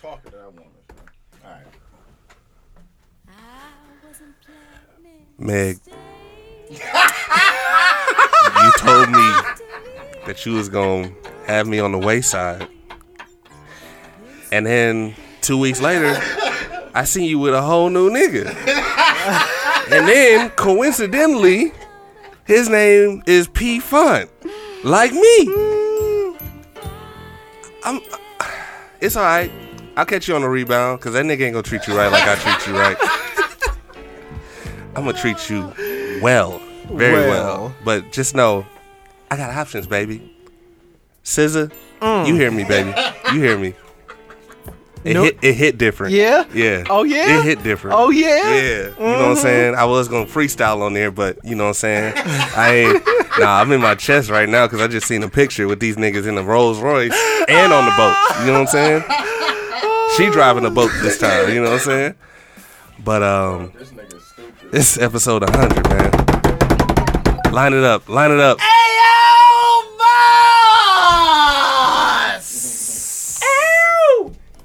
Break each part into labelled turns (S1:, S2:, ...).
S1: talker that I wanted. man. All right.
S2: Meg, you told me that you was gonna have me on the wayside, and then two weeks later, I seen you with a whole new nigga, and then coincidentally, his name is P Fun, like me. I'm. It's all right. I'll catch you on the rebound because that nigga ain't gonna treat you right like I treat you right. I'm gonna treat you well, very well.
S3: Well.
S2: But just know, I got options, baby. Scissor, you hear me, baby? You hear me? It
S3: Nope.
S2: hit. It hit different.
S3: Yeah?
S2: Yeah.
S3: Oh, yeah?
S2: It hit different.
S3: Oh, yeah? Mm-hmm.
S2: Yeah. You know what I'm saying? I was gonna freestyle on there, but you know what I'm saying? I ain't. Nah, I'm in my chest right now because I just seen a picture with these niggas in a Rolls Royce and on the boat. You know what I'm saying? She driving the boat this time. You know what I'm saying? But um,
S1: This nigga's stupid.
S2: this is episode 100, man. Line it up. Line it up.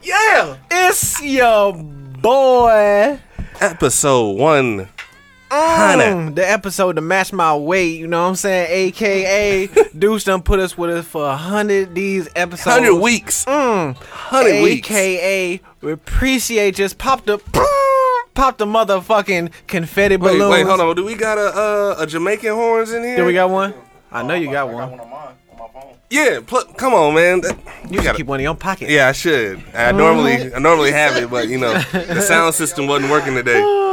S3: Yeah. It's your boy.
S2: Episode 100.
S3: Mm, the episode to match my weight, you know what I'm saying? AKA Deuce done put us with us for a hundred these episodes.
S2: 100 weeks.
S3: Mm.
S2: 100 weeks.
S3: AKA we appreciate just popped a popped the motherfucking confetti
S2: Wait,
S3: balloon.
S2: wait, hold on. Do we got a uh, a Jamaican horns in here?
S3: Do we got one? I know you
S1: I
S3: got
S1: got
S3: one.
S1: one on mine, on my phone.
S2: Yeah, pl- come on, man. That-
S3: You should
S2: gotta-
S3: keep Uh-huh. one in your pocket.
S2: yeah, I should. I normally I normally have it, but you know the sound system wasn't working today.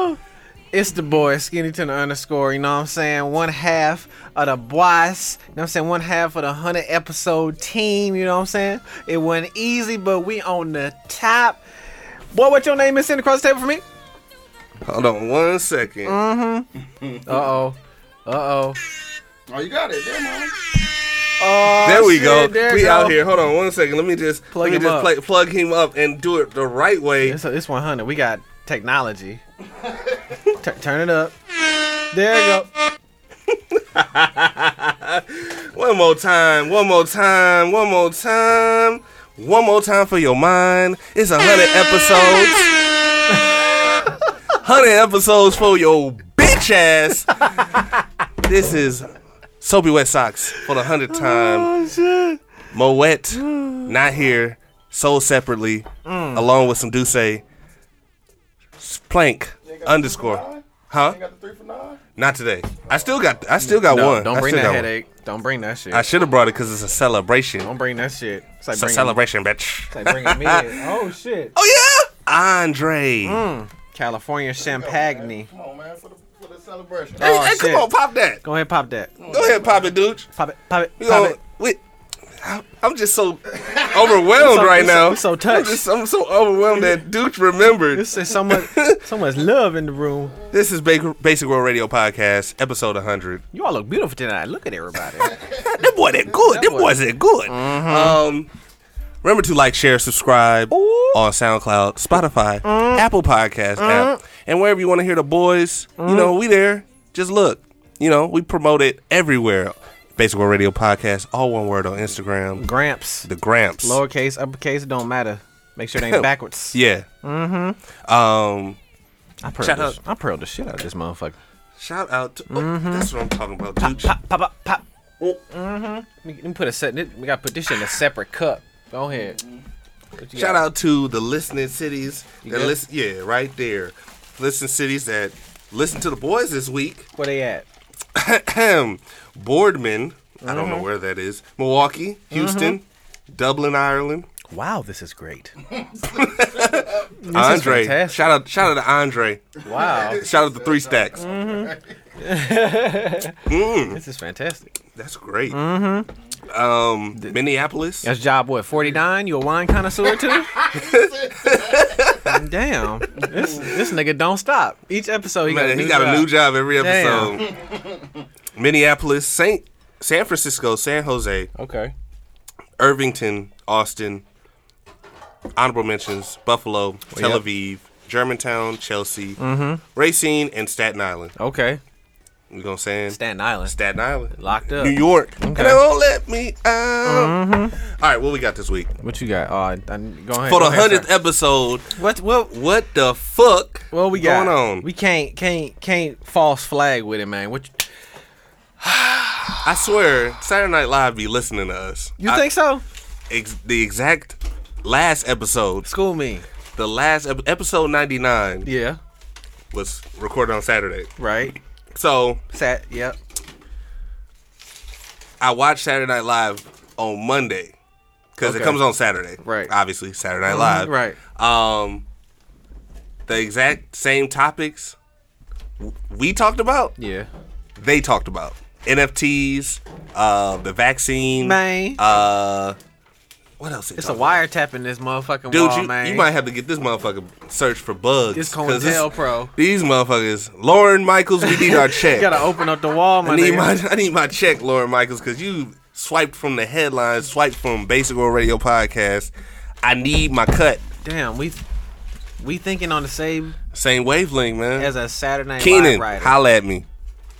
S3: It's the boy, Skinnyton underscore, you know what I'm saying? One half of the boss, you know what I'm saying? One half of the 100 episode team, you know what I'm saying? It wasn't easy, but we on the top. Boy, what your name is sitting across the table for me?
S2: Hold on one second.
S3: Uh-huh. Uh oh. Uh oh.
S1: Oh, you got it. There, man.
S3: Oh,
S2: there we
S3: shit,
S2: go.
S3: there
S2: we
S3: go.
S2: out here. Hold on one second. Let me just
S3: Plug
S2: let me
S3: him
S2: just
S3: up.
S2: play, plug him up and do it the right way.
S3: It's, it's 100. We got technology. Tur- turn it up. There you go.
S2: One more time, one more time, one more time, one more time for your mind. It's a hundred episodes. hundred episodes for your bitch ass. this is Soapy Wet Socks for the hundredth time. Moet, not here, sold separately, along with some Duce. Plank underscore. Huh?
S1: You got the three for nine?
S2: Not today. I still got I still got
S3: No,
S2: one.
S3: Don't
S2: I
S3: bring
S2: still got
S3: that
S2: one.
S3: headache. Don't bring that shit.
S2: I should have brought it because it's a celebration.
S3: Don't bring that shit. It's like
S2: It's a
S3: bringing,
S2: celebration, bitch.
S3: It's like bringing me in. Oh, shit.
S2: oh yeah, Andre.
S3: Mm. California Champagne.
S1: Come on, man, for the, for the celebration.
S2: Hey,
S3: Oh,
S2: hey, come
S3: shit.
S2: on, pop that.
S3: Go ahead, pop that.
S2: Go ahead, pop it, dude.
S3: Pop it, pop it,
S2: We
S3: pop
S2: gonna-
S3: it.
S2: we, I- I'm just so overwhelmed
S3: so-
S2: right
S3: we so-
S2: now.
S3: we so
S2: I'm,
S3: touched.
S2: just, I'm so overwhelmed that Duke remembered.
S3: This is so much, so much love in the room.
S2: This is Ba- Basic World Radio Podcast, episode 100.
S3: You all look beautiful tonight. Look at everybody.
S2: That boy, that good. That
S3: boy-
S2: boy, that good. Um, remember to like, share, subscribe
S3: Ooh.
S2: on SoundCloud, Spotify, Apple Podcast app, and wherever you want to hear the boys. You know, we there. Just look. You know, we promote it everywhere. Basic World Radio Podcast, all one word on Instagram.
S3: Gramps,
S2: The Gramps.
S3: lowercase, uppercase, it don't matter. Make sure they ain't backwards.
S2: Yeah. Mm-hmm. Um,
S3: I pearled,
S2: Shut
S3: this,
S2: up.
S3: I pearled the shit out of this motherfucker.
S2: shout out to. oh, that's what I'm talking about, dude.
S3: Pop, pop, pop, pop.
S2: Oh,
S3: Let me, let me put a set. We gotta put this shit in a separate cup. Go ahead. What you
S2: Shout
S3: got?
S2: out to the listening cities. That
S3: good?
S2: listen, yeah, right there. Listen cities that listen to the boys this week.
S3: Where they at?
S2: Boardman, I don't
S3: Mm-hmm.
S2: know where that is. Milwaukee, Houston, Dublin, Ireland.
S3: Wow, this is great.
S2: Andre,
S3: fantastic.
S2: shout out, shout out to Andre.
S3: Wow,
S2: Shout out to Three Stacks.
S3: Mm-hmm. this is fantastic.
S2: That's great. Mm-hmm. Um, Minneapolis.
S3: That's job what? Forty nine. You a wine connoisseur too? Damn, this this nigga don't stop. Each episode he got,
S2: Man,
S3: a, new
S2: he got
S3: job.
S2: a new job every
S3: Damn.
S2: episode. Minneapolis, Saint, San Francisco, San Jose,
S3: Okay.
S2: Irvington, Austin, honorable mentions, Buffalo, Tel
S3: yep. Mm-hmm.
S2: Aviv, Germantown, Chelsea, Racine, and Staten Island.
S3: Okay.
S2: You know what I'm saying?
S3: Staten Island.
S2: Staten Island.
S3: Locked up.
S2: New York. And
S3: Okay.
S2: they won't let me out. All right, what we got this week?
S3: What you got? Oh, I, I, go ahead.
S2: For
S3: go
S2: the
S3: ahead,
S2: hundredth
S3: sir.
S2: episode,
S3: What? What?
S2: what the fuck?
S3: What we got
S2: going on?
S3: We can't, can't, can't false flag with it, man. What? You,
S2: I swear, Saturday Night Live be listening to us.
S3: you
S2: I-
S3: think so?
S2: ex- the exact last episode,
S3: School me.
S2: the last ep- episode ninety nine
S3: Yeah.
S2: was recorded on Saturday.
S3: Right.
S2: So
S3: Sat. Yep.
S2: I watched Saturday Night Live on Monday because
S3: Okay.
S2: it comes on Saturday,
S3: Right. Mm-hmm.
S2: Obviously, Saturday Night Live,
S3: Right.
S2: Um, the exact same topics w- we talked about,
S3: Yeah.
S2: they talked about NFTs, uh, the vaccine,
S3: Man.
S2: uh, what else? they
S3: It's a
S2: talked about?
S3: wiretapping this motherfucking
S2: Dude,
S3: wall,
S2: you,
S3: man.
S2: you might have to get this motherfucker search for bugs.
S3: It's
S2: 'cause this-
S3: COINTELPRO.
S2: These motherfuckers. Lauren Michaels, we need our
S3: You
S2: check.
S3: gotta open up the wall, my
S2: I need
S3: nigga.
S2: my I need my check, Lauren Michaels, because you swiped from the headlines, swiped from Basic World Radio podcast. I need my cut.
S3: Damn, we we thinking on the same
S2: Same wavelength, man.
S3: as a Saturday Night
S2: Keenan,
S3: Live writer.
S2: holla at me.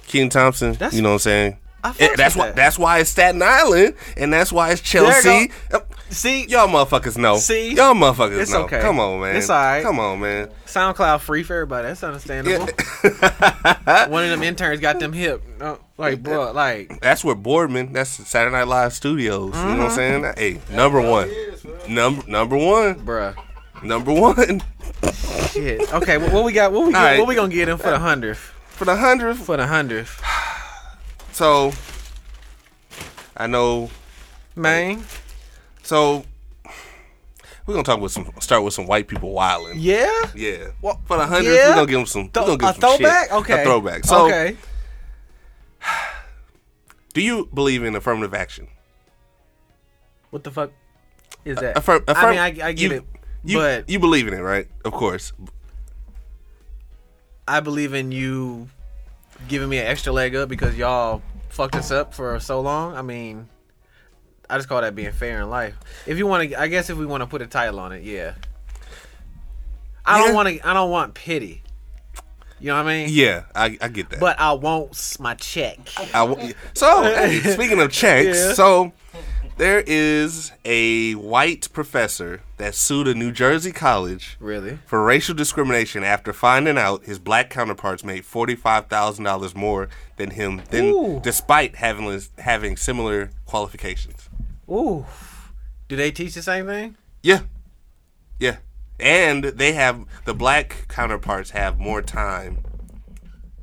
S2: Keenan Thompson,
S3: That's-
S2: you know what I'm saying?
S3: I fucks
S2: Eh,
S3: with
S2: that's why
S3: that.
S2: that's why it's Staten Island and that's why it's
S3: you
S2: Chelsea. Uh,
S3: See,
S2: Y'all motherfuckers know.
S3: See?
S2: Y'all motherfuckers
S3: It's
S2: know.
S3: okay.
S2: Come on, man.
S3: It's all right.
S2: Come on, man.
S3: SoundCloud free for everybody. That's understandable. One of them interns got them hip. No, like, bro, like,
S2: That's where Boardman. That's Saturday Night Live Studios. You know what I'm saying?
S3: Mm-hmm.
S2: Hey, number one, number number one,
S3: bruh.
S2: number one
S3: Shit. Okay, what, what we got? What we get,
S2: Alright.
S3: what we gonna get him for the hundredth?
S2: for the hundredth.
S3: For the hundredth,
S2: So I know.
S3: man.
S2: So we're gonna talk with some. Start with some white people wilding.
S3: Yeah.
S2: Yeah.
S3: What?
S2: For the hundredth,
S3: Yeah?
S2: we're gonna give them some.
S3: Th-
S2: we're gonna
S3: a
S2: give 'em some
S3: throwback?
S2: Shit.
S3: Okay.
S2: A throwback. So,
S3: okay.
S2: do you believe in affirmative action?
S3: What the fuck is that?
S2: Affirm,
S3: I
S2: affirm,
S3: mean, I, I get
S2: you-
S3: it,
S2: You,
S3: but
S2: you believe in it, right? Of course.
S3: I believe in you giving me an extra leg up because y'all fucked us up for so long. I mean, I just call that being fair in life. If you want to, I guess if we want to put a title on it, yeah. I
S2: Yeah.
S3: don't want to. I don't want pity. You know what I mean?
S2: Yeah, I, I get that.
S3: But I want my check.
S2: I w- so speaking of checks,
S3: Yeah.
S2: so there is a white professor that sued a New Jersey college
S3: Really?
S2: for racial discrimination after finding out his black counterparts made forty five thousand dollars more than him, than
S3: Ooh.
S2: despite having having similar qualifications.
S3: Ooh. Do they teach the same thing?
S2: Yeah, yeah, and they have the black counterparts have more time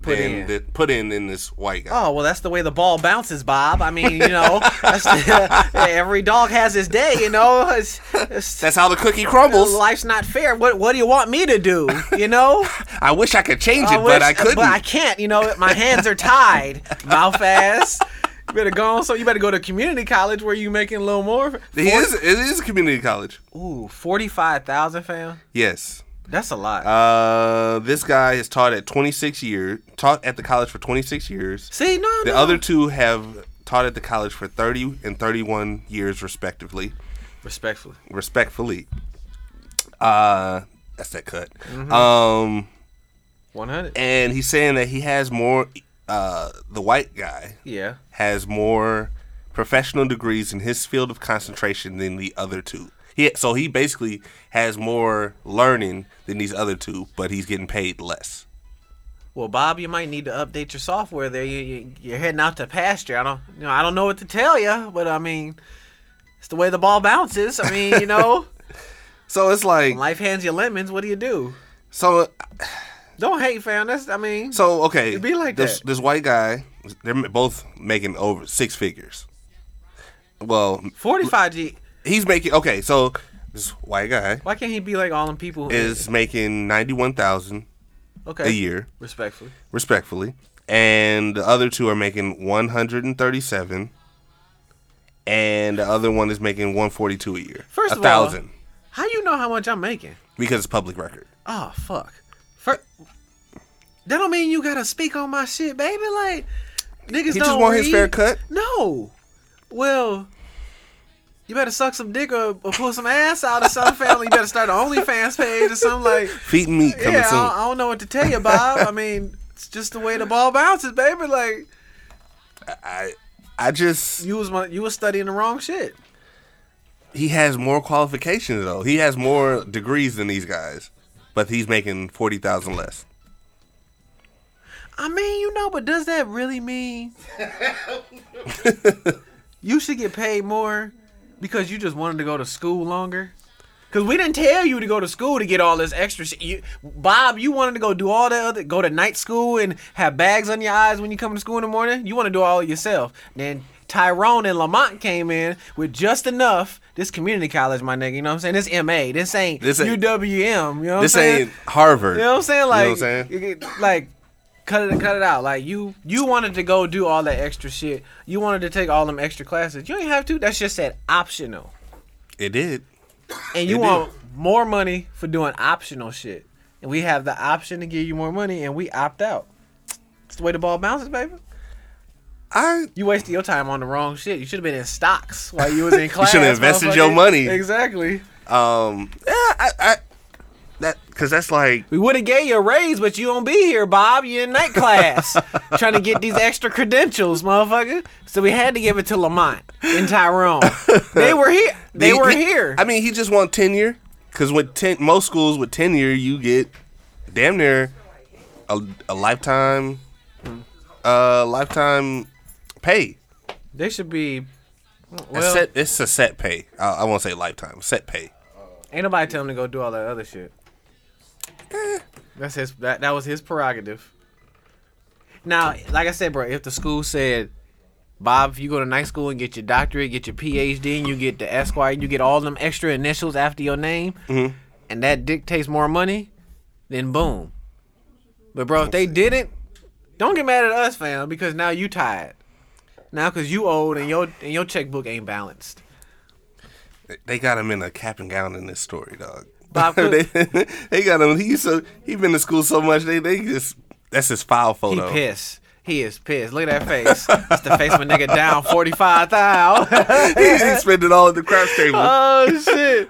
S3: Put
S2: than
S3: in.
S2: the- put in than this white guy.
S3: Oh well, that's the way the ball bounces, Bob. I mean, you know, that's every dog has his day. You know, It's- it's-
S2: That's how the cookie crumbles.
S3: life's not fair. What what do you want me to do? You know,
S2: I wish I could change it,
S3: I
S2: but
S3: wish-
S2: I couldn't.
S3: But I can't. You know, my hands are tied. Mouth ass. You better go on. So you better go to community college where you making a little more.
S2: It is. It is a community college.
S3: Ooh, forty five thousand, fam.
S2: Yes.
S3: That's a lot.
S2: Uh, this guy has taught at 26 years. Taught at the college for 26 years.
S3: See, no,
S2: The
S3: no.
S2: other two have taught at the college for 30 and 31 years, respectively.
S3: respectfully.
S2: Respectfully. Uh, that's that cut.
S3: Mm-hmm.
S2: Um,
S3: One hundred.
S2: and he's saying that he has more. Uh, the white guy
S3: Yeah.
S2: has more professional degrees in his field of concentration than the other two. He, so he basically has more learning than these other two, but he's getting paid less.
S3: Well, Bob, you might need to update your software there. You, you, you're heading out to pasture. I don't, you know, I don't know what to tell you, but I mean, it's the way the ball bounces. I mean, you know,
S2: So it's like,
S3: life hands you lemons. What do you do?
S2: so
S3: Don't hate, fam. That's I mean,
S2: so okay.
S3: It be like
S2: this,
S3: that.
S2: This white guy, they're both making over six figures. Well,
S3: forty five G.
S2: he's making okay. So this white guy
S3: Why can't he be like all them people? Who
S2: is making ninety one thousand a
S3: okay
S2: year,
S3: Respectfully,
S2: respectfully, and the other two are making one hundred and thirty seven, and the other one is making one forty two a year. a
S3: First of all-
S2: thousand
S3: how you know how much I'm making?
S2: because it's public record.
S3: Oh fuck. Fir that don't mean you gotta speak on my shit, baby. Like niggas
S2: He
S3: don't
S2: just want his
S3: read.
S2: fair cut?
S3: No. Well, you better suck some dick or, or pull some ass out of some family. You better start an OnlyFans page or something like.
S2: Feet and meat coming
S3: yeah, uh, I,
S2: soon.
S3: don't- I don't know what to tell you, Bob. I mean, It's just the way the ball bounces, baby. Like
S2: I I just
S3: you was my, you was studying the wrong shit.
S2: he has more qualifications though. He has more degrees than these guys, but he's making forty thousand less.
S3: I mean, you know, but does that really mean you should get paid more because you just wanted to go to school longer? Cause we didn't tell you to go to school to get all this extra shit. You, Bob, you wanted to go do all that other, go to night school and have bags on your eyes when you come to school in the morning. You want to do all yourself. Then Tyrone and Lamont came in with just enough. This community college, my nigga, you know what I'm saying? This MA, this ain't,
S2: This ain't-
S3: UWM, you know what I'm
S2: This
S3: saying?
S2: ain't Harvard.
S3: You know what I'm saying? Like,
S2: you know what I'm saying?
S3: you get- like, cut it, cut it out. Like you, you wanted to go do all that extra shit. You wanted to take all them extra classes. You ain't have to. That's just said optional.
S2: It did.
S3: And you
S2: It
S3: want more money for doing optional shit. And we have the option to give you more money, and we opt out. It's the way the ball bounces, baby.
S2: I
S3: You wasted your time on the wrong shit. You should have been in stocks while you was in class.
S2: shoulda invested your
S3: motherfucker.
S2: money.
S3: Exactly.
S2: um yeah I, I that because that's like
S3: We would have gave you a raise, but you don't be here, Bob. You in night class trying to get these extra credentials, motherfucker. So we had to give it to Lamont and Tyrone. They were here. They
S2: he-
S3: were
S2: he-
S3: here.
S2: I mean, he just want tenure because with ten, most schools with tenure, you get damn near a, a lifetime, uh, lifetime pay.
S3: They should be.
S2: A
S3: Well,
S2: set, it's a set pay. I, I won't say lifetime. Set pay.
S3: ain't nobody telling him to go do all that other shit. Eh. That's his. That, that was his prerogative. Now, like I said, bro, if the school said, Bob, if you go to night school and get your doctorate, get your PhD, and you get the Esquire, you get all them extra initials after your name, and that dictates more money, then boom. But bro, if they didn't, don't get mad at us, fam, because now you tired. Now, cause you old and your and your checkbook ain't balanced.
S2: They got him in a cap and gown in this story, dog.
S3: Bob
S2: they,
S3: Cook-
S2: they got him. He's so he been to school so much. They they just that's his file
S3: He
S2: photo.
S3: pissed. He is pissed. Look at that face. It's the face of a nigga down forty five thousand.
S2: he spent it all at the craps table.
S3: Oh shit!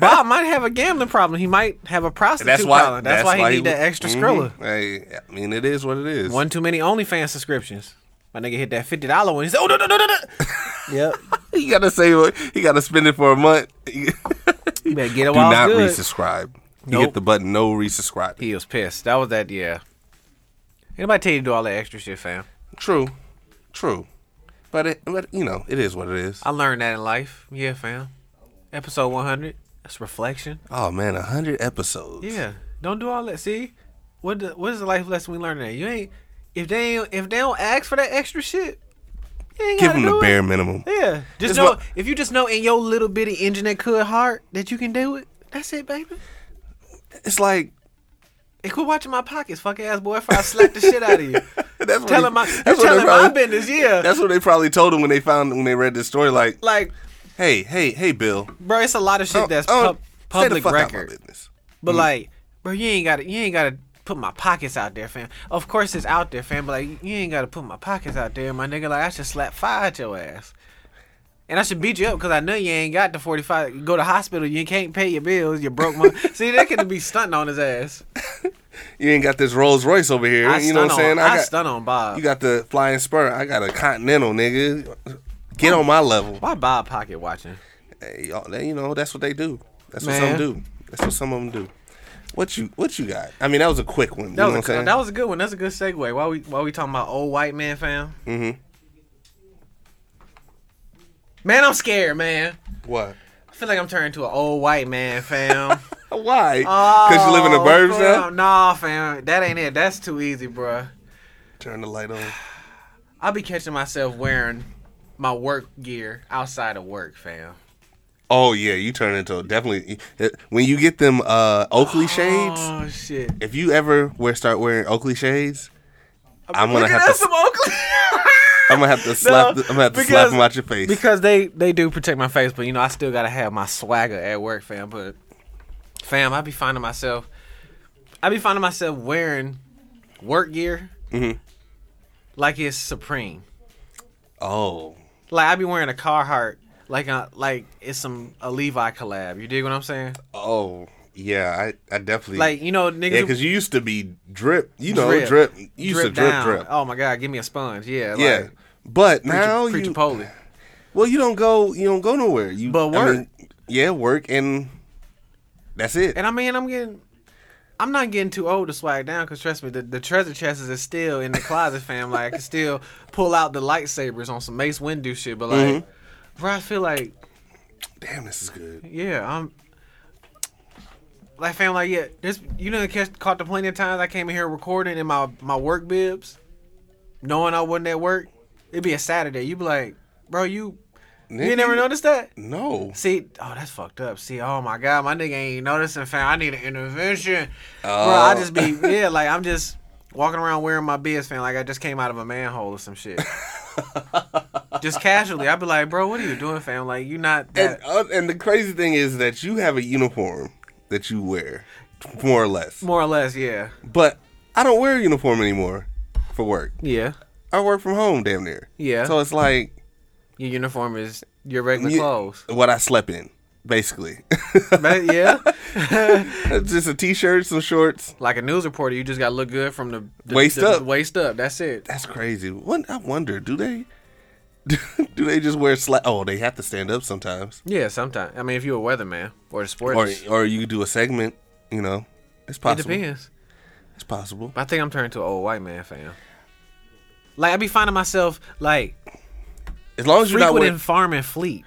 S3: Bob might have a gambling problem. He might have a prostitute
S2: that's why.
S3: problem. That's, why he
S2: w-
S3: need that extra
S2: Mhm.
S3: scroller.
S2: Hey, I mean, it is what it is.
S3: One too many OnlyFans subscriptions. My nigga hit that fifty dollar one. He said, "Oh no no no no no." yep.
S2: He gotta save. He gotta spend it for a month. Do
S3: You better get it while
S2: not
S3: it's good.
S2: resubscribe. You
S3: Nope.
S2: hit the button. No resubscribe.
S3: He was pissed. That was that. Yeah. Anybody tell you to do all that extra shit, fam?
S2: True, true. But it, but you know, it is what it is.
S3: I learned that in life. Yeah, fam. Episode one hundred. That's reflection.
S2: Oh man, a hundred episodes.
S3: Yeah. Don't do all that. See, what the, what is the life lesson we learned? That you ain't if they ain't, if they don't ask for that extra shit. you ain't
S2: Give
S3: gotta
S2: him the
S3: do it.
S2: bare minimum.
S3: Yeah. Just
S2: It's
S3: know
S2: what-
S3: if you just know in your little bitty engine that could heart that you can do it, that's it, baby.
S2: It's like
S3: And quit watching my pockets, fuck ass boy, if I slap the shit out of you.
S2: that's what
S3: Telling
S2: they-
S3: my you
S2: that's what they
S3: telling my
S2: probably-
S3: business, yeah.
S2: That's what they probably told him when they found when they read this story. Like,
S3: like,
S2: hey, hey, hey, Bill.
S3: bro, it's a lot of shit that's
S2: Oh,
S3: pub-
S2: oh, stay the
S3: public
S2: fuck out of my
S3: record.
S2: business.
S3: But like, bro, you ain't gotta you ain't gotta put my pockets out there, fam. Of course it's out there, fam, but like you ain't gotta put my pockets out there, my nigga. Like I should slap fire at your ass. And I should beat you up because I know you ain't got the forty five. You Go to hospital, you can't pay your bills, you broke my See, that could be stunting on his ass.
S2: You ain't got this Rolls Royce over here.
S3: I
S2: you know what I'm
S3: stun
S2: saying?
S3: On, I,
S2: got-
S3: stun on Bob.
S2: You got the flying spur. I got a continental, nigga. Get on my level.
S3: Why Bob pocket watching?
S2: Hey, y'all, they- you know that's what they do. That's what
S3: Man.
S2: some do. That's what some of them do. What you what you got? I mean, that was a quick one. You
S3: That
S2: know
S3: was
S2: what
S3: a,
S2: I'm
S3: that
S2: saying?
S3: was a good one. That's a good segue. Why we why we talking about old white man fam?
S2: Mhm.
S3: Man, I'm scared, man.
S2: What?
S3: I feel like I'm turning to an old white man, fam.
S2: Why? Because you live in the
S3: Oh,
S2: burbs now.
S3: fam. Nah, fam. That ain't it. That's too easy, bruh.
S2: Turn the light on.
S3: I'll be catching myself wearing my work gear outside of work, fam.
S2: Oh yeah, you turn into definitely eh, when you get them uh Oakley shades.
S3: Oh shit.
S2: If you ever wear start wearing Oakley shades, I'm gonna
S3: Look at
S2: have to.
S3: us, some Oakley.
S2: I'm gonna have to slap. the,
S3: No,
S2: I'm gonna have to slap
S3: because-
S2: them out your face.
S3: because they they do protect my face, but you know I still gotta have my swagger at work, fam. But fam, I be finding myself, I be finding myself wearing work gear
S2: Mm-hmm.
S3: like it's Supreme.
S2: oh,
S3: Like I be wearing a Carhartt, like a, like it's some a Levi collab. You dig what I'm saying?
S2: oh, yeah, I, I definitely
S3: Like, you know, niggas
S2: yeah,
S3: who-
S2: because you used to be drip, you know,
S3: Drip.
S2: drip. You used
S3: drip
S2: to drip,
S3: down.
S2: drip.
S3: Oh my god, give me a sponge. Yeah, like,
S2: yeah,
S3: preacher-
S2: but now
S3: preacher
S2: you
S3: Poley.
S2: well, you don't go, you don't go nowhere. You
S3: But
S2: I
S3: work.
S2: mean, yeah, work, and that's it.
S3: And I mean, I'm getting, I'm not getting too old to swag down because trust me, the, the treasure chests is still in the closet, fam. Like I can still pull out the lightsabers on some Mace Windu shit, but like,
S2: Mm-hmm.
S3: bro, I feel like,
S2: Damn, this is good.
S3: yeah, I'm. Like fam, like yeah, this you know catch caught the plenty of times I came in here recording in my my work bibs, knowing I wasn't at work. It'd be a Saturday. You'd be like, bro, you you
S2: Nigga.
S3: never noticed that?
S2: No,
S3: See, oh, that's fucked up. See, oh my god, my nigga ain't noticing, fam. I need an intervention, bro. I
S2: Oh.
S3: just be yeah, like I'm just walking around wearing my biz, fam. Like I just came out of a manhole or some shit. just casually, I'd be like, bro, what are you doing, fam? Like you not
S2: and
S3: that.
S2: uh, and the crazy thing is that you have a uniform that you wear, more or less.
S3: More or less, yeah,
S2: But I don't wear a uniform anymore for work.
S3: yeah.
S2: I work from home, damn near.
S3: Yeah.
S2: So it's like
S3: Your uniform is your regular
S2: Yeah.
S3: clothes,
S2: what I slept in, basically.
S3: But, yeah.
S2: Just a t-shirt, some shorts.
S3: like a news reporter, you just gotta look good from the, the
S2: Waist
S3: the-
S2: up.
S3: Waist up. That's it.
S2: That's crazy. What I wonder, do they do they just wear sla- Oh, they have to stand up sometimes,
S3: Yeah, sometimes. I mean, if you're a weatherman or a sports,
S2: or or you do a segment. You know, it's
S3: it
S2: possible.
S3: depends.
S2: It's possible.
S3: I think I'm turning to an old white man, fam. Like I be finding myself like
S2: As long as you're not
S3: frequent
S2: wearing,
S3: in farm and fleet.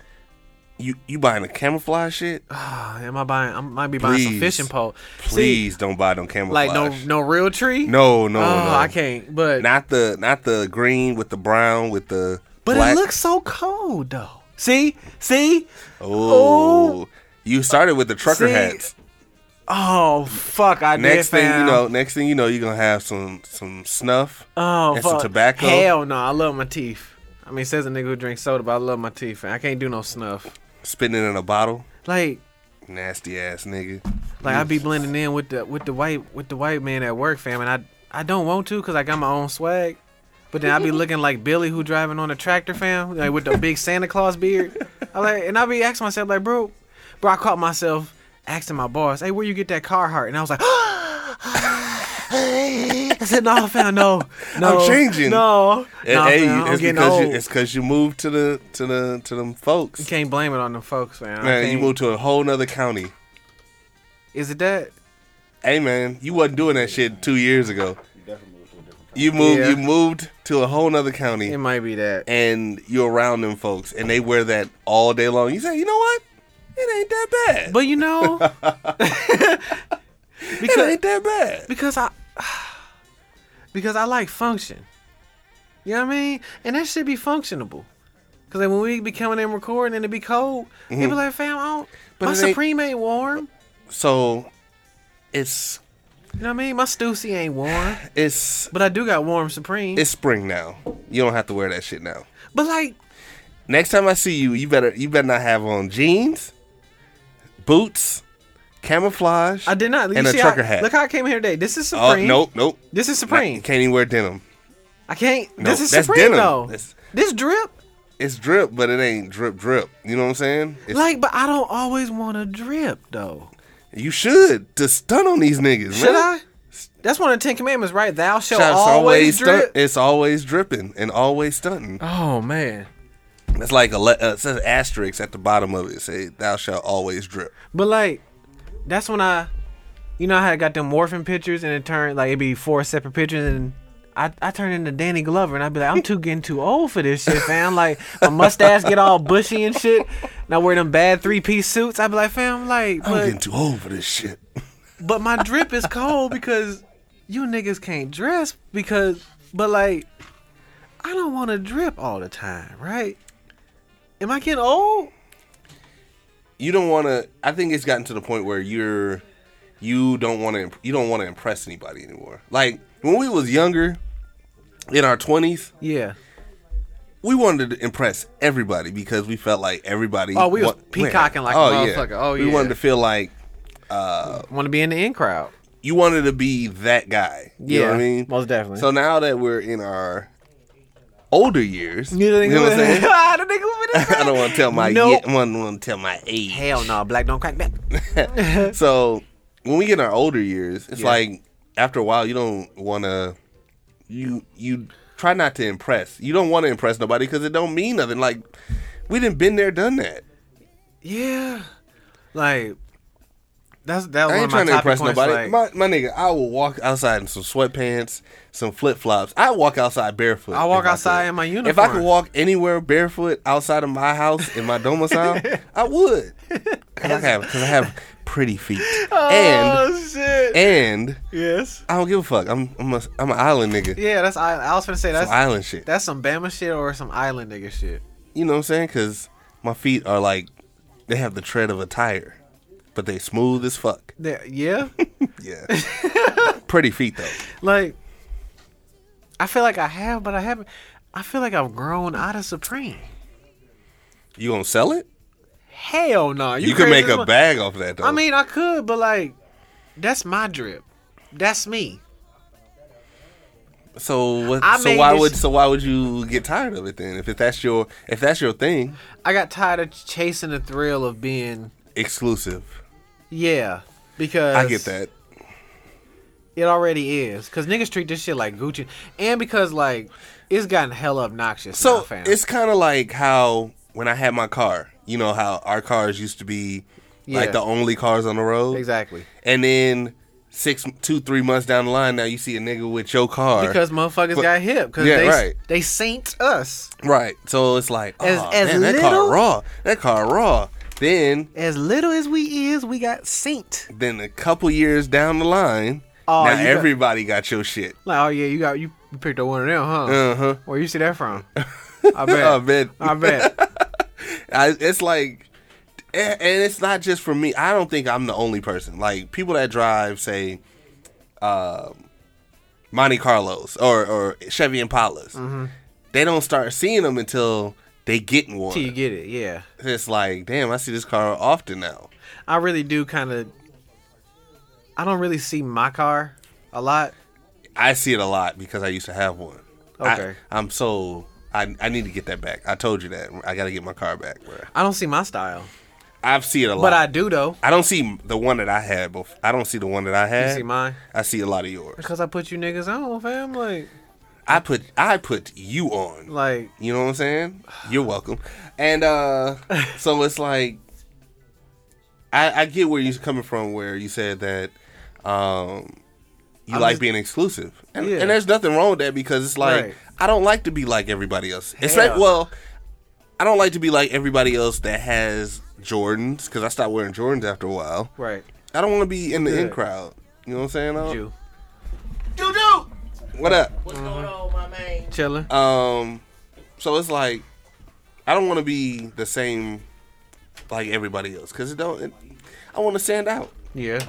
S2: you you buying a camouflage shit.
S3: Ah, am I buying? I might be buying some
S2: Please.
S3: fishing pole. See,
S2: Please don't buy no camouflage.
S3: like no no real tree.
S2: no, no,
S3: oh,
S2: no.
S3: I can't. But
S2: Not the not the green with the brown with the
S3: but
S2: black.
S3: it looks so cold though. See, see.
S2: Oh, you started with the trucker
S3: See,
S2: hats.
S3: Oh fuck! I
S2: Next
S3: did,
S2: thing
S3: fam.
S2: you know, next thing you know, you're gonna have some some snuff.
S3: oh
S2: and
S3: fuck.
S2: some tobacco.
S3: Hell no! I love my teeth. I mean, says a nigga who drinks soda, but I love my teeth. Fam. I can't do no snuff.
S2: spitting it in a bottle.
S3: Like
S2: Nasty ass nigga.
S3: Like I be blending in with the with the white with the white man at work, fam, and I I don't want to cause I got my own swag, but then I be looking like Billy who driving on a tractor, fam, like with the big Santa Claus beard. I like, and I be asking myself like, bro, bro, I caught myself asking my boss, hey, where you get that Carhartt? And I was like. I said no, fam. No, no.
S2: changing.
S3: No,
S2: Hey,
S3: no,
S2: hey,
S3: fam, I'm
S2: it's
S3: getting
S2: because
S3: old.
S2: you, it's because you moved to the to the to them folks.
S3: Can't blame it on them folks, fam. I
S2: Man, you
S3: can't-
S2: moved to a whole nother county.
S3: Is it that?
S2: Hey man, you wasn't doing that shit two years ago.
S1: You definitely moved to a different
S2: You moved
S3: Yeah.
S2: you moved to a whole nother county,
S3: It might be that.
S2: and you're around them folks, and they wear that all day long. You say, you know what? It ain't that bad.
S3: But you know,
S2: it
S3: because
S2: ain't that bad.
S3: because I because I like function. You know what I mean? And that should be functionable. Cause like when we be coming in recording and it be cold, they be like, "Fam, I don't,
S2: Mm-hmm. But
S3: my
S2: it ain't-
S3: Supreme ain't, warm."
S2: So, it's
S3: You know what I mean? My Stussy ain't warm,
S2: it's
S3: but I do got warm Supreme.
S2: it's spring now. You don't have to wear that shit now.
S3: but like,
S2: Next time I see you, you better you better not have on jeans, boots, camouflage,
S3: I did not. You
S2: and a
S3: see,
S2: trucker
S3: I,
S2: hat.
S3: Look how I came here today. This is
S2: oh
S3: Supreme.
S2: nope, nope.
S3: This is
S2: Not-
S3: Supreme.
S2: can't even wear denim.
S3: I can't.
S2: No,
S3: this is
S2: that's
S3: Supreme
S2: denim.
S3: though.
S2: That's-
S3: this drip,
S2: It's drip, but it ain't drip drip. You know what I'm saying? It's,
S3: like, but I don't always want to drip though.
S2: you should to stun on these niggas.
S3: Should
S2: man.
S3: I? That's one of the Ten Commandments, right? Thou shalt
S2: Shots
S3: always,
S2: stun-
S3: drip.
S2: It's always dripping and always stunting.
S3: Oh man.
S2: It's like a le- uh, it says asterisk at the bottom of it. Say thou shalt always drip.
S3: But like, that's when I, you know, I had got them morphing pictures, and it turned like it'd be four separate pictures, and I I turned into Danny Glover, and I'd be like, I'm too getting too old for this shit, fam. Like my mustache get all bushy and shit, and I wear them bad three piece suits. I'd be like, fam, like,
S2: I'm getting
S3: but,
S2: too old for this shit.
S3: but my drip is cold because you niggas can't dress because, but like, I don't want to drip all the time, right? Am I getting old?
S2: you don't want to i think it's gotten to the point where you're you don't want to you don't want to impress anybody anymore like when we was younger in our 20s
S3: Yeah.
S2: we wanted to impress everybody because we felt like everybody
S3: Oh, we was
S2: wa-
S3: peacocking like a motherfucker. Oh,
S2: we
S3: yeah.
S2: wanted to feel like
S3: Want to be in the in crowd.
S2: you wanted to be that guy you know what i
S3: Yeah,
S2: mean
S3: most definitely.
S2: so now that we're in our older years
S3: You don't think
S2: know what i'm saying
S3: I don't think I'm
S2: i don't want to tell my
S3: Nope.
S2: ye- I don't want to tell my age
S3: Hell no, black don't crack back.
S2: so when we get in our older years, it's
S3: Yeah.
S2: like after a while you don't want to you you try not to impress. You don't want to impress nobody because it don't mean nothing. Like we didn't been there, done that.
S3: Yeah. Like that's that was
S2: I
S3: one
S2: ain't
S3: of my
S2: trying to
S3: topic
S2: impress
S3: points,
S2: nobody.
S3: like-
S2: my, my nigga, I will walk outside in some sweatpants, some flip flops. I walk outside barefoot.
S3: I walk
S2: if could.
S3: outside in my
S2: If I could
S3: uniform.
S2: walk anywhere barefoot outside of my house in my domicile, I would. Because I, have- 'cause I have pretty feet. and
S3: oh shit.
S2: and
S3: yes.
S2: I don't give a fuck. I'm I'm a, I'm an island nigga.
S3: Yeah, that's I, I was gonna say that's
S2: Some island shit.
S3: that's some Bama shit or some island nigga shit.
S2: You know what I'm saying? Because my feet are like they have the tread of a tire, but they smooth as fuck.
S3: That- yeah.
S2: Yeah. pretty feet though.
S3: like I feel like I have, but I haven't. I feel like I've grown out of Supreme.
S2: You gonna sell it?
S3: Hell no.
S2: You, can
S3: crazy
S2: make
S3: as
S2: a
S3: fuck.
S2: bag off that though.
S3: I mean, I could, but like, that's my drip. That's me.
S2: so what,
S3: I
S2: so
S3: made
S2: why
S3: this-
S2: would so why would you get tired of it then? If it- that's your if that's your thing,
S3: I got tired of chasing the thrill of being,
S2: exclusive.
S3: yeah, because
S2: I get that.
S3: It already is, cause niggas treat this shit like Gucci, and because like it's gotten hella obnoxious. now,
S2: So
S3: fam.
S2: it's kind of like how when I had my car, you know how our cars used to be
S3: Yeah.
S2: like the only cars on the road.
S3: exactly
S2: And then six, two, three months down the line, now you see a nigga with your car.
S3: because motherfuckers
S2: But-
S3: got hip, cause
S2: Yeah,
S3: they
S2: right.
S3: they saint us
S2: right, so it's like, oh,
S3: As- as
S2: man, that
S3: little-
S2: car raw. That car raw. Then,
S3: as little as we is, we got saint.
S2: then a couple years down the line,
S3: Oh,
S2: now
S3: you got-
S2: everybody got your shit.
S3: Like, oh yeah, you got you picked up one of them, huh?
S2: Uh-huh. Oh,
S3: Where you see that from? I bet.
S2: I bet.
S3: I bet.
S2: I, it's like, and and it's not just for me. I don't think I'm the only person. Like people that drive, say, um, Monte Carlos or or Chevy Impalas,
S3: Mm-hmm.
S2: they don't start seeing them until they get in one.
S3: Till you get it, yeah.
S2: It's like, damn, I see this car often now.
S3: I really do kind of. I don't really see my car a lot.
S2: I see it a lot because I used to have one.
S3: Okay.
S2: I, am so I I need to get that back. I told you that I got to get my car back, bro.
S3: I don't see my style,
S2: I've seen it a lot,
S3: but I do though.
S2: I don't see the one that I had. Before. I don't see the one that I had.
S3: You see mine
S2: I see a lot of yours.
S3: because I put you niggas on, fam. Like,
S2: I put I put you on.
S3: like
S2: you know what I'm saying? You're welcome. And uh so it's like I, I get where you're coming from where you said that um you
S3: I'm
S2: like
S3: just-
S2: being exclusive. And,
S3: Yeah.
S2: and there's nothing wrong with that because it's like
S3: Right.
S2: I don't like to be like everybody else. It's
S3: Hell.
S2: like well, I don't like to be like everybody else that has Jordans because I stopped wearing Jordans after a while.
S3: right,
S2: I don't want to be in the in
S3: Good.
S2: crowd. You know what I'm saying? I don't-
S3: you
S1: Doo doo.
S2: What up?
S4: What's going on, my man?
S3: chilling.
S2: Um, so it's like I don't want to be the same like everybody else because it don't. It, I want to stand out.
S3: yeah,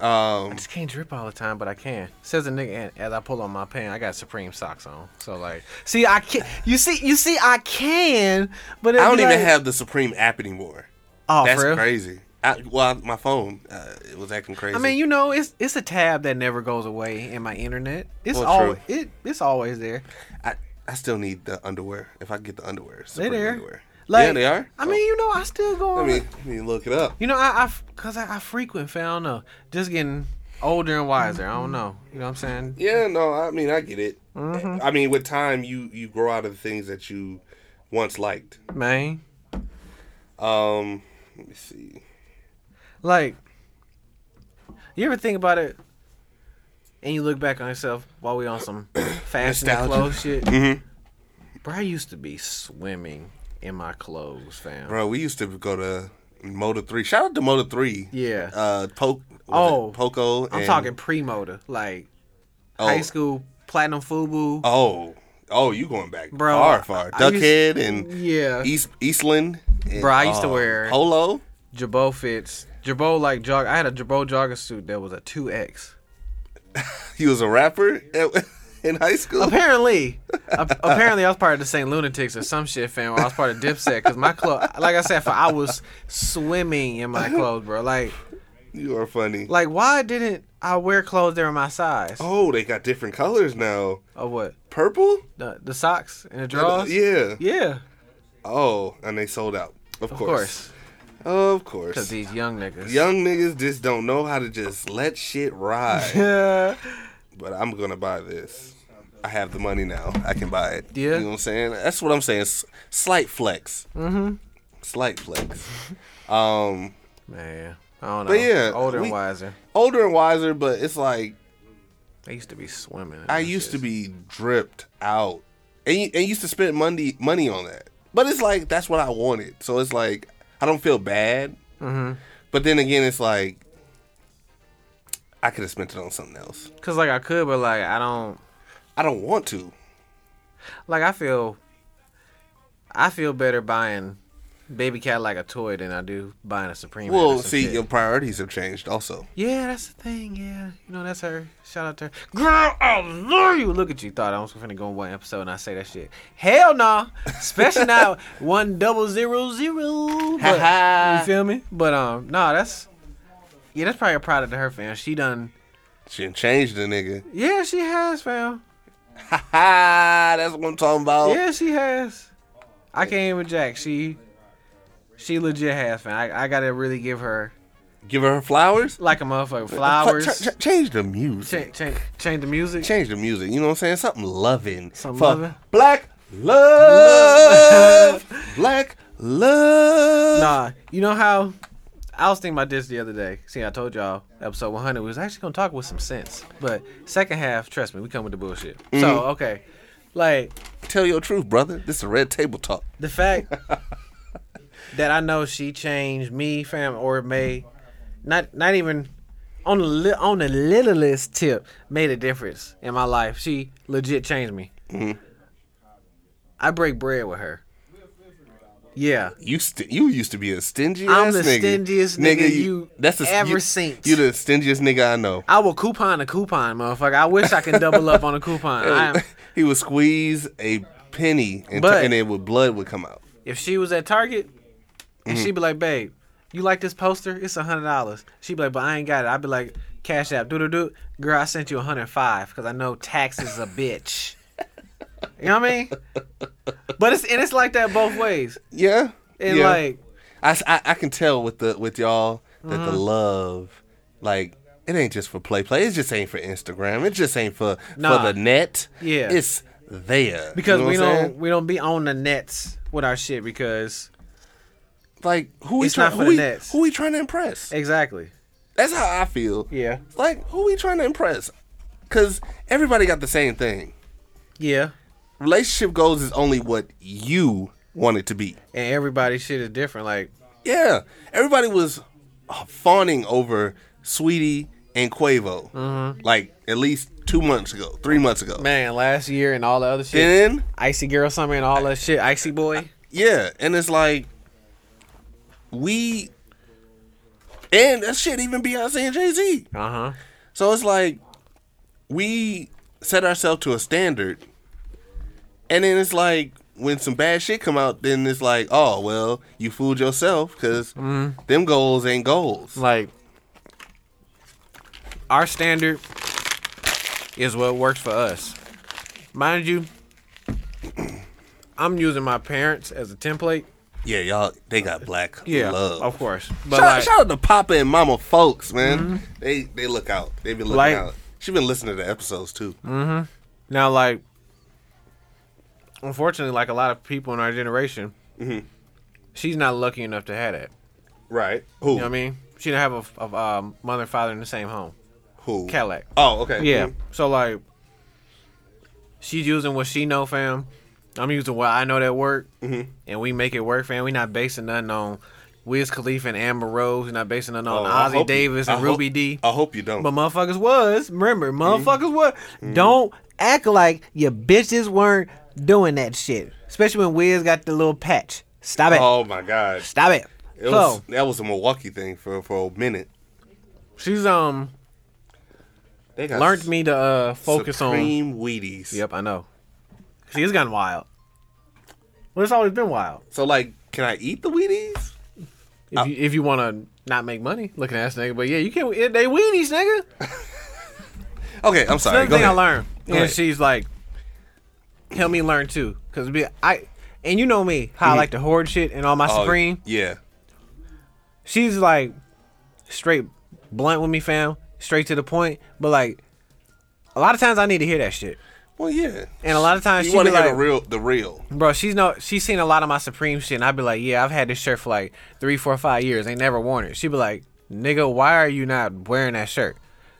S2: Um,
S3: just can't drip all the time, but I can. Says the nigga, and as I pull on my pants, I got Supreme socks on. So like, see, I can. You see, you see, I can, but
S2: I don't even have the Supreme app anymore.
S3: Oh,
S2: That's
S3: for real?
S2: crazy. I, well, my phone uh, it was acting crazy.
S3: I mean, you know, it's it's a tab that never goes away in my internet. It's
S2: Well,
S3: al-
S2: true.
S3: it it's always there.
S2: I, I still need the underwear. If I get the underwear,
S3: They
S2: Supreme
S3: there.
S2: underwear.
S3: Like,
S2: yeah, they are.
S3: I mean, you know, I still go
S2: I
S3: on.
S2: mean, let me look it up.
S3: you know, I, I f- cause I, I frequent. Found uh, just getting older and wiser. I don't know. You know what I'm saying?
S2: Yeah, no, I mean, I get it.
S3: Mm-hmm.
S2: I mean, with time, you you grow out of the things that you once liked.
S3: Man,
S2: Um, let me see.
S3: like, you ever think about it? And you look back on yourself while we on some fashion and
S2: Nostalgia.
S3: clothes shit.
S2: Mhm.
S3: Bro, I used to be swimming in my clothes, fam.
S2: Bro, we used to go to Motor Three. Shout out to Motor Three.
S3: Yeah.
S2: Uh, Poke.
S3: Oh.
S2: Oh, Poco.
S3: I'm
S2: and-
S3: talking pre-motor, like
S2: oh,
S3: high school platinum fubu.
S2: Oh, oh, you going back
S3: Bro,
S2: far, far.
S3: I- I used-
S2: Duckhead and
S3: Yeah.
S2: East Eastland. and,
S3: Bro, I used to
S2: uh,
S3: wear-
S2: polo.
S3: Jabot fits. Jabot like jog. I had a Jabot jogger suit that was a two X.
S2: He was a rapper at- in high school.
S3: Apparently, ap- apparently I was part of the St. Lunatics or some shit fan. Or I was part of Dipset because my clothes, like I said, for I was swimming in my clothes, bro. Like,
S2: You are funny.
S3: like why didn't I wear clothes that were my size?
S2: oh, they got different colors now.
S3: Or what?
S2: Purple.
S3: The the socks and the drawers.
S2: Yeah.
S3: yeah,
S2: Oh, and they sold out. Of,
S3: of
S2: course.
S3: course.
S2: Of course.
S3: Cause these young niggas.
S2: Young niggas just don't know how to just let shit ride.
S3: Yeah.
S2: but I'm gonna buy this. I have the money now. I can buy it.
S3: Yeah.
S2: You know what I'm saying? That's what I'm saying. S- slight flex. Mm-hmm. Slight flex. Um,
S3: Man. I don't know.
S2: But yeah,
S3: Older
S2: we-
S3: and wiser.
S2: older and wiser, but it's like
S3: I used to be swimming.
S2: I used to be dripped out, and you- and used to spend money money on that. But it's like that's what I wanted, so it's like I don't feel bad. But then again, it's like I could have spent it on something else.
S3: Cause like I could, but like I don't.
S2: I don't want to.
S3: Like I feel. I feel better buying baby cat like a toy than I do buying a Supreme. Hat or
S2: Well,
S3: some
S2: see,
S3: shit.
S2: your priorities have changed also.
S3: Yeah, that's the thing. Yeah, you know that's her. Shout out to her. Girl, I love you. Look at you. Thought I was finna go in one episode and I say that shit. Hell no. Especially now one double zero zero. But, you feel me? But um, no, that's yeah, that's probably a product of her fam. She done.
S2: She done changed the nigga.
S3: Yeah, she has fam.
S2: Ha! That's what I'm talking about.
S3: Yeah, she has. I can't even jack. She she legit has fam. I, I gotta really give her
S2: Give her her flowers.
S3: like a motherfucker
S2: Fu-
S3: flowers.
S2: ch- ch- change the
S3: Change
S2: music.
S3: change change the music.
S2: Change the music. You know what I'm saying? Something loving.
S3: Something
S2: for
S3: loving.
S2: Black love. black love.
S3: Nah, you know how I was thinking about this the other day. See, I told y'all episode 100 we was actually gonna talk with some sense, but second half, trust me, we come with the bullshit.
S2: Mm-hmm.
S3: So okay, like
S2: Tell your truth, brother. This is a red table talk.
S3: the fact that I know she changed me, fam, or may not not even on the li- on the littlest tip made a difference in my life. She legit changed me. I break bread with her. Yeah.
S2: You st- you used to be a stingy
S3: I'm
S2: ass
S3: the
S2: nigga.
S3: stingiest nigga you ever
S2: you,
S3: seen.
S2: You the stingiest nigga I know.
S3: I will coupon a coupon, motherfucker. I wish I could double up on a coupon. I am,
S2: he would squeeze a penny and,
S3: But-
S2: t- and then with blood would come out.
S3: if she was at Target and
S2: Mm-hmm.
S3: she'd be like, babe, you like this poster? It's a hundred dollars. She'd be like, but I ain't got it. I'd be like, cash app, doo doo doo. Girl, I sent you a hundred five because I know tax is a bitch. you know what I mean? But it's and it's like that both ways.
S2: Yeah.
S3: And
S2: yeah.
S3: like
S2: I, s- I- I can tell with the with y'all that
S3: Mm-hmm.
S2: the love, like it ain't just for play play. It just ain't for Instagram. It just ain't for
S3: Nah.
S2: for the net.
S3: Yeah.
S2: it's there
S3: because
S2: You know
S3: we
S2: what I'm
S3: don't
S2: saying?
S3: we don't be on the nets with our shit because
S2: like who we
S3: It's
S2: trying
S3: not for
S2: who
S3: the
S2: we,
S3: nets.
S2: who we trying to impress.
S3: exactly.
S2: That's how I feel.
S3: Yeah.
S2: like who we trying to impress? Because everybody got the same thing.
S3: Yeah.
S2: Relationship goals is only what you want it to be.
S3: And everybody's shit is different. Like
S2: Yeah, everybody was uh, fawning over Sweetie and Quavo, like at least two months ago, three months ago.
S3: man, last year and all the other shit.
S2: Then
S3: Icy Girl Summer and all that shit. Icy Boy.
S2: yeah, and it's like we and that shit even Beyonce and Jay Z.
S3: Uh huh.
S2: So it's like we set ourselves to a standard, and then it's like when some bad shit come out, then it's like, oh well, you fooled yourself because them goals ain't goals.
S3: Like, our standard is what works for us. Mind you, I'm using my parents as a template.
S2: Yeah, y'all, they got black
S3: Yeah,
S2: love.
S3: of course. But
S2: Shout,
S3: like, Mm-hmm.
S2: shout out to Papa and Mama folks, man. They they look out. They been looking
S3: Like- Mm-hmm.
S2: out. She been listening to the episodes too.
S3: now, like, unfortunately, like a lot of people in our generation, she's not lucky enough to have that.
S2: Right. Who?
S3: You know what I mean? She didn't have a, a, um, mother and father in the same home.
S2: Who?
S3: Cadillac.
S2: Oh, okay.
S3: Yeah.
S2: Mhm.
S3: So like, she's using what she know, fam. I'm using what I know that work,
S2: Mm-hmm.
S3: and we make it work, fam. We not basing nothing on Wiz Khalifa and Amber Rose. We not basing nothing
S2: Oh,
S3: on
S2: I
S3: Ozzy
S2: hope-
S3: Davis
S2: I
S3: and
S2: hope-
S3: Ruby D.
S2: I hope Mm-hmm. you don't.
S3: But motherfuckers was remember, motherfuckers was don't act like your bitches weren't doing that shit. Especially when Wiz got the little patch. Stop it.
S2: oh my God.
S3: Stop it.
S2: It
S3: so
S2: was that was a Milwaukee thing for for a minute.
S3: she's um
S2: They got
S3: learned me to uh focus on
S2: Supreme Wheaties.
S3: Yep, I know. See, it's gotten wild. Well, it's always been wild.
S2: So like, can I eat the Wheaties?
S3: If you if you want to not make money, looking ass nigga, but yeah, you can't. it- They weenies, nigga.
S2: Okay, I'm sorry.
S3: Another
S2: Go
S3: thing I
S2: ahead.
S3: learned,
S2: Go
S3: and
S2: ahead.
S3: she's like, help me learn too, cause be I. And you know me, how I like to hoard shit and all my
S2: Mm-hmm. Oh,
S3: Supreme.
S2: Yeah.
S3: she's like straight blunt with me, fam. Straight to the point. But like a lot of times I need to hear that shit.
S2: Well, yeah.
S3: And a lot of times
S2: you
S3: she
S2: want to
S3: be
S2: hear
S3: like,
S2: the real, the real.
S3: Bro, she's no she's seen a lot of my Supreme shit and I'd be like, Yeah, I've had this shirt for like three, four, five years. Ain't never worn it. She'd be like, Nigga, why are you not wearing that shirt?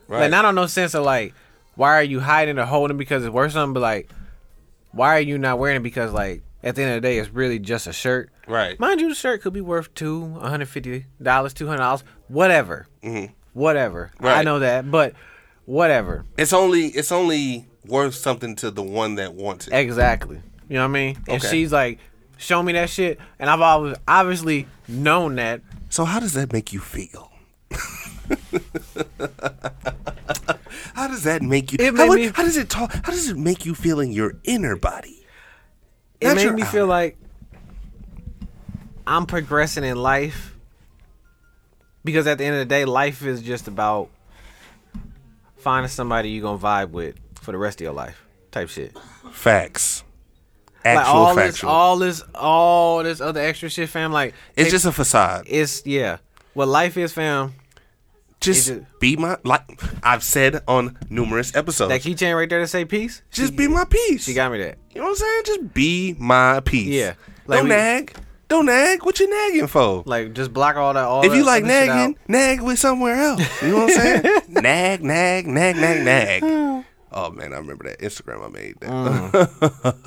S2: Right.
S3: Like not on no sense of like, why are you hiding or holding because it's worth something, but like, why are you not wearing it because like at the end of the day it's really just a shirt.
S2: Right.
S3: Mind you, the shirt could be worth two, one hundred fifty dollars, two hundred dollars, whatever, mm-hmm. whatever. I
S2: Right.
S3: know that, but whatever.
S2: It's only it's only worth something to the one that wants it.
S3: Exactly. You know what I mean? And
S2: Okay.
S3: she's like, show me that shit. And I've always obviously known that.
S2: So how does that make you feel? how does that make you?
S3: It
S2: how,
S3: made
S2: would-
S3: me-
S2: how does it talk? How does it make you feel in your inner body?
S3: It
S2: Not
S3: made
S2: your
S3: me
S2: outer.
S3: feel like I'm progressing in life. Because at the end of the day, life is just about finding somebody you're gonna vibe with for the rest of your life. Type shit.
S2: Facts,
S3: Like
S2: actual
S3: all this,
S2: factual.
S3: all this, all this other extra shit, fam. Like
S2: it's just a facade.
S3: it's yeah. What life is, fam.
S2: just
S3: just-
S2: be my like I've said on numerous episodes.
S3: That keychain right there to say peace.
S2: just be my piece.
S3: She got me that.
S2: you know what I'm saying? Just be my piece.
S3: Yeah. Like
S2: Don't
S3: we-
S2: nag. Don't nag. What you nagging for?
S3: Like just block all that. All
S2: if
S3: that
S2: you like
S3: other shit out.
S2: nagging, nag with somewhere else. You know what I'm saying? nag, nag, nag, nag, nag. Oh man, I remember that Instagram I made. That.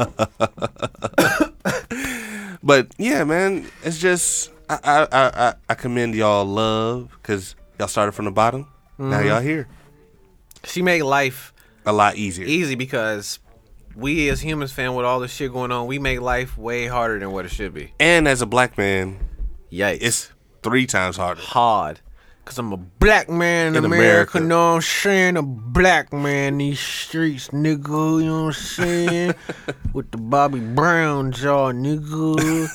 S2: but yeah, man, it's just I I I, I- I commend y'all love because y'all started from the bottom. Now y'all here.
S3: she made life
S2: A lot easier.
S3: easy because we as humans, fam, with all this shit going on, we make life way harder than what it should be.
S2: and as a black man,
S3: Yikes!
S2: it's three times harder.
S3: hard because I'm a black man in,
S2: In
S3: America.
S2: America.
S3: Know what I'm saying? A black man in these streets, nigga. You know what I'm saying? With the Bobby Brown jaw, nigga.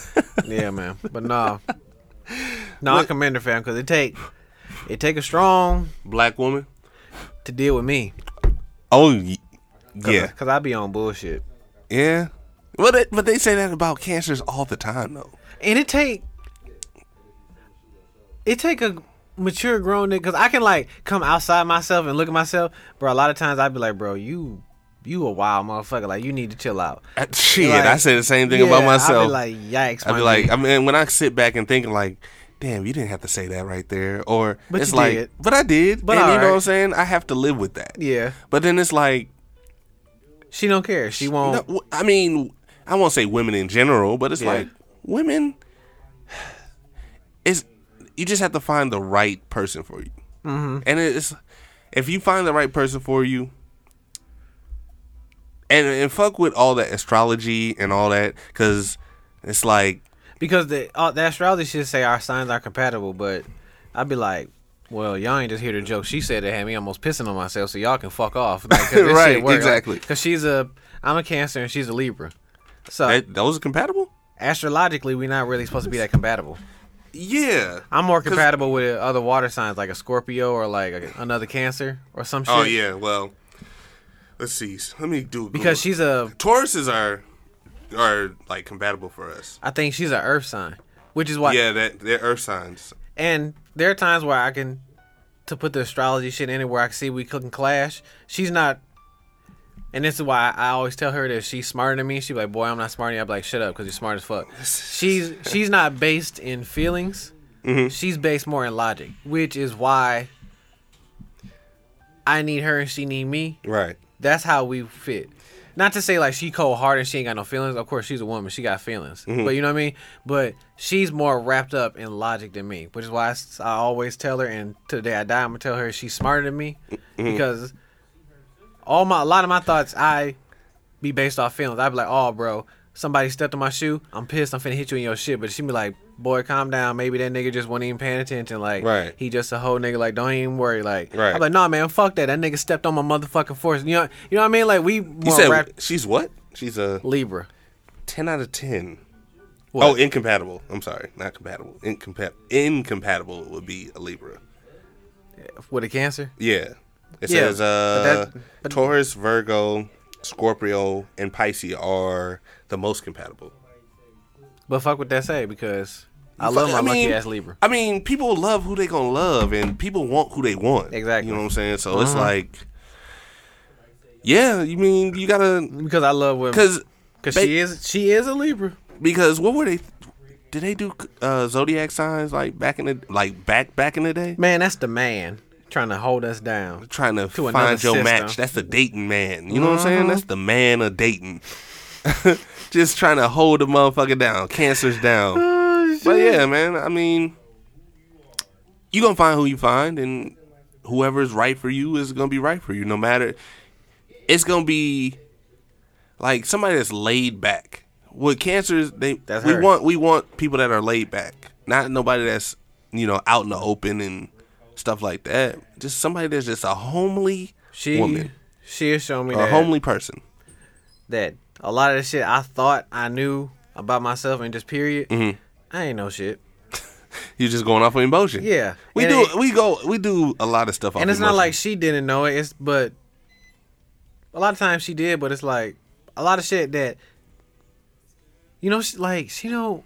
S3: yeah, man. But nah, nah, I commend her, fam, because it take it take a strong
S2: Black woman.
S3: to deal with me.
S2: Oh y- yeah,
S3: because I be on bullshit.
S2: yeah. But they, but they say that about cancers all the time though.
S3: and it take it take a mature grown nigga because I can like come outside myself and look at myself, bro. A lot of times I'd be like, bro, you you a wild motherfucker. Like you need to chill out.
S2: Uh, Shit,
S3: Like,
S2: I say the same thing
S3: yeah,
S2: about myself.
S3: I'd be like, yikes.
S2: I'd
S3: my
S2: be like,
S3: nigga.
S2: I mean, when I sit back and think, like, damn, you didn't have to say that right there, or
S3: But
S2: it's
S3: you
S2: like,
S3: did.
S2: but I did,
S3: But
S2: and you
S3: alright.
S2: know what I'm saying? I have to live with that.
S3: yeah.
S2: But then it's like,
S3: She don't care. She won't.
S2: no, w- I mean, I won't say women in general, but it's
S3: Yeah.
S2: like women is you just have to find the right person for you, mm-hmm. and it's if you find the right person for you. And, and fuck with all that astrology and all that, cause it's like
S3: Because the uh, the astrology should say our signs are compatible, but I'd be like, well, y'all ain't just here to joke. She said it had me almost pissing on myself, so y'all can fuck off. Like, 'cause this shit
S2: Right,
S3: work. Like,
S2: exactly.
S3: Cause she's a I'm a Cancer and she's a Libra, so
S2: that, those are compatible.
S3: astrologically we're not really supposed to be that compatible.
S2: Yeah.
S3: I'm more compatible with other water signs like a Scorpio or like a, another Cancer or some shit.
S2: Oh yeah. Well, let's see. Let me do a Google.
S3: Because she's a
S2: Tauruses are are like compatible for us.
S3: I think she's an Earth sign, which is why
S2: Yeah, that they're Earth signs.
S3: And there are times where I can, to put the astrology shit in it, where I can see we couldn't clash. She's not, and this is why I always tell her that she's smarter than me. She be like, boy, I'm not smarter. Than you. I be like, shut up, because you're smart as fuck. She's she's not based in feelings. She's based more in logic, which is why I need her and she need me.
S2: Right.
S3: That's how we fit. Not to say like she cold hearted, she ain't got no feelings. Of course, she's a woman, she got feelings. But you know what I mean. But she's more wrapped up in logic than me, which is why I, s- I always tell her. And to the day I die, I'm gonna tell her she's smarter than me because all my a lot of my thoughts I be based off feelings. I'd be like, oh, bro, somebody stepped on my shoe. I'm pissed. I'm finna hit you in your shit. But she be like, boy, calm down. Maybe that nigga just wasn't even paying attention. Like,
S2: Right.
S3: he just a whole nigga. Like, don't even worry. Like,
S2: Right.
S3: I'm like, nah, man, fuck that. That nigga stepped on my motherfucking force. You know, you know what I mean? Like, we
S2: You
S3: more
S2: said
S3: rap-
S2: she's what? She's a
S3: Libra.
S2: ten out of ten.
S3: What?
S2: Oh, incompatible. I'm sorry, not compatible. Incompat incompatible would be a Libra.
S3: With a cancer?
S2: Yeah. It
S3: Yeah,
S2: says uh,
S3: but that- but-
S2: Taurus, Virgo, Scorpio, and Pisces are the most compatible.
S3: But fuck what that say because I love my
S2: I mean-
S3: lucky ass Libra.
S2: I mean, people love who they gonna love, and people want who they want.
S3: Exactly. Uh-huh.
S2: You know what I'm saying? So it's like, yeah, you mean you gotta
S3: Because I love women.
S2: because
S3: Because
S2: ba-
S3: she is she is a Libra.
S2: because what were they? Did they do uh, zodiac signs like back in the like back back in the day?
S3: Man, that's the man trying to hold us down.
S2: Trying to,
S3: To another
S2: find your
S3: system. Mm-hmm.
S2: match. That's the dating man. You know what I'm saying? That's the man of dating. Just trying to hold the motherfucker down. Cancer's down. But yeah, man. I mean, you gonna find who you find, and whoever's right for you is gonna be right for you. No matter, it's gonna be like somebody that's laid back. With cancers, they
S3: That's
S2: we
S3: her.
S2: want we want people that are laid back, not nobody that's you know out in the open and stuff like that. Just somebody that's just a homely
S3: She
S2: woman,
S3: she has shown me
S2: a
S3: that,
S2: homely person.
S3: that a lot of the shit I thought I knew about myself and just period.
S2: Mm-hmm.
S3: I ain't know shit.
S2: You're just going off of emotion.
S3: Yeah.
S2: we
S3: And
S2: do.
S3: it-
S2: we go. We do a lot of stuff. Off
S3: and it's not
S2: emotion.
S3: like she didn't know it. It's but a lot of times she did, but it's like a lot of shit that you know, she, like she don't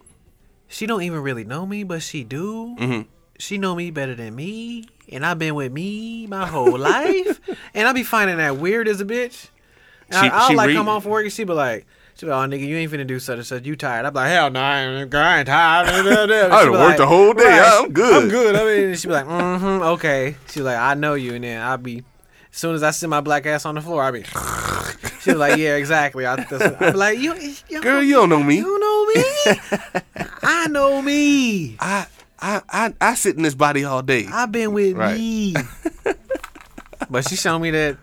S3: she don't even really know me, but she do.
S2: Mm-hmm.
S3: She know me better than me, and I've been with me my whole life, and I be finding that weird as a bitch. And
S2: She-
S3: I, I'll
S2: she
S3: like
S2: read-
S3: come off work and she be like. She be like, oh nigga, you ain't finna do such and such. You tired? I'm like, hell no, I ain't, I ain't tired. I
S2: done worked Oh, the whole day. I'm good."
S3: I'm good. I mean, she be like, mm-hmm, okay. She like, I know you, and then I'll be. As soon as I see my black ass on the floor, I'll be. She's like, yeah, exactly. I, that's, I'm like, you, you
S2: girl, you don't know me.
S3: you know me. I know me.
S2: I I I, I sit in this body all day.
S3: I've been with
S2: Right.
S3: me. but she showed me that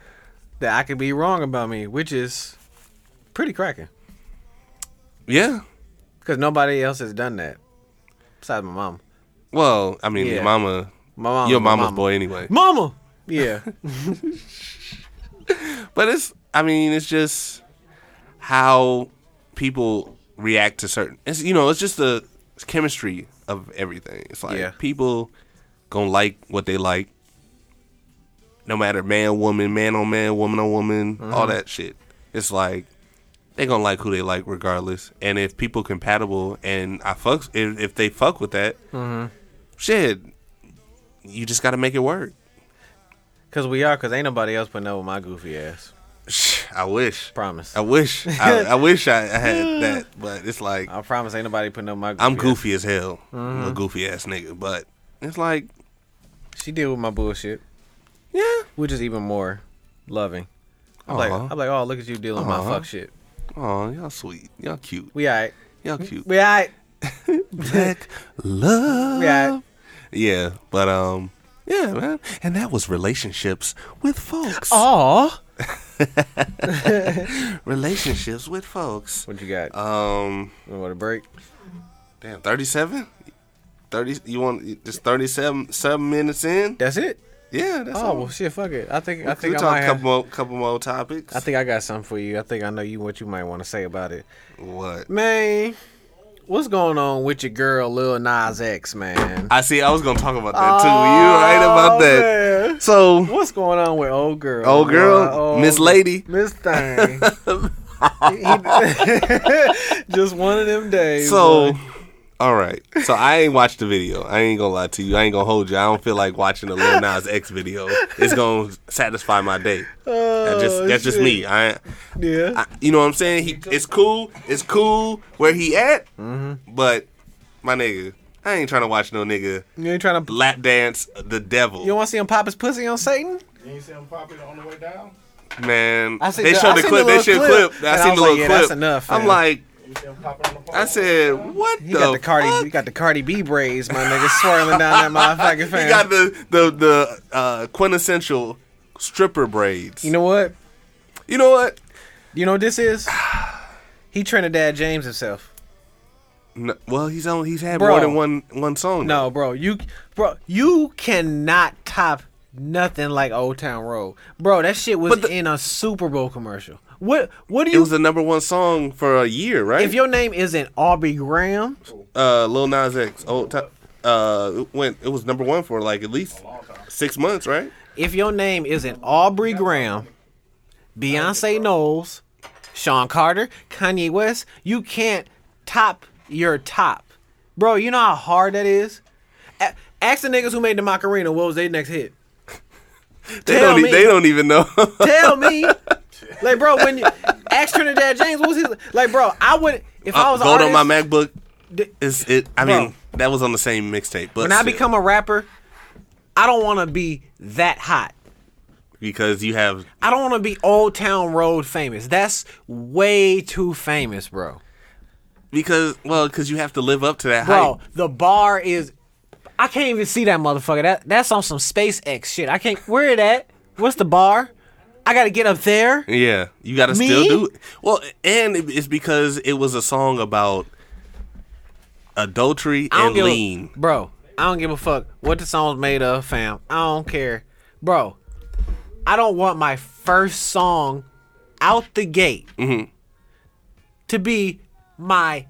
S3: that I could be wrong about me, which is pretty cracking
S2: yeah.
S3: because nobody else has done that besides my mom.
S2: Well, I mean,
S3: Yeah.
S2: your mama,
S3: My mom.
S2: your
S3: my
S2: mama's
S3: mama.
S2: boy anyway.
S3: Mama. Yeah.
S2: But it's, I mean, it's just how people react to certain. It's you know, it's just the chemistry of everything. It's like
S3: Yeah.
S2: people gonna like what they like, no matter man, woman, man on man, woman on woman, all that shit. It's like they gonna like who they like regardless. And if people compatible and I fucks if, if they fuck with that, shit, you just gotta make it work.
S3: Cause we are. Cause ain't nobody else putting up with my goofy ass.
S2: I wish.
S3: Promise.
S2: I wish. I, I wish I, I had that, but it's like
S3: I Mm-hmm. promise. Ain't nobody putting up with my. Goofy
S2: I'm
S3: ass.
S2: goofy as hell. I'm a goofy ass nigga, but it's like,
S3: She deal with my bullshit,
S2: yeah,
S3: which is even more loving. I'm like,
S2: Aw.
S3: I'm like, oh, look at you dealing with
S2: Aw.
S3: my fuck shit.
S2: oh, y'all sweet, y'all cute,
S3: We alright.
S2: y'all cute.
S3: We alright.
S2: Black love.
S3: We alright.
S2: Yeah, but um, yeah, man. And that was relationships with folks.
S3: Oh. Aw.
S2: Relationships with folks.
S3: What you got?
S2: Um,
S3: want a break?
S2: damn, thirty-seven. Thirty. You want just thirty-seven? Seven minutes in.
S3: That's it.
S2: Yeah, that's
S3: Oh
S2: all.
S3: well, shit. Fuck it. I think I
S2: we
S3: think I
S2: talk
S3: might
S2: a
S3: have,
S2: couple more, couple more topics.
S3: I think I got something for you. I think I know you what you might want to say about it,
S2: what?
S3: man. What's going on with your girl Lil Nas X, man?
S2: I see. I was gonna talk about that too. you right about that.
S3: Oh, man.
S2: So,
S3: What's going on with old girl?
S2: old
S3: boy?
S2: girl,
S3: Old
S2: Miss Lady.
S3: Miss Thing. He- Just one of them days.
S2: So,
S3: boy.
S2: all right. So I ain't watched the video. I ain't gonna lie to you. I ain't gonna hold you. I don't feel like watching a Lil Nas X video. It's gonna satisfy my day. That just
S3: Oh,
S2: that's just
S3: shit.
S2: me. I,
S3: yeah.
S2: I you know what I'm saying. He it's cool. It's cool where he at.
S3: Mm-hmm.
S2: But my nigga, I ain't trying to watch no nigga
S3: you ain't trying to.
S2: lap dance the devil.
S3: You want to see him pop his pussy on Satan?
S1: You ain't see him pop it on the way down?
S2: Man,
S3: I seen
S2: they
S3: the- I
S2: showed the
S3: seen
S2: clip.
S3: the
S2: They
S3: little
S2: showed
S3: clip,
S2: clip. I
S3: and I
S2: seen
S3: was
S2: the
S3: like,
S2: little
S3: yeah,
S2: clip.
S3: that's enough,
S2: I'm
S3: man.
S2: like,
S1: You see him pop it on the
S2: I said, what
S3: He
S2: the?
S3: got the Cardi.
S2: fuck?
S3: He got the Cardi B braids, my nigga, swirling down that motherfucking fan.
S2: He got the the the uh, quintessential stripper braids.
S3: you know what?
S2: you know what?
S3: You know what this is? He Trinidad James himself.
S2: No, well, he's on. He's had
S3: Bro.
S2: more than one one song. now.
S3: No, bro, you, bro, you cannot top nothing like Old Town Road, bro. That shit was
S2: But the-
S3: in a Super Bowl commercial. What? What do
S2: it
S3: you?
S2: was the number one song for a year, right?
S3: if your name isn't Aubrey Graham,
S2: uh, Lil Nas X, old top, uh, it went. It was number one for like at least six months, right?
S3: if your name isn't Aubrey Graham, Beyonce Knowles, Sean Carter, Kanye West, you can't top your top. Bro, you know how hard that is? A- ask the niggas who made the Macarena what was their next hit.
S2: They
S3: Tell
S2: don't.
S3: me.
S2: e- They don't even know.
S3: Tell me. like, bro, when you ask Trinidad James, what was his. Like, bro, I would. If I was an
S2: Go to Uh, my
S3: artist-
S2: MacBook.
S3: Th-
S2: Is it? I
S3: Bro.
S2: mean, that was on the same mixtape. But
S3: when I
S2: still,
S3: become a rapper, I don't want to be that hot.
S2: because you have
S3: I don't want to be Old Town Road famous. That's way too famous, bro.
S2: because well because you have to live up to that
S3: Bro,
S2: hype.
S3: the bar is. I can't even see that motherfucker. That that's on some SpaceX shit. I can't. Where it at? What's the bar? I gotta get up there.
S2: Yeah, you got to
S3: Me?
S2: still do it. Well, and it- it's because it was a song about adultery
S3: I
S2: and
S3: give a-
S2: lean.
S3: bro. I don't give a fuck what the song's made of, fam. I don't care, bro. I don't want my first song out the gate
S2: Mm-hmm.
S3: to be my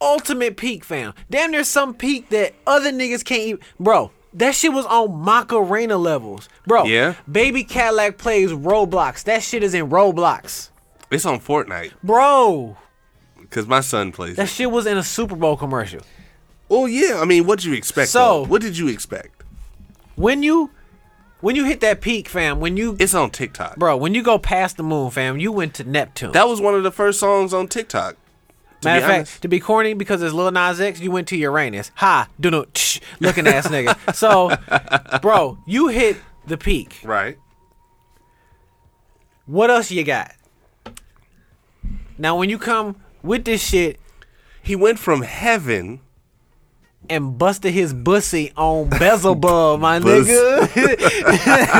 S3: ultimate peak, fam. Damn, there's some peak that other niggas can't even, bro. That shit was on Macarena levels, bro.
S2: Yeah.
S3: Baby Cadillac plays Roblox. That shit is in Roblox,
S2: It's on Fortnite
S3: bro.
S2: because my son plays.
S3: That
S2: it.
S3: shit was in a Super Bowl commercial.
S2: Oh yeah, I mean, what did you expect?
S3: So-
S2: though? what did you expect?
S3: When you, when you hit that peak, fam. When you
S2: It's on TikTok.
S3: Bro, when you go past the moon, fam, you went to Neptune.
S2: That was one of the first songs on TikTok. To
S3: Matter
S2: be
S3: of fact,
S2: honest.
S3: to be corny, because it's Lil Nas X, you went to Uranus. Ha, do no, looking ass nigga. So, bro, you hit the peak.
S2: right?
S3: What else you got? Now, when you come with this shit
S2: He went from heaven.
S3: and busted his bussy on Beelzebub, my
S2: Bus-
S3: nigga,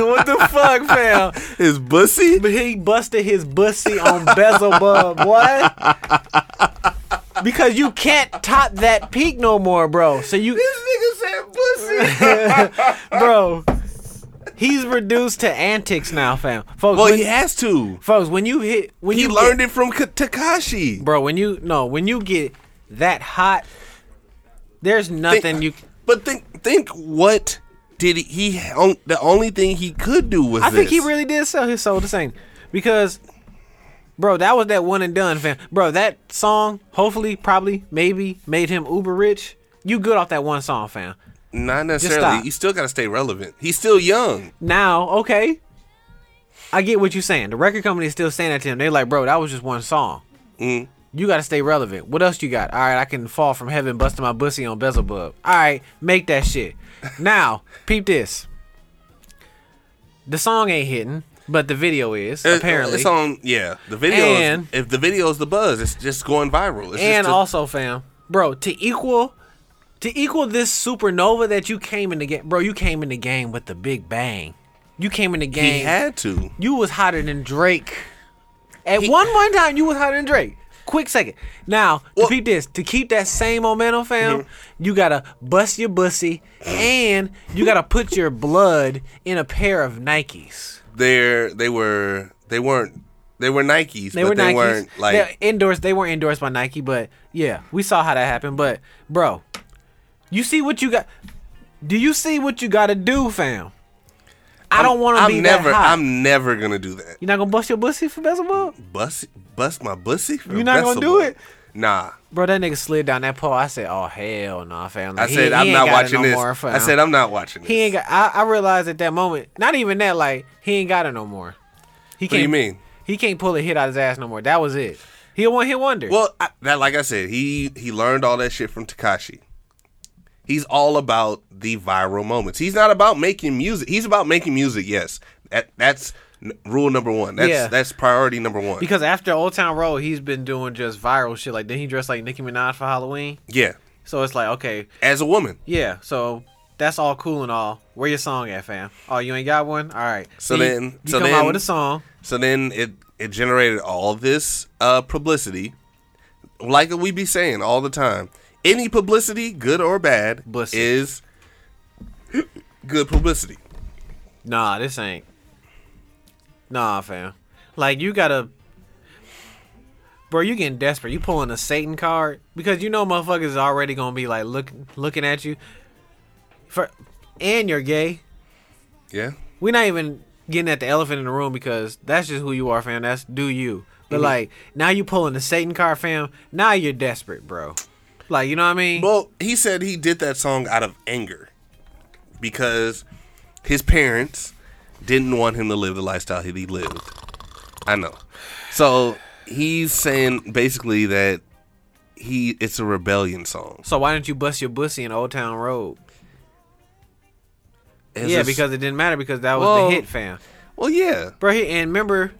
S3: what the fuck, fam?
S2: His bussy.
S3: But he busted his bussy on Beelzebub, boy. Because you can't top that peak no more, bro. So you,
S2: This nigga said bussy.
S3: bro, he's reduced to antics now, fam. Folks,
S2: well,
S3: when,
S2: he has to.
S3: folks, when you hit, when
S2: He
S3: you
S2: learned
S3: get,
S2: it from K- Takashi.
S3: bro. When you no, when you get that hot, there's nothing you.
S2: But think, think what did he? he on, the only thing he could do was
S3: I
S2: this.
S3: think he really did sell his soul to Satan because, bro, that was that one and done, fam. Bro, that song, hopefully, probably, maybe made him uber rich. You good off that one song, fam.
S2: Not
S3: stop.
S2: necessarily. You still got to stay relevant. He's still young.
S3: Now, okay, I get what you're saying. The record company is still saying that to him. They're like, bro, that was just one song.
S2: Mm.
S3: You got to stay relevant. What else you got? All right, I can fall from heaven, busting my bussy on Beelzebub. All right, make that shit. Now, peep this. The song ain't hitting, but the video is
S2: It-
S3: apparently.
S2: Uh, it's on. Yeah, the video. is-
S3: And-
S2: if the video is the buzz, it's just going viral. It's
S3: and
S2: just a-
S3: also, fam, bro, to equal to equal this supernova that you came in the game, bro, you came in the game with the big bang. You came in the
S2: he
S3: game.
S2: had to.
S3: you was hotter than Drake. At one one time, you was hotter than Drake. Quick second. Now, to
S2: Well- Mm-hmm.
S3: peep this, to keep that same momentum, fam, you gotta bust your bussy and you gotta put your blood in a pair of Nikes.
S2: They're they were they weren't they were Nikes,
S3: They
S2: but
S3: were
S2: they
S3: Nikes.
S2: weren't like
S3: They're endorsed. They weren't endorsed by Nike, but yeah, we saw how that happened. But bro, you see what you got? Do you see what you got to do, fam? I don't want to
S2: I'm
S3: be
S2: never
S3: that hot.
S2: I'm never gonna do that.
S3: You're not gonna bust your bussy for Beelzebub?
S2: Bust bust my bussy. for
S3: You not gonna do
S2: Beelzebub?
S3: it?
S2: Nah.
S3: Bro, that nigga slid down that pole. I said, "Oh hell no, fam!"
S2: I
S3: Like, he-
S2: said
S3: he
S2: I'm
S3: ain't
S2: not
S3: got it
S2: watching
S3: no
S2: this.
S3: more, fam.
S2: I said I'm not watching this.
S3: he ain't got. I, I realized at that moment, not even that. Like he ain't got it no more. He
S2: do
S3: can't.
S2: you mean?
S3: He can't pull a hit out his ass no more. That was it. He a one hit wonder.
S2: Well, I, that like I said, he he learned all that shit from Takashi. He's all about the viral moments. He's not about making music. He's about making music. Yes, that that's n- rule number one. That's
S3: Yeah.
S2: that's priority number one.
S3: Because after Old Town Road, he's been doing just viral shit. Like then he dressed like Nicki Minaj for Halloween.
S2: yeah,
S3: So it's like, okay,
S2: as a woman,
S3: yeah. So that's all cool and all. Where your song at, fam? Oh, you ain't got one? All right.
S2: So
S3: you-
S2: then-
S3: you
S2: so
S3: come
S2: then-
S3: out with a song.
S2: so then it it generated all this uh, publicity. Like we be saying all the time, any publicity, good or bad,
S3: Bussy.
S2: is good publicity.
S3: Nah, this ain't. Nah, fam. Like you gotta. Bro, you getting desperate. You pulling a Satan card because you know motherfuckers is already gonna be like look, looking at you. For, and you're gay.
S2: Yeah,
S3: we're not even getting at the elephant in the room because that's just who you are, fam.
S2: Mhm.
S3: That's do you. But like now you pulling the Satan card, fam. Now you're desperate, bro. Like, you know what I mean?
S2: Well, he said he did that song out of anger because his parents didn't want him to live the lifestyle that he lived. I know. So he's saying basically that he it's a rebellion song.
S3: so why didn't you bust your bussy in Old Town Road?
S2: It's
S3: yeah,
S2: just-
S3: because it didn't matter because that was
S2: Well-
S3: the hit, fam.
S2: well, yeah,
S3: Bro, he, and remember,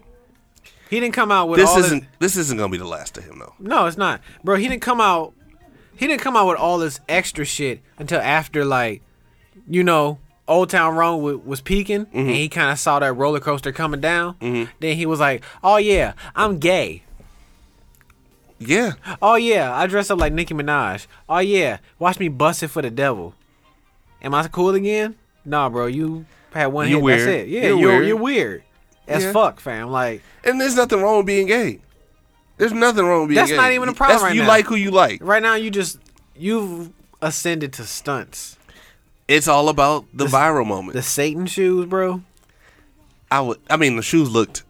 S3: he didn't come out with
S2: this
S3: all
S2: isn't
S3: His,
S2: this isn't gonna be the last of him though.
S3: no, it's not, bro. He didn't come out. He didn't come out with all this extra shit until after like, you know, Old Town Road wa- was peaking,
S2: Mm-hmm.
S3: and he kind of saw that roller coaster coming down. Then he was like, "Oh yeah, I'm gay.
S2: Yeah,
S3: Oh yeah, I dress up like Nicki Minaj. Oh yeah, watch me bust it for the devil. Am I cool again? Nah, bro, you had one
S2: You
S3: hit.
S2: weird.
S3: That's it. Yeah,
S2: You're
S3: you're you're
S2: weird.
S3: weird, as
S2: Yeah.
S3: fuck, fam. Like,
S2: and there's nothing wrong with being gay. There's nothing wrong with being
S3: That's
S2: gay.
S3: not even a problem right
S2: you
S3: now.
S2: like who you like.
S3: right now you just you've ascended to stunts
S2: It's all about the viral moment.
S3: the satan shoes bro
S2: I would. I mean, the shoes looked.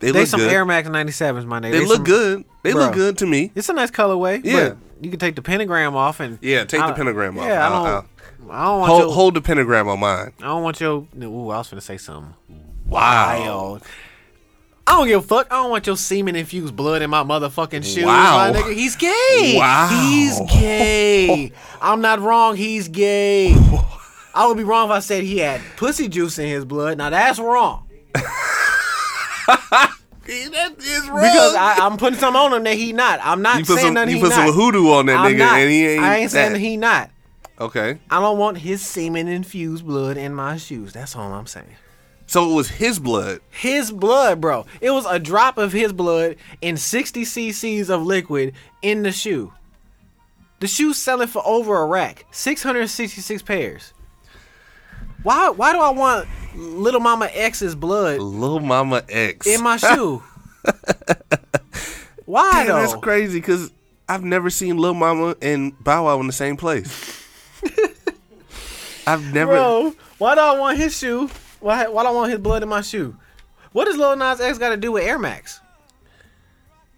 S2: They,
S3: they
S2: looked
S3: some
S2: good.
S3: air max 97s my nigga
S2: They, look
S3: some-
S2: good. They look
S3: Bruh.
S2: good to me.
S3: it's a nice colorway
S2: Yeah.
S3: yeah you can take the pentagram off and
S2: Yeah, take the
S3: I-
S2: pentagram off. Uh,
S3: yeah i
S2: I'll-
S3: don't i don't want
S2: Hold,
S3: your
S2: hold the pentagram on mine.
S3: i don't want your no, ooh i was gonna say something
S2: Wow.
S3: wild I don't give a fuck. I don't want your semen infused blood in my motherfucking shoes,
S2: Wow.
S3: my nigga. He's gay.
S2: Wow.
S3: He's gay. I'm not wrong. He's gay. I would be wrong if I said he had pussy juice in his blood. Now that's wrong.
S2: That is wrong.
S3: Because I, I'm putting something on him that he not. I'm not
S2: you put
S3: saying
S2: some,
S3: that
S2: you
S3: he
S2: put
S3: not.
S2: some hoodoo on that
S3: I'm
S2: nigga,
S3: not.
S2: and he ain't.
S3: I ain't saying
S2: that.
S3: that he not.
S2: Okay,
S3: I don't want his semen infused blood in my shoes. That's all I'm saying.
S2: so it was his blood.
S3: His blood, bro. It was a drop of his blood in 60 cc's of liquid in the shoe. The shoe's selling for over a rack, 666 pairs. Why? Why do I want little mama X's blood
S2: Lil Mama X.
S3: in my shoe? Why
S2: Damn,
S3: though?
S2: that's crazy because I've never seen Lil Mama and Bow Wow in the same place. I've never.
S3: Bro, why do I want his shoe? Why why do I want his blood in my shoe? What does Lil Nas X got to do with Air Max?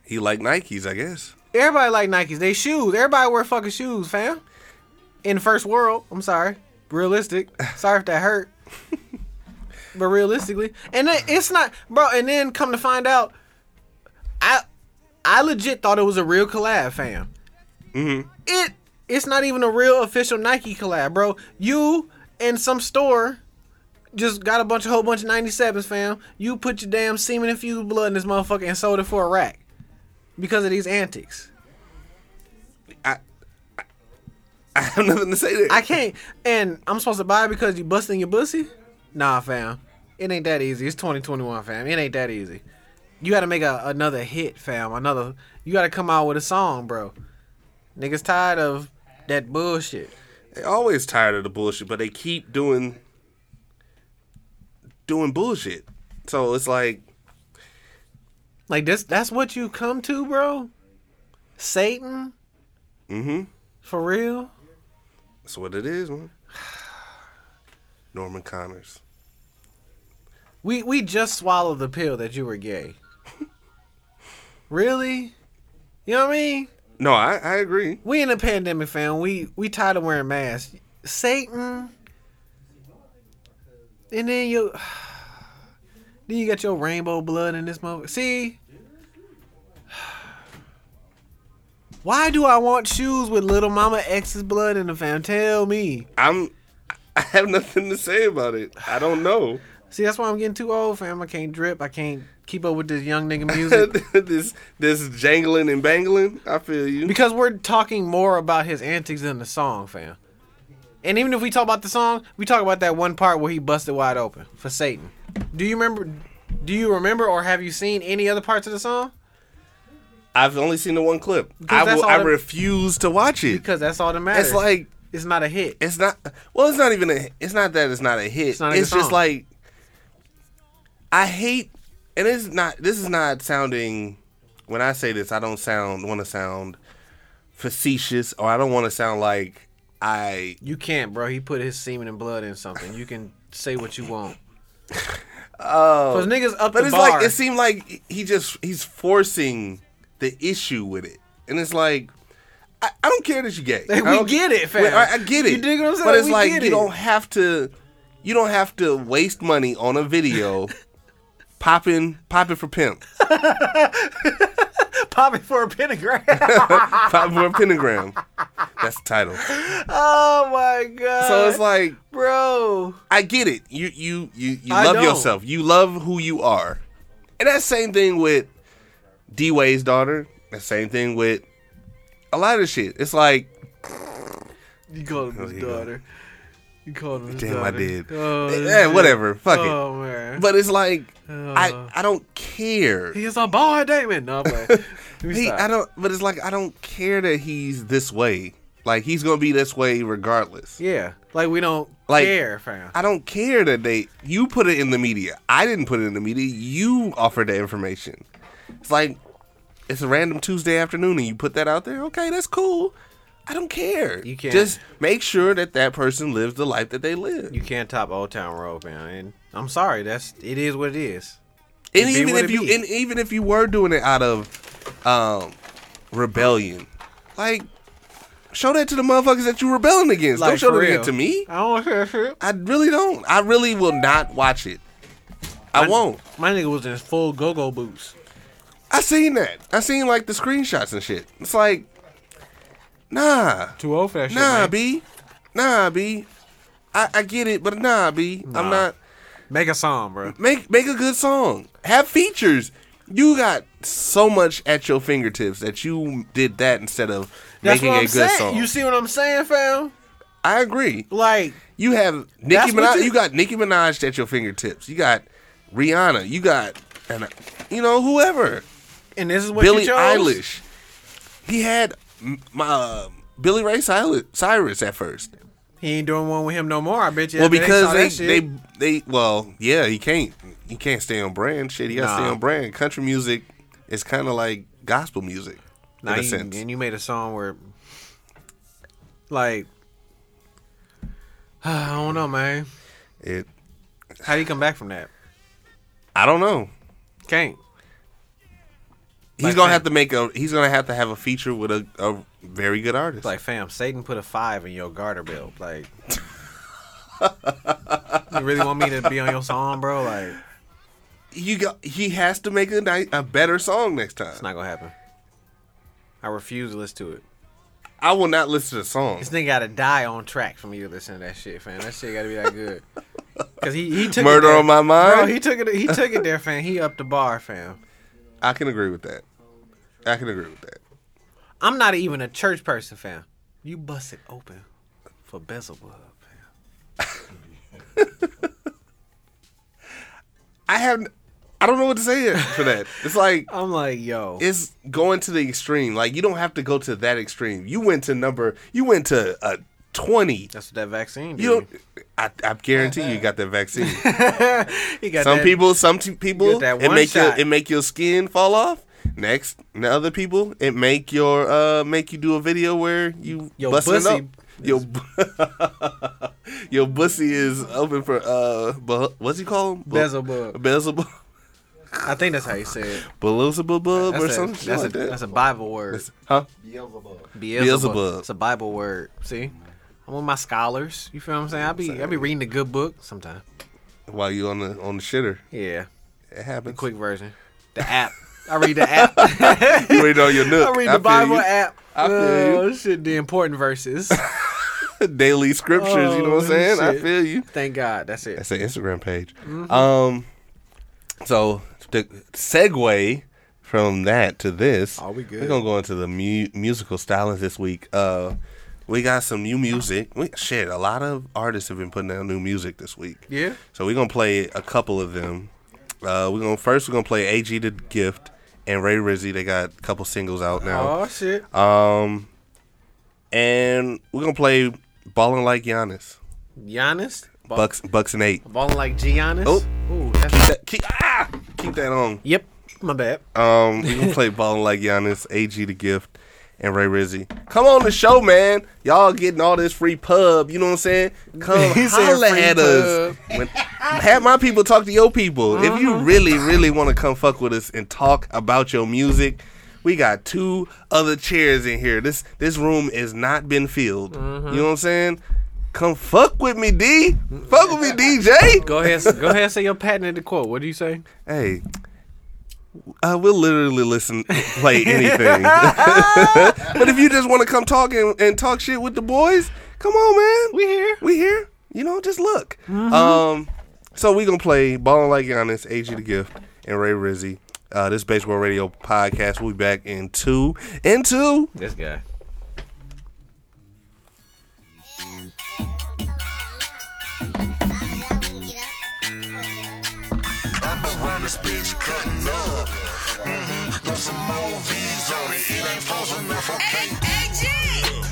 S2: He like Nikes, I guess.
S3: Everybody like Nikes. They shoes. Everybody wear fucking shoes, fam. In first world, I'm sorry. Realistic. Sorry if that hurt. but realistically, and then it's not, bro. And then come to find out, I I legit thought it was a real collab, fam. Mm-hmm. It it's not even a real official Nike collab, bro. You and some store just got a bunch of whole bunch of 97s, fam. You put your damn semen infused blood in this motherfucker and sold it for a rack because of these antics.
S2: I have nothing to say there.
S3: I can't. And I'm supposed to buy it because you busting your pussy? Nah, fam. It ain't that easy. It's 2021, fam. It ain't that easy. You got to make a, another hit, fam. Another. You got to come out with a song, bro. Niggas tired of that bullshit.
S2: They always tired of the bullshit, but they keep doing doing bullshit. So it's like
S3: Like this. That's what you come to, bro. Satan. Mm-hmm. For real.
S2: mm-hmm, that's what it is, man. Norman Connors.
S3: We we just swallowed the pill that you were gay. really? You know what I mean?
S2: No, I, I agree.
S3: We in a pandemic, fam. We we tired of wearing masks. Satan. And then you then you got your rainbow blood in this moment. See? Why do I want shoes with little mama X's blood in the fam? Tell me.
S2: I'm I have nothing to say about it. I don't know.
S3: See, that's why I'm getting too old, fam. I can't drip. I can't keep up with this young nigga music.
S2: this this jangling and bangling. I feel you.
S3: Because we're talking more about his antics than the song, fam. And even if we talk about the song, we talk about that one part where he busted wide open for Satan. Do you remember? Do you remember, or have you seen any other parts of the song?
S2: I've only seen the one clip. I
S3: that's
S2: will,
S3: all
S2: I
S3: that-
S2: refuse to watch it.
S3: Because that's all that matters.
S2: It's like
S3: it's not a hit.
S2: it's not well it's not even a it's not that it's not a hit it's,
S3: not a good
S2: just
S3: song.
S2: like i hate and it's not this is not sounding when i say this i don't sound want to sound facetious or i don't want to sound like i
S3: You can't, bro. He put his semen and blood in something. You can say what you want. Oh, because niggas up
S2: but
S3: the
S2: it's
S3: bar.
S2: like it seemed like he just he's forcing the issue with it and it's like I, I don't care that you gay. I
S3: Hey, we
S2: don't-
S3: get it, fam.
S2: Well, I, I get it.
S3: You dig what I'm saying?
S2: But it's
S3: We
S2: like
S3: get
S2: you
S3: it.
S2: don't have to. You don't have to waste money on a video. Popping, popping for pimp,
S3: Popping for a pentagram.
S2: popping for a pentagram. That's the title.
S3: oh my god.
S2: So it's like
S3: bro.
S2: I get it. You you you you
S3: I
S2: love
S3: know.
S2: yourself. You love who you are. And that same thing with D Wade's daughter. That same thing with a lot of shit. It's like
S3: You called him
S2: you
S3: his
S2: go.
S3: daughter. You called him his
S2: damn,
S3: daughter.
S2: I did.
S3: Oh,
S2: Eh,
S3: this
S2: eh,
S3: shit.
S2: whatever. Fuck it.
S3: Oh man.
S2: But it's like
S3: Uh.
S2: I I don't care.
S3: he is a boy, Damon. No, but let me
S2: He,
S3: stop.
S2: I don't. But it's like I don't care that he's this way. Like he's gonna be this way regardless.
S3: Yeah, like we don't
S2: Like-
S3: care, fam.
S2: I don't care that they you put it in the media. I didn't put it in the media. You offered the information. It's like it's a random Tuesday afternoon and you put that out there. Okay, that's cool. I don't care.
S3: You can't-
S2: just make sure that that person lives the life that they live.
S3: You can't top Old Town Road, man. And I'm sorry, that's it is what it is.
S2: and
S3: be
S2: even
S3: what
S2: if
S3: it
S2: you
S3: be.
S2: and even if you were doing it out of um rebellion, like show that to the motherfuckers that you're rebelling against.
S3: Like,
S2: don't show
S3: for
S2: that
S3: real.
S2: shit to me.
S3: I don't care shit.
S2: I really don't. I really will not watch it. I won't.
S3: My nigga was in his full go-go boots.
S2: I seen that. I seen like the screenshots and shit. It's like, nah,
S3: Too old for that shit.
S2: nah,
S3: man.
S2: B, nah, B. I, I get it, but nah, B.
S3: Nah.
S2: am not
S3: Make a song, bro.
S2: make make a good song. Have features. You got so much at your fingertips that you did that instead of
S3: That's
S2: making
S3: what I'm
S2: a good
S3: saying.
S2: song.
S3: You see what I'm saying, fam?
S2: I agree.
S3: Like,
S2: You have
S3: That's
S2: Nicki
S3: what
S2: Minaj.
S3: you-
S2: You got Nicki Minaj at your fingertips. You got Rihanna. You got and you know whoever.
S3: and this is what
S2: Billie
S3: you chose?
S2: Eilish. He had m- my uh, Billy Ray Cyrus, Cyrus at first.
S3: He ain't doing one with him no more. I bet you.
S2: well,
S3: after
S2: because
S3: saw that
S2: they,
S3: shit.
S2: they they well, yeah, he can't he can't stay on brand. Shit, he got to stay
S3: Nah.
S2: on brand. Country music is kind of like gospel music
S3: Nah,
S2: in a
S3: you-
S2: sense.
S3: and you made a song where, like, I don't know, man.
S2: It
S3: How do you come back from that?
S2: I don't know.
S3: Can't.
S2: He's
S3: Like
S2: gonna
S3: that.
S2: have to make a. He's gonna have to have a feature with a, a very good artist.
S3: Like, fam, Satan put a five in your garter belt. Like, you really want me to be on your song, bro? Like,
S2: you got, he has to make a ni- a better song next time.
S3: it's not gonna happen. I refuse to listen to it.
S2: I will not listen to the song.
S3: This nigga gotta die on track from you listening to that shit, fam. That shit gotta be that good. Cause he, he took
S2: Murder
S3: it there.
S2: on my mind.
S3: Bro, he took it. He took it there, fam. He upped the bar, fam.
S2: I can agree with that. I can agree with that.
S3: I'm not even a church person, fam. You bust it open for Beelzebub, fam.
S2: I have, I don't know what to say for that. It's like
S3: I'm like, yo,
S2: it's going to the extreme. Like you don't have to go to that extreme. You went to number, you went to a twenty.
S3: that's what that vaccine. Did.
S2: You don't. I, I guarantee you got that vaccine.
S3: He got
S2: Some
S3: that-
S2: people, some t- people,
S3: get that
S2: it
S3: one
S2: make
S3: shot.
S2: your it make your skin fall off. Next, and the other people, it make your uh make you do a video where you
S3: Your
S2: busting
S3: pussy
S2: up. Your bu- your pussy is open for uh bu- what's he call him? Bu-
S3: Beelzebub.
S2: Beelzebub.
S3: I think that's how you say it.
S2: Beelzebub
S3: That's
S2: or
S3: a,
S2: something
S3: that's
S2: like
S3: a,
S2: that.
S3: That's a Bible word.
S2: huh?
S3: Beelzebub.
S2: Beelzebub.
S3: It's a Bible word. See, I'm with my scholars. You feel what I'm saying? I be I be reading a good book sometime.
S2: While you on the on the shitter,
S3: Yeah,
S2: it happens.
S3: quick version. The app. I read the app. I
S2: You read on your nook.
S3: read
S2: I
S3: the
S2: feel
S3: Bible
S2: you.
S3: app.
S2: I feel
S3: oh shit, the important verses.
S2: Daily scriptures. you know what
S3: Oh,
S2: I'm saying? I
S3: shit. Mm-hmm.
S2: feel you.
S3: Thank God, that's it.
S2: That's an Instagram page. Um, so the segue from that to this,
S3: Are we good?
S2: We're gonna go into the mu- musical stylings this week. Uh, we got some new music. We, shit, a lot of artists have been putting out new music this week.
S3: Yeah.
S2: So we're gonna play a couple of them. Uh, we're gonna first we're gonna play AG the Gift and Ray Rizzy. They got a couple singles out now.
S3: Oh shit.
S2: Um, and we're gonna play Ballin' Like Giannis,
S3: Giannis. Ball,
S2: Bucks, Bucks and Eight.
S3: Balling like Giannis.
S2: Oh.
S3: Ooh, that's,
S2: Keep that, keep, ah, keep that on.
S3: yep. My bad.
S2: Um, we gonna play balling like Giannis, AG the Gift, and Ray Rizzy. Come on the show, man. Y'all getting all this free pub. You know what I'm saying? Come
S3: He said
S2: holla
S3: free
S2: at us. When, have my people
S3: Uh-huh.
S2: talk to your people. If you really, really want to come fuck with us and talk about your music, We got two other chairs in here. This this room is not been filled.
S3: Uh-huh.
S2: You know what I'm saying? Come fuck with me, D. Fuck with me, DJ.
S3: Go ahead, go ahead. Say your patented quote. What do you say?
S2: Hey, uh, we'll literally listen, play anything. but if you just want to come talk and, and talk shit with the boys, come on, man.
S3: We here.
S2: We here. You know, just look. Um, so we gonna play Ballin' Like Giannis, AG the Gift, and Ray Rizzy. Uh, this baseball radio podcast. We'll be back in two. In two.
S3: This guy.
S4: I'm around this bitch cutting up. Mm-hmm. Got some more V's on it. It ain't false enough, okay?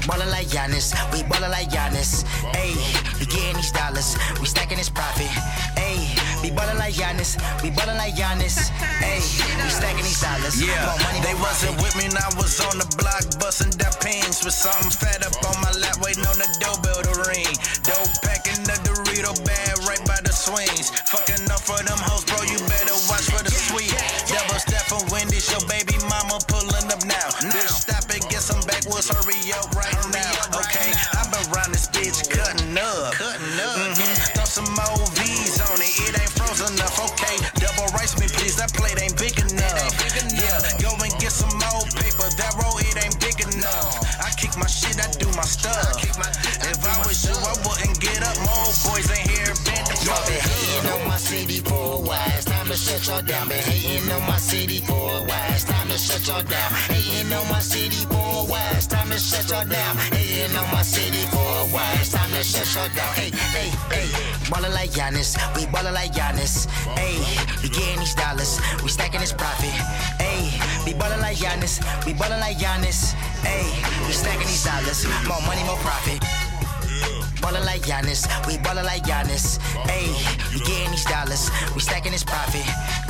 S5: Ballin' like Giannis, we ballin' like Giannis. Ayy, we getting these dollars, we stacking this profit. Ayy, we ballin' like Giannis, we ballin' like Giannis. Ayy, we stacking these dollars.
S6: Yeah,
S5: more money,
S6: they
S5: more
S6: wasn't
S5: profit.
S6: with me, and I was on the block busting that pins with something fat up on my lap, waiting on the doorbell to ring. Dope packing the Dorito bag right by the swings. Fucking up for them hoes, bro, you better watch for the sweet. Double step from Wendy's, your baby mama pulling up now. Bitch, stop it, get some backwoods, hurry up right now. Okay, I've been around this bitch cutting up. Cutting up, mm-hmm. Throw some more V's on it, it ain't frozen enough. Okay, double rice me, please, that plate ain't big enough. Yeah, go and get some more paper. That roll, it ain't big enough. I kick my shit, I do my stuff. If I was you, I wouldn't get up. More boys ain't here, been the
S5: Y'all been
S6: fucking
S5: hating on my city for a while. It's time to shut y'all down. Been hating on my city for a while. It's time to shut y'all down. Hating on my city for a while. It's time to shut y'all down. Hating on my city for a while. It's time to shut y'all down. Hey, hey, hey. Ballin' like Giannis. We ballin' like Giannis. Hey, we getting these dollars. We stacking this profit. Hey, we ballin' like Giannis. We ballin' like Giannis. Hey, we stacking these dollars. More money, more profit. Ballin' like Giannis, we ballin' like Giannis. Ayy, we getting these dollars, we stacking this profit.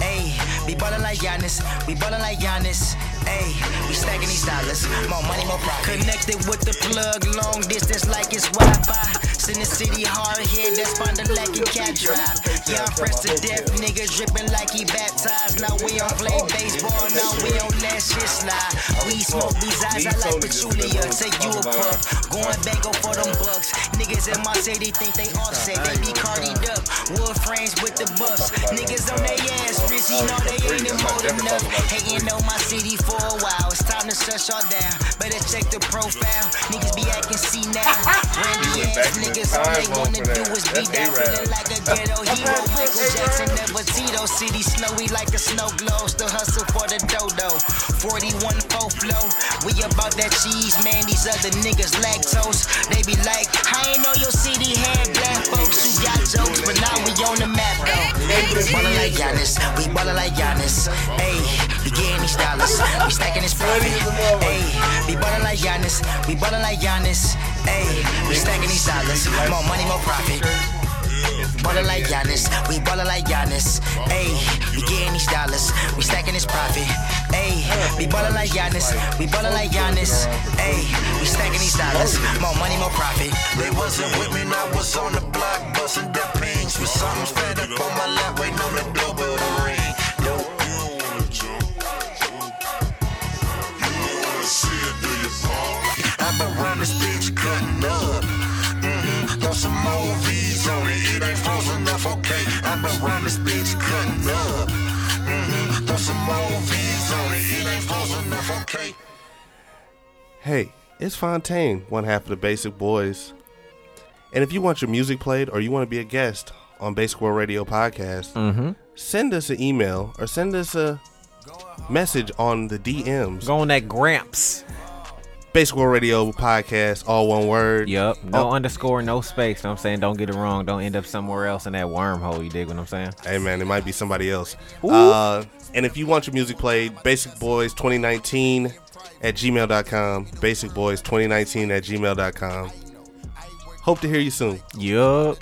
S5: Ayy, we ballin' like Giannis, we ballin' like Giannis. Ayy, we stacking these dollars, more money, more profit. Connected with the plug, long distance like it's Wi-Fi. Send the city hard head, that's fond du Lac and cat drive. Yeah, I'm fresh to death, nigga drippin' like he baptized. Now we don't play baseball, now we don't let shit slide. We smoke these eyes, I like Pachulia, take you a puff. Going back up for them bucks. Niggas in my city think they offset. They be cardied up. Wood frames with the buffs. Niggas on their ass. Rizzy, no, they ain't emotive enough. Hating on my city for a while. It's time to shut y'all down. Better check the profile. Niggas be acting see now. Randy ass niggas, all they wanna do is be down. Feeling like a ghetto hero. Michael Jackson, never Tito. City snowy like a snow globe. Still hustle for the dodo. 41 full flow. We about that cheese, man. These other niggas lactose. They be like, I ain't know your city had black folks who got jokes, but now we on the map though. Ballin' like Giannis, we ballin' like Giannis. Ayy, we getting these dollars, we stacking this profit. Ayy, we ballin' like Giannis, we ballin' like Giannis. Ayy, we stacking these dollars, more money, more profit. Ballin' like Giannis, we ballin' like Giannis. Ayy, we getting these dollars, we stacking this profit. Ayy, we ballin' like Giannis, we ballin' like Giannis. Ayy, we stacking these dollars, more money, more profit.
S6: They wasn't with me, and I was on the block busting that pins with something fat up on my lap, waiting on the doorbell to ring. Dope
S4: You don't wanna jump. You don't wanna see it, do you, Paul?
S6: I've been around this bitch cutting up. Mm-hmm. Throw some more V's on it. It ain't frozen enough, okay. I've been around this bitch cutting up. Mm-hmm. Throw some more V's on it. It ain't frozen enough, okay.
S2: Hey, it's Fontaine, one half of the Basic Boys. And if you want your music played or you want to be a guest on Basic World Radio Podcast,
S3: Mm-hmm.
S2: send us an email or send us a message on the DMs.
S3: Go on that Gramps.
S2: Basic World Radio Podcast, all one word.
S3: Yup. No
S2: Oh,
S3: underscore, no space. Know what I'm saying, don't get it wrong. Don't end up somewhere else in that wormhole. You dig what I'm saying?
S2: hey, man, it might be somebody else. Uh, and if you want your music played, Basic Boys 2019 at gmail.com. Basic Boys 2019 at gmail.com. Hope to hear you soon.
S3: Yup.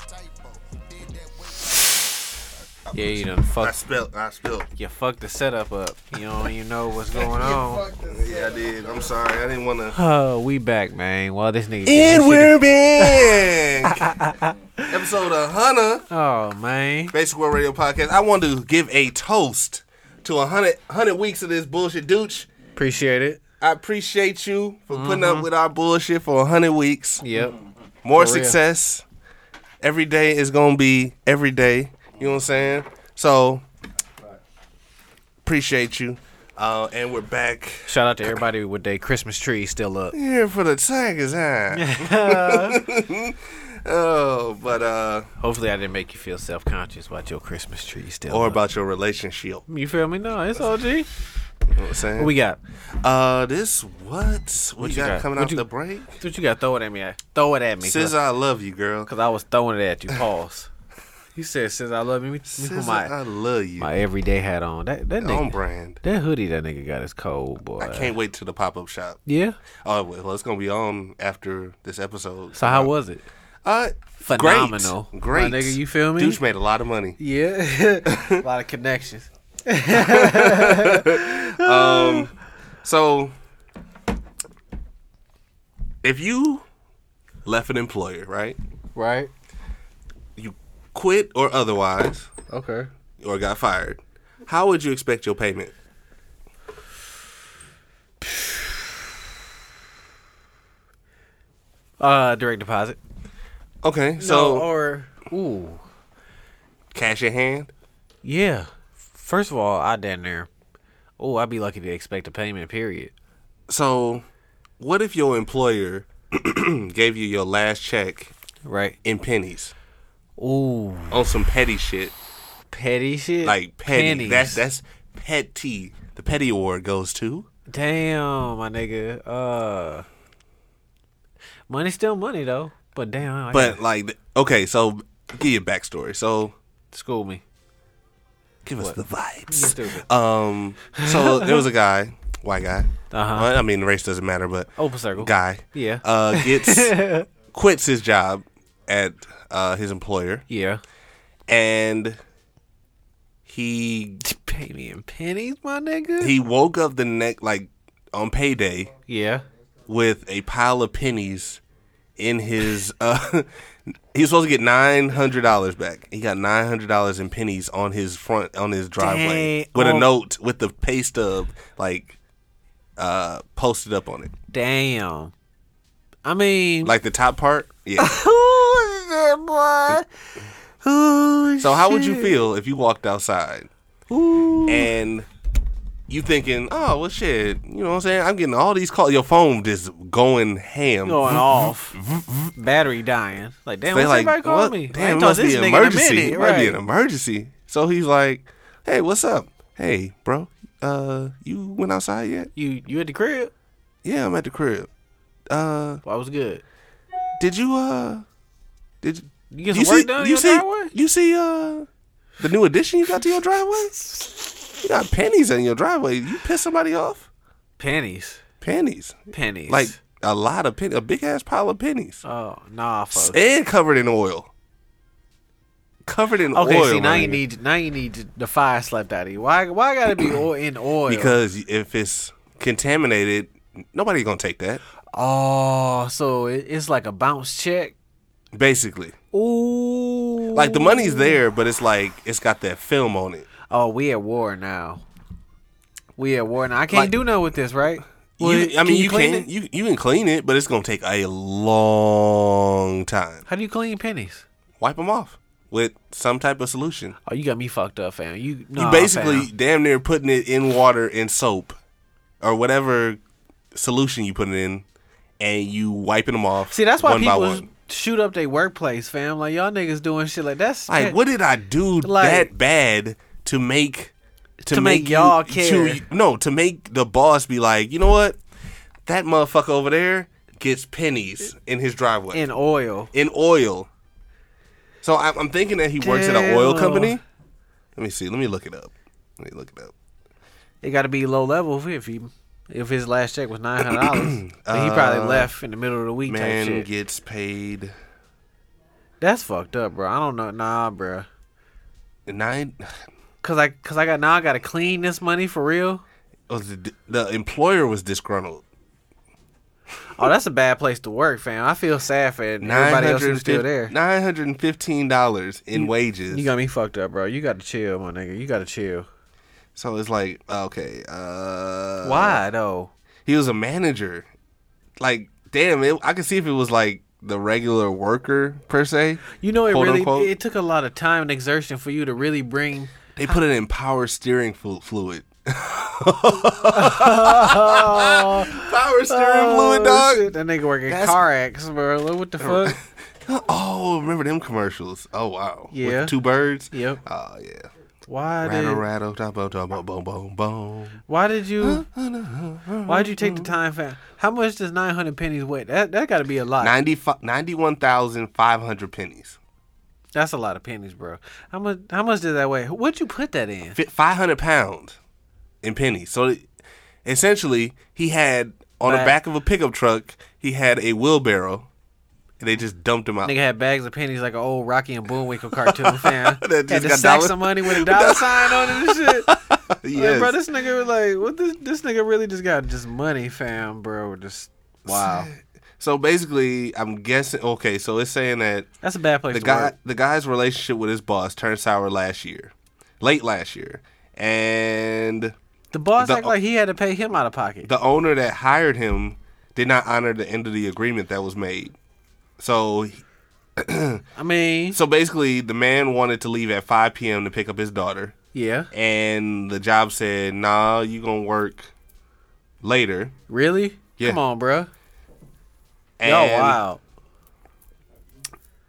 S3: Yeah, you done
S2: I
S3: fucked.
S2: spelled, I spelled.
S3: You fucked the setup up. You don't even know what's going on.
S2: Yeah, I did. I'm sorry. I didn't want to.
S3: Oh, we back, man. Well, this nigga.
S2: And we're back. Episode of Hunter,
S3: Oh man.
S2: Basic World Radio Podcast. I want to give a toast to 100, 100 weeks of this bullshit douche.
S3: Appreciate it.
S2: I appreciate you for putting up with our bullshit for 100 weeks.
S3: Yep.
S2: More
S3: For real.
S2: success. Every day is going to be every day. You know what I'm saying? So, appreciate you. Uh, and we're back
S3: Shout out to everybody with their Christmas tree still up.
S2: here for the Tigers, huh?
S3: Uh,
S2: oh, but, uh,
S3: Hopefully, I didn't make you feel self conscious about your Christmas tree still.
S2: or
S3: up.
S2: about your relationship. You
S3: you feel me? No, it's OG.
S2: know what I'm saying?
S3: What we got?
S2: Uh, this what? What you
S3: you
S2: got,
S3: got?
S2: coming
S3: What
S2: out
S3: you-
S2: the break?
S3: What you got? Throw it at me. Throw it at me.
S2: Says I love you, girl.
S3: Cause I was throwing it at you. Pause. you said since I love you, me, me put
S2: Says
S3: my
S2: I love you.
S3: my everyday hat on. That that
S2: On
S3: nigga,
S2: brand.
S3: that hoodie that nigga got is cold, boy.
S2: I can't wait to the pop up shop.
S3: Yeah.
S2: Oh well, it's gonna be on after this episode.
S3: So how was it?
S2: Uh,
S3: Phenomenal.
S2: Great, great.
S3: My nigga, you feel me?
S2: Douche made a lot of money.
S3: Yeah. A lot of connections.
S2: So, if you left an employer, right,
S3: Right.
S2: you quit or otherwise,
S3: Okay.
S2: or got fired, how would you expect your payment?
S3: Uh, direct deposit.
S2: Okay, so
S3: no, or ooh,
S2: cash in hand.
S3: yeah. First of all, I damn near. Oh, I'd be lucky to expect a payment. Period.
S2: So, what if your employer gave you your last check
S3: Right.
S2: in pennies
S3: Ooh,
S2: on some petty shit?
S3: petty shit.
S2: Like petty.
S3: Pennies.
S2: That's that's petty. The petty award goes to.
S3: Damn, my nigga. Uh, money's still money though. But damn, I
S2: But
S3: gotta-
S2: like, th- okay, so give you a backstory. So
S3: school me.
S2: give us the
S3: You
S2: vibes.
S3: stupid.
S2: Um, so there was a guy, white guy.
S3: Uh-huh.
S2: Well, I mean, race doesn't matter, but
S3: Open circle.
S2: guy.
S3: Yeah.
S2: Uh, gets quits his job at uh, his employer,
S3: yeah.
S2: and he
S3: Pay me in pennies, my nigga.
S2: he woke up the next like on payday
S3: yeah.
S2: with a pile of pennies in his uh he was supposed to get nine hundred dollars back. He got nine hundred dollars in pennies on his front on his driveway
S3: Dang.
S2: with
S3: Oh.
S2: a note with the pay stub like uh posted up on it.
S3: Damn. I mean,
S2: Like the top part? Yeah.
S3: Ooh, shit, boy. Ooh,
S2: So how would you
S3: shit.
S2: feel if you walked outside and you thinking, oh well shit, you know what I'm saying? I'm getting all these calls. Your phone just going ham.
S3: going off, battery dying. Like damn,
S2: They
S3: what's everybody
S2: like,
S3: calling
S2: what?
S3: me? I
S2: Damn,
S3: ain't
S2: it
S3: talked
S2: must
S3: to this
S2: be an
S3: nigga in a
S2: emergency.
S3: minute,
S2: it might be
S3: right.
S2: an emergency. So he's like, hey, what's up? Hey, bro, uh, you went outside yet?
S3: You you at the crib?
S2: Yeah, I'm at the crib. Uh,
S3: Well, I was good.
S2: did you uh, did you,
S3: You get some
S2: you
S3: work
S2: see
S3: done in
S2: you
S3: your
S2: see
S3: driveway?
S2: you see uh the new addition you got to your driveway? You got pennies in your driveway. You piss somebody off?
S3: Pennies,
S2: Pennies,
S3: pennies.
S2: like a lot of pennies, a big ass pile of pennies,
S3: oh nah, fuck.
S2: and covered in oil. Covered in
S3: Okay,
S2: oil.
S3: see now
S2: my
S3: you
S2: nigga.
S3: need now you need the fire slapped out of you. Why why gotta be oil in oil?
S2: because if it's contaminated, nobody gonna take that.
S3: oh, so it, it's like a bounce check.
S2: Basically,
S3: Ooh,
S2: like the money's there, but it's like it's got that film on it.
S3: Oh, we at war now. We at war now. I can't
S2: Like-
S3: do nothing with this, right?
S2: you, I mean, you,
S3: clean
S2: can
S3: it?
S2: you you can clean it, but it's gonna take a long time.
S3: How do you clean pennies?
S2: Wipe them off with some type of solution.
S3: Oh, you got me fucked up, fam. You,
S2: you
S3: nah,
S2: basically
S3: Oh, fam.
S2: damn near putting it in water and soap, or whatever solution you put it in, and you wiping them off.
S3: see that's why
S2: one by
S3: people
S2: one.
S3: shoot up their workplace, fam. Like y'all niggas doing shit like that's
S2: Like, what did I do
S3: Like-
S2: that bad to make to,
S3: To make
S2: you-
S3: y'all care.
S2: To, no, to make the boss be like, you know what? That motherfucker over there gets pennies in his driveway in,
S3: in oil.
S2: oil. So I'm, I'm thinking that he works at an oil
S3: Damn.
S2: company. Let me see. Let me look it up. Let me look it up.
S3: It got to be low level if he if his last check was nine hundred dollars. he probably left in the middle of the week. type
S2: Uh, Man
S3: shit.
S2: gets paid
S3: that's fucked up, bro. I don't know, nah, bro.
S2: nine.
S3: Cause I cause I got now I gotta clean this money for real.
S2: oh, the, the employer was disgruntled.
S3: Oh, that's a bad place to work, fam. I feel sad for everybody else who's still there.
S2: Nine hundred and fifteen dollars in wages.
S3: You got me fucked up, bro. You got to chill, my nigga. You got to chill.
S2: So it's like, okay, uh,
S3: Why though?
S2: he was a manager. Like, damn, it, I could see if it was like the regular worker per se.
S3: You know, it
S2: quote
S3: really
S2: unquote.
S3: it took a lot of time and exertion for you to really bring.
S2: they put it in power steering flu- fluid. power steering fluid,
S3: Oh,
S2: dog.
S3: shit, that nigga working
S2: That's-
S3: car acts, bro. Like, What the fuck?
S2: Oh, remember them commercials? Oh wow, With
S3: Yeah.
S2: the two birds.
S3: Yep.
S2: Oh yeah.
S3: Why
S2: Rattle,
S3: did
S2: rattle, da, bo, da, bo, boom, boom, boom.
S3: Why did you? Why'd you take the time? For, how much does nine hundred pennies weigh? That that got to be a lot.
S2: 95 91,500 pennies.
S3: That's a lot of pennies, bro. How much? How much did that weigh? What'd you put that in?
S2: Fi- 500 pounds in pennies. So essentially, he had on the
S3: Back.
S2: back of a pickup truck, he had a wheelbarrow, and they just dumped him out.
S3: Nigga had bags of pennies like an old Rocky and Bullwinkle cartoon fan.
S2: That
S3: had
S2: just
S3: to
S2: got
S3: stack
S2: dollar-
S3: some money with a dollar sign on it and shit.
S2: Yes.
S3: Like, bro, this nigga was like, what? This this nigga really just got just money, fam, bro. Just wow.
S2: So basically, I'm guessing. Okay, so it's saying that
S3: That's a bad place
S2: the
S3: to
S2: guy,
S3: work.
S2: the guy's relationship with his boss turned sour last year, late last year, and
S3: The boss
S2: the-
S3: act like he had to pay him out of pocket.
S2: the owner that hired him did not honor the end of the agreement that was made. So,
S3: I mean,
S2: so basically, the man wanted to leave at 5 p.m. to pick up his daughter,
S3: yeah,
S2: and the job said, "Nah, you gonna work later."
S3: really?
S2: Yeah.
S3: Come on, bro.
S2: And
S3: Yo, wow.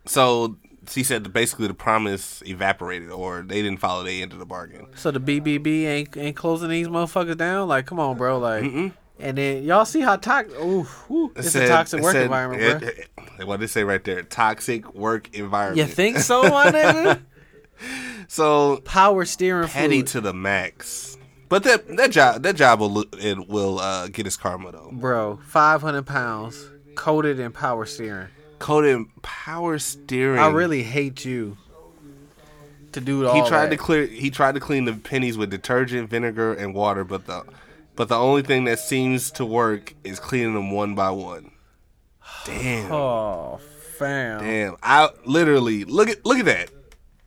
S2: So she said, basically, the promise evaporated, or they didn't follow the end of the bargain.
S3: So the BBB ain't ain't closing these motherfuckers down. Like, come on, bro. Like, and then y'all see how toxic. Ooh, ooh, it's
S2: said-
S3: a toxic
S2: it
S3: work
S2: said-
S3: environment, bro.
S2: it- it- what they say right there, toxic work environment.
S3: You think so, my nigga?
S2: so?
S3: Power steering
S2: Petty
S3: fluid.
S2: to the max. But that that job that job will lo- it will uh, get his karma though.
S3: bro, 500 pounds, coated in power steering.
S2: Coated in power steering.
S3: I really hate you to do all
S2: He tried to
S3: that.
S2: clear. He tried to clean the pennies with detergent, vinegar, and water, but the but the only thing that seems to work is cleaning them one by one. Damn.
S3: Oh, fam.
S2: Damn, I literally look at look at that.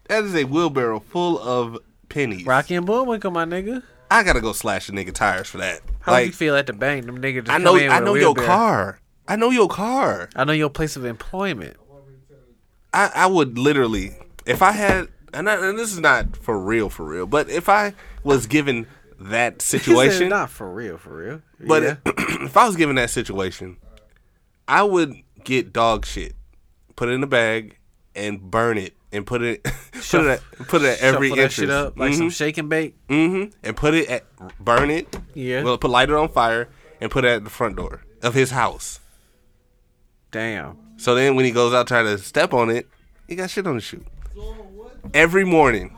S2: That is a wheelbarrow full of pennies.
S3: Rocky and Bullwinkle, my nigga.
S2: I gotta go slash a nigga tires for that.
S3: How would
S2: like
S3: you feel at the bank? Them niggas just
S2: I know
S3: come in
S2: I
S3: with a
S2: know your
S3: wheelbarrow.
S2: car. I know your car.
S3: I know your place of employment.
S2: I, I would literally if I had and, I, and this is not for real for real, but if I was given that
S3: He said,
S2: situation,
S3: Not for real, for real.
S2: but
S3: Yeah.
S2: if I was given that situation, I would get dog shit, put it in a bag, and burn it, and put it put it at, put it at every
S3: Shuffle that
S2: entrance. Mm-hmm.
S3: shit up like some shake and bake.
S2: hmm and put it at burn it.
S3: Yeah.
S2: Well, put light it on fire and put it at the front door of his house.
S3: Damn.
S2: So then when he goes out trying to step on it, he got shit on his shoe. Every morning.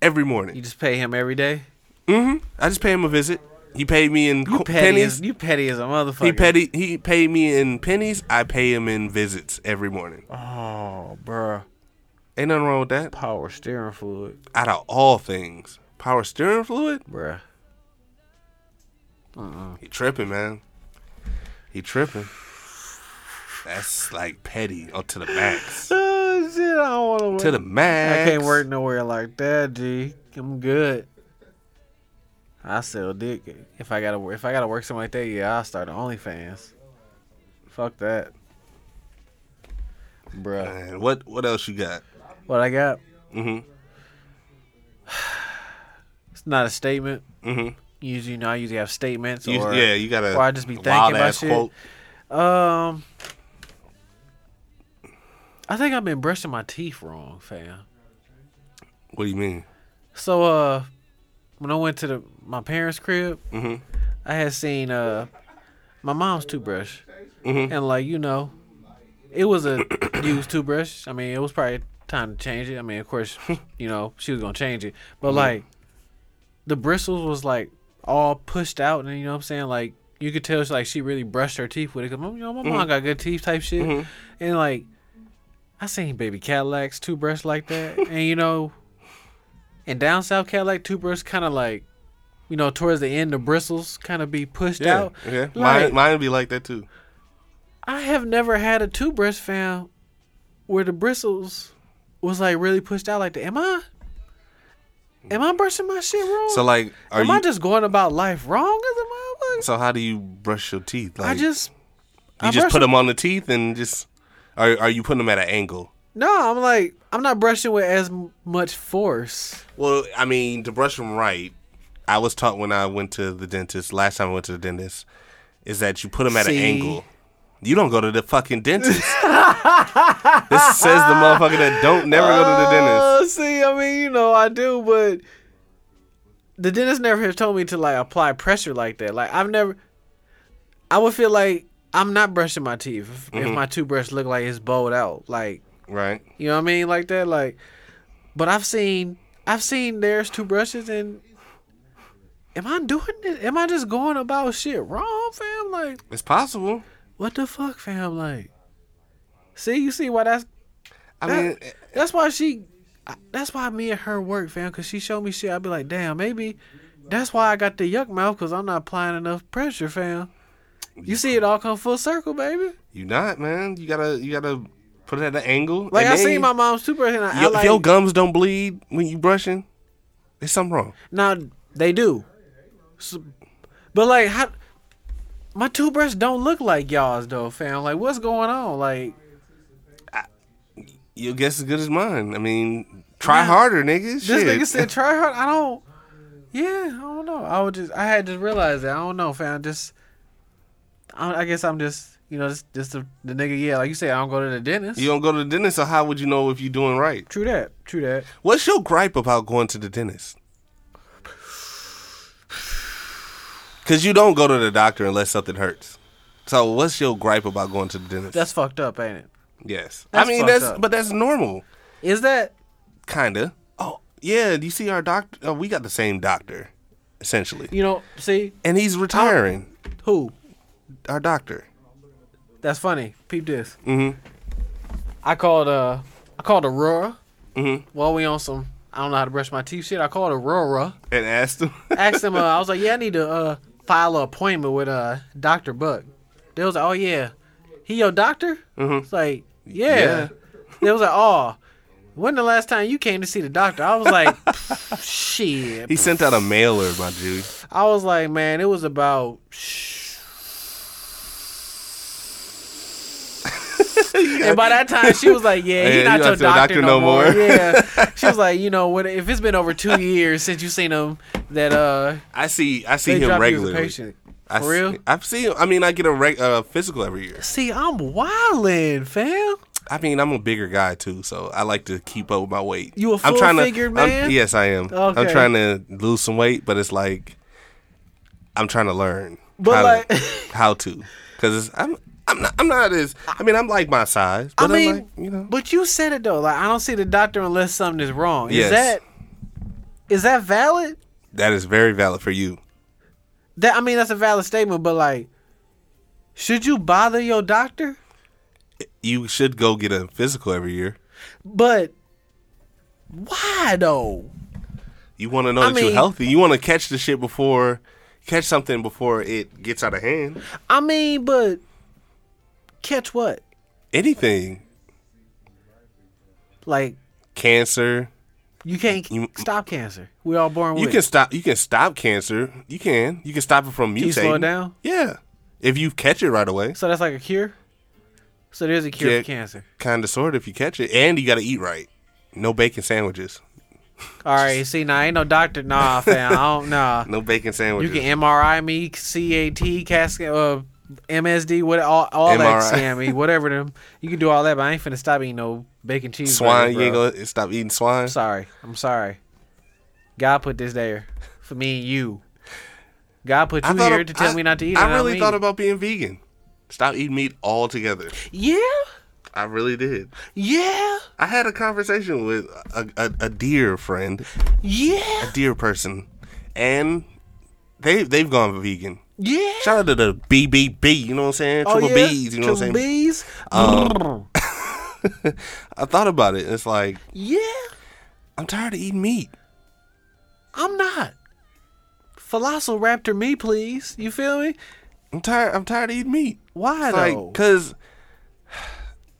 S2: Every
S3: You
S2: morning.
S3: just pay him every day.
S2: I just pay him a visit. He paid me in co-
S3: Petty
S2: pennies.
S3: As, you petty as a motherfucker.
S2: He petty he paid me in pennies. I pay him in visits every morning.
S3: Oh, bruh.
S2: Ain't nothing wrong with that.
S3: Power steering fluid,
S2: Out of all things. Power steering fluid?
S3: bruh.
S2: He tripping, man. He tripping. That's like petty up to the max.
S3: Oh, shit, I don't want to work.
S2: to the max.
S3: I can't work nowhere like that, G. I'm good. I sell dick. If I gotta wor- if I gotta work something like that, yeah, I'll start OnlyFans. Fuck that. Bruh.
S2: Man, what what else you got?
S3: What I got?
S2: Mhm.
S3: It's not a statement.
S2: Mhm.
S3: Usually, you know, I usually have statements
S2: You,
S3: or
S2: yeah, you got to
S3: or I just be thinking about shit. Um, I think I've been brushing my teeth wrong, fam.
S2: What do you mean?
S3: So, uh, when I went to the my parents' crib,
S2: Mhm.
S3: I had seen uh my mom's toothbrush,
S2: Mm-hmm.
S3: and like you know, it was a used toothbrush. I mean, it was probably time to change it. I mean, of course, you know, she was gonna change it, but
S2: Mm-hmm.
S3: like the bristles was like all pushed out, and you know what I'm saying? Like you could tell, she, like she really brushed her teeth with it. Cause my- you know, my
S2: Mm-hmm.
S3: mom got good teeth, type shit, and like I seen baby Cadillacs toothbrush like that, and you know, and down south Cadillac toothbrush kind of like, you know, towards the end the bristles kind of be pushed
S2: Yeah.
S3: out.
S2: yeah.
S3: Like,
S2: Mine, mine be like that too.
S3: I have never had a toothbrush found where the bristles was like really pushed out like that. Am I? Am I brushing my shit wrong?
S2: So like, are
S3: am
S2: you?
S3: I just going about life wrong as a motherfucker?
S2: so how do you brush your teeth? Like,
S3: I just
S2: you
S3: I
S2: just
S3: brush
S2: put
S3: them-
S2: them on the teeth and just are are you putting them at an angle?
S3: no. I'm like I'm not brushing with as m- much force.
S2: Well, I mean, to brush them right, I was taught when I went to the dentist last time I went to the dentist is that you put them at
S3: See?
S2: an angle. You don't go to the fucking dentist. this says the motherfucker that don't never go to the dentist.
S3: Uh, see, I mean, you know, I do, but the dentist never has told me to like apply pressure like that. Like I've never, I would feel like I'm not brushing my teeth if, if my toothbrush look like it's bowed out. Like
S2: Right.
S3: you know what I mean, like that. Like, but I've seen, I've seen there's toothbrushes and. Am I doing it? Am I just going about shit wrong, fam? Like,
S2: It's possible.
S3: what the fuck, fam? Like, see, you see why that's
S2: I
S3: that-
S2: mean,
S3: that's why she. I- That's why me and her work, fam. Cause she showed me shit. I'd be like, damn, maybe that's why I got the yuck mouth. Cause I'm not applying enough pressure, fam. You see it all come full circle, baby.
S2: you not, man. You gotta you gotta put it at an angle.
S3: Like
S2: and
S3: I
S2: then
S3: seen my mom's toothbrush, and I,
S2: Yo,
S3: I like,
S2: if your gums don't bleed when you brushing, there's something wrong.
S3: now they do. So- but like, how my toothbrush don't look like y'all's though, fam. Like, what's going on? Like,
S2: Your guess is good as mine. I mean, try
S3: Yeah.
S2: harder, nigga.
S3: This
S2: Shit.
S3: nigga said try hard. I don't. Yeah, I don't know. I would just. I had just realized that. I don't know, fam. Just. I, I guess I'm just. You know, just, just the, the nigga. Yeah, like you said, I don't go to the dentist.
S2: you don't go to the dentist, so how would you know if you're doing right?
S3: True that. True that.
S2: What's your gripe about going to the dentist? Cause you don't go to the doctor unless something hurts. So what's your gripe about going to the dentist?
S3: That's fucked up, ain't it?
S2: yes.
S3: that's
S2: I mean
S3: fucked
S2: that's
S3: up.
S2: but that's normal,
S3: Is that?
S2: kinda. Oh yeah, do you see our doctor? Oh, we got the same doctor, essentially,
S3: You know, see
S2: and he's retiring.
S3: who?
S2: Our doctor.
S3: That's funny. Peep this. Mm-hmm. I called. Uh, I called Aurora. Mm-hmm. While we on some, I don't know how to brush my teeth shit. I called Aurora.
S2: and asked him.
S3: asked him. Uh, I was like, "Yeah, I need to uh, file an appointment with uh, Doctor Buck." They was like, "Oh yeah, he your doctor?" Mm-hmm. It's like, "Yeah."
S2: Yeah.
S3: They was like, "Oh, when the last time you came to see the doctor?" I was like, "Shit."
S2: he sent out a mailer, my dude.
S3: I was like, "Man, it was about." Shh. and by that time, she was like, "Yeah,
S2: Yeah,
S3: he not
S2: you
S3: your doctor, no, more." yeah, she was like, "You know, when, if it's been over two years since you seen him, that uh,
S2: I see. I see
S3: they
S2: him
S3: drop you as a
S2: regularly.
S3: patient."
S2: I
S3: For real?
S2: See, I've seen. I mean, I get a reg, uh, physical every year.
S3: See, I'm wildin', fam.
S2: I mean, I'm a bigger guy too, so I like to keep up with my weight.
S3: You a
S2: I'm trying to-
S3: full-figured
S2: I'm-
S3: man?
S2: yes, I am. I'm
S3: Okay.
S2: trying to lose some weight, but it's like I'm trying to learn.
S3: But
S2: how
S3: like-
S2: to, how to? Because I'm. I'm not. I'm not as. I mean, I'm like my size. But
S3: I mean,
S2: am like, you know.
S3: but you said it though. Like, I don't see the doctor unless something is wrong.
S2: Yes.
S3: Is that is that valid?
S2: That is very valid for you.
S3: That I mean, that's a valid statement. But like, should you bother your doctor?
S2: You should go get a physical every year.
S3: But why though?
S2: You want to know
S3: I
S2: that
S3: mean-
S2: you're healthy. You want to catch the shit before catch something before it gets out of hand.
S3: I mean, but catch what?
S2: Anything,
S3: Like,
S2: cancer.
S3: you can't
S2: You-
S3: stop cancer. We all born with.
S2: You
S3: it.
S2: can stop. You can stop cancer. You can. You can stop it from mutating.
S3: Can you slow it down?
S2: Yeah, if you catch it right away.
S3: So that's like a cure. So there's a cure
S2: Yeah.
S3: for cancer.
S2: Kind of, sort. If you catch it, and you got to eat right. No bacon sandwiches.
S3: All right, see, now ain't no doctor. Nah, fam, I don't nah.
S2: No bacon
S3: You
S2: sandwiches.
S3: can MRI me, CAT, casket, uh, MSD, what all, all that
S2: MRI.
S3: scammy, whatever them. You can do all that, but I ain't finna stop eating no bacon cheese.
S2: swine. You
S3: bro.
S2: ain't gonna stop eating swine.
S3: I'm sorry. I'm sorry. God put this there for me and you. God put you here
S2: ab-
S3: to tell
S2: I-
S3: me not to eat. it, and
S2: I
S3: I'm
S2: really thought
S3: eating.
S2: about being vegan. Stop eating meat altogether.
S3: Yeah,
S2: I really did.
S3: yeah,
S2: I had a conversation with a, a, a dear friend,
S3: yeah,
S2: a dear person, and they they've gone vegan.
S3: yeah.
S2: Shout out to the BBB, you know what I'm saying?
S3: Oh,
S2: Triple
S3: yeah.
S2: B's, you know what I'm
S3: Triple
S2: saying?
S3: B's.
S2: I thought about it. It's like
S3: yeah,
S2: I'm tired of eating meat.
S3: I'm not. Velociraptor me, please. You feel me?
S2: I'm tired. I'm tired of eating meat.
S3: Why
S2: It's like,
S3: though?
S2: cause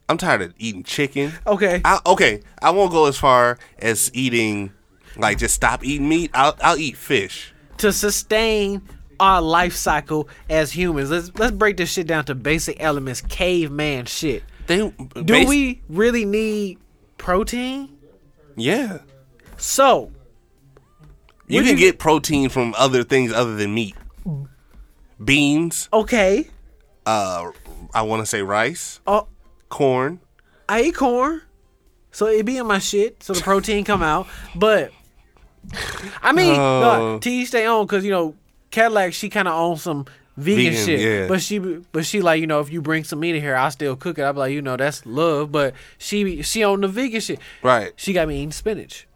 S2: I'm tired of eating chicken.
S3: Okay.
S2: I, okay, I won't go as far as eating Like just stop eating meat. I'll I'll eat fish.
S3: to sustain our life cycle as humans. Let's let's break this shit down to basic elements, caveman shit.
S2: They
S3: Do we really need protein?
S2: Yeah.
S3: So,
S2: You
S3: Would
S2: can
S3: you-
S2: get protein from other things other than meat. Beans,
S3: okay,
S2: uh I want to say rice,
S3: uh,
S2: corn.
S3: I eat corn, so it be in my shit, so the protein come out. But I mean,
S2: Oh.
S3: no, T each their own, cause you know Cadillac, she kind of owns some vegan,
S2: Vegan,
S3: shit.
S2: yeah.
S3: But she, but she like you know, if you bring some meat in here, I still cook it. I be like, you know, that's love. But she, she on the vegan shit.
S2: Right.
S3: She got me eating spinach.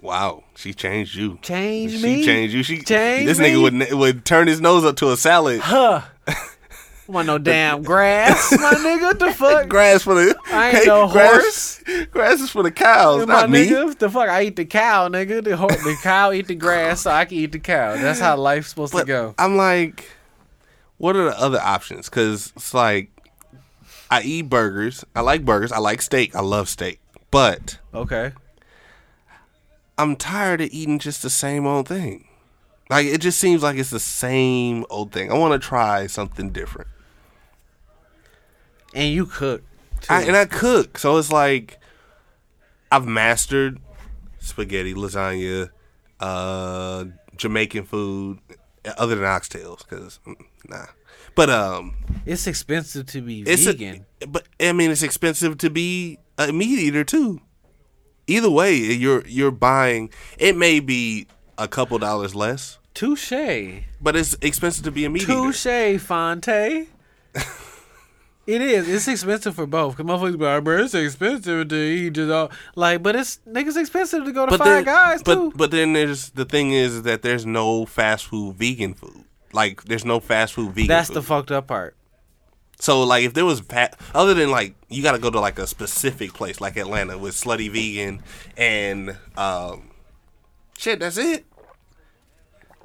S2: Wow, she changed you.
S3: Change
S2: she
S3: me?
S2: changed you. She
S3: Change
S2: This
S3: me?
S2: nigga would ne- would turn his nose up to a salad.
S3: Want no damn grass, my nigga? What the fuck?
S2: grass for the
S3: I ain't no
S2: grass, grass is for the cows,
S3: my
S2: not me.
S3: nigga, what the fuck? I eat the cow, nigga. The, ho- the cow eat the grass, so I can eat the cow. That's how life's supposed to
S2: But
S3: go.
S2: I'm like, what are the other options? Because it's like, I eat burgers. I like burgers. I like steak. I love steak. But
S3: Okay.
S2: I'm tired of eating just the same old thing. Like it just seems like it's the same old thing. I want to try something different.
S3: And you cook. too.
S2: I, and I cook, so it's like I've mastered spaghetti, lasagna, uh, Jamaican food, other than oxtails, because nah. But um,
S3: it's expensive to be
S2: it's a-
S3: vegan.
S2: but I mean, it's expensive to be a meat eater too. Either way, you're you're buying. It may be a couple dollars less,
S3: Touche.
S2: but it's expensive to be a meat eater.
S3: Touche, Fonte. it is. It's expensive for both. Cause motherfuckers be like, bro, it's expensive to eat just all like, but it's niggas expensive to go to
S2: But then,
S3: Five Guys
S2: but
S3: too.
S2: but then there's the thing is that there's no fast food vegan food. Like there's no fast food vegan.
S3: That's
S2: food.
S3: the fucked up part.
S2: So like if there was fa- other than like you got to go to like a specific place like Atlanta with Slutty Vegan and um shit that's it.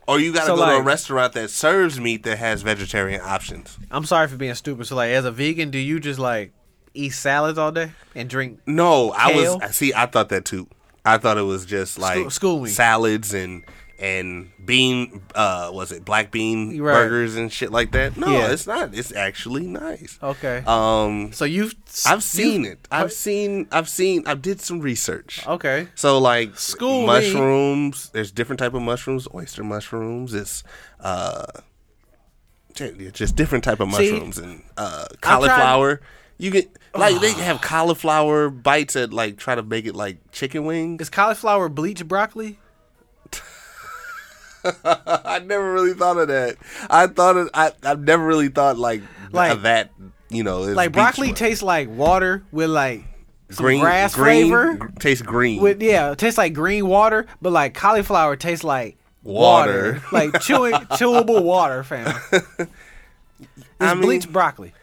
S2: Or you got to
S3: So,
S2: go to a
S3: like-
S2: restaurant that serves meat that has vegetarian options.
S3: I'm sorry for being stupid. So like, as a vegan, do you just like eat salads all day and drink?
S2: No, I
S3: Kale?
S2: was see I thought that too. I thought it was just like
S3: school me.
S2: salads and and bean uh was it black bean
S3: Right.
S2: burgers and shit like that. No,
S3: Yeah. Oh,
S2: it's not. It's actually nice.
S3: Okay.
S2: Um
S3: so you've
S2: I've seen it. I've seen. I've seen. I did some research.
S3: Okay.
S2: So like
S3: School me.
S2: mushrooms. There's different type of mushrooms. Oyster mushrooms. It's uh, ju- just different type of
S3: See,
S2: mushrooms and uh cauliflower. You get like they have cauliflower bites that like try to make it like chicken wings.
S3: Is cauliflower bleach broccoli?
S2: I never really thought of that. I thought it. I I've never really thought like,
S3: Like-
S2: of that. You know, it's
S3: Like
S2: beach
S3: broccoli
S2: mu-
S3: tastes like water with like some grass flavor.
S2: gr- tastes green.
S3: With yeah, it tastes like green water, but like cauliflower tastes like
S2: Water.
S3: water, like chewing chewable water, fam. It's
S2: I mean-
S3: bleach broccoli.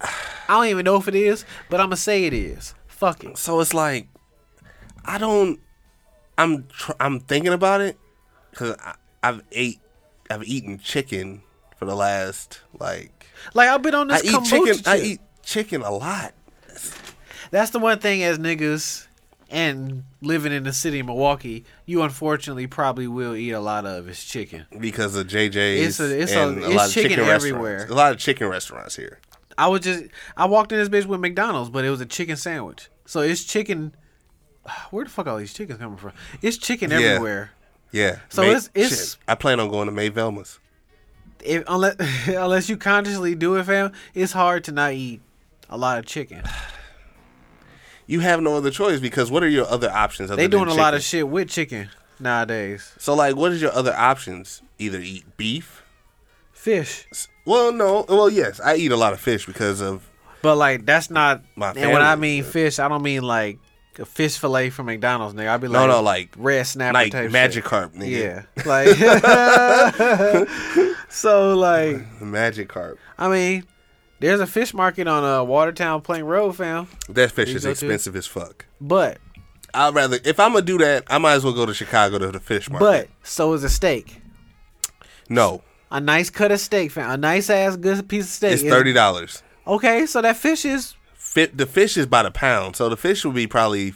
S3: I don't even know if it is, but I'm gonna say it is. Fuck it.
S2: so it's like I don't. I'm tr- I'm thinking about it because I've ate I've eaten chicken for the last like
S3: Like I've been on
S2: I
S3: this
S2: eat
S3: kombucha
S2: chicken I
S3: shit.
S2: eat chicken a lot.
S3: That's the one thing as niggas and living in the city of Milwaukee, you unfortunately probably will eat a lot of is chicken.
S2: Because of JJ's,
S3: It's a- it's a-
S2: and
S3: it's chicken
S2: restaurants.
S3: everywhere.
S2: A lot of chicken restaurants here.
S3: I was just I walked in this bitch with McDonald's, but it was a chicken sandwich. So it's chicken where the fuck all these chickens coming from? It's chicken
S2: Yeah.
S3: everywhere.
S2: Yeah.
S3: So it's- it's-
S2: shit, I plan on going to May Velma's.
S3: If, unless unless you consciously do it, fam, it's hard to not eat a lot of chicken.
S2: You have no other choice because what are your other options? Other
S3: They doing a
S2: than
S3: lot of
S2: chicken?
S3: shit with chicken nowadays.
S2: So like, what is your other options? Either eat beef.
S3: Fish.
S2: Well, no. Well, yes, I eat a lot of fish because of
S3: But like that's not
S2: My
S3: And when I
S2: family,
S3: mean
S2: but-
S3: fish, I don't mean like a fish fillet from McDonald's, nigga. I'd be
S2: No,
S3: like
S2: no, like-
S3: red snapper
S2: like
S3: type shit.
S2: Magikarp, nigga.
S3: Yeah. Like So like
S2: Yeah, Magikarp.
S3: I mean, there's a fish market on uh, Watertown Plain Road, fam.
S2: That fish
S3: You
S2: is
S3: go to?
S2: expensive as fuck.
S3: But
S2: I'd rather if I'm gonna do that, I might as well go to Chicago to the fish
S3: but
S2: market.
S3: so is a steak.
S2: But no,
S3: A nice cut of steak, fam. A nice ass good piece of steak.
S2: it's
S3: is-
S2: thirty dollars.
S3: Okay, so that fish is
S2: Fit the fish is by the pound, so the fish would be probably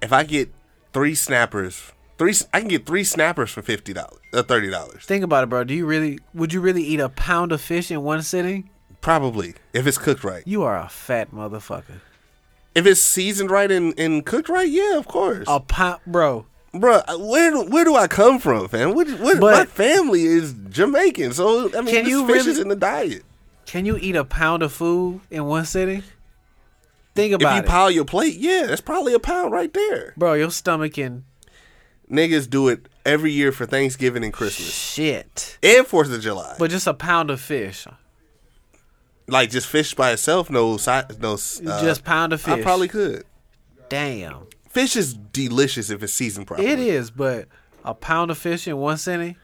S2: if I get three snappers. Three. s- I can get three snappers for fifty dollars, uh, thirty dollars,
S3: Think about it, bro. Do you really? Would you really eat a pound of fish in one sitting?
S2: probably if it's cooked right.
S3: You are a fat motherfucker.
S2: If it's seasoned right and, and cooked right, yeah, of course.
S3: A pound, bro.
S2: Bruh, where do- where do I come from, fam? What, what,
S3: But-
S2: my family is Jamaican, so I mean,
S3: Can
S2: this
S3: you
S2: fish
S3: really-
S2: is in the diet.
S3: Can you eat a pound of food in one sitting? Think
S2: If
S3: about
S2: you
S3: it,
S2: pile your plate, yeah, that's probably a pound right there.
S3: bro. Your stomach can
S2: Niggas do it every year for Thanksgiving and Christmas
S3: shit.
S2: and Fourth of July.
S3: But just a pound of fish,
S2: Uh, like just fish by itself, no side, no. Uh,
S3: just pound of fish.
S2: I probably could.
S3: damn.
S2: Fish is delicious if it's seasoned properly.
S3: It is, but a pound of fish in one sitting,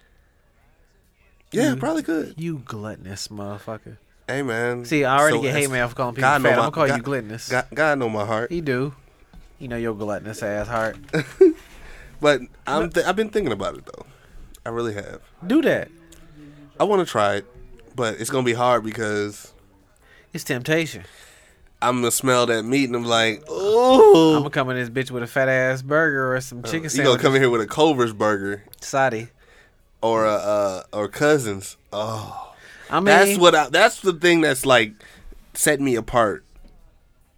S2: Yeah, probably could.
S3: you gluttonous mother.
S2: Hey man.
S3: See, I already get hate
S2: that's-
S3: mail for calling people
S2: God know
S3: fat.
S2: my-
S3: I'ma call you
S2: God-
S3: gluttonous.
S2: God, God know my heart.
S3: He do. You know your gluttonous ass heart.
S2: But I'm th- I've been thinking about it though. I really have.
S3: Do that.
S2: I want to try it, but it's gonna be hard because
S3: It's temptation.
S2: I'm gonna smell that meat and I'm like, oh,
S3: I'm gonna come in this bitch with a fat ass burger or some
S2: Uh,
S3: chicken
S2: you gonna
S3: sandwich.
S2: come in here with a Culver's burger
S3: Saudi.
S2: or a uh, or cousins. Oh,
S3: I mean,
S2: that's what I, that's the thing that's like set me apart.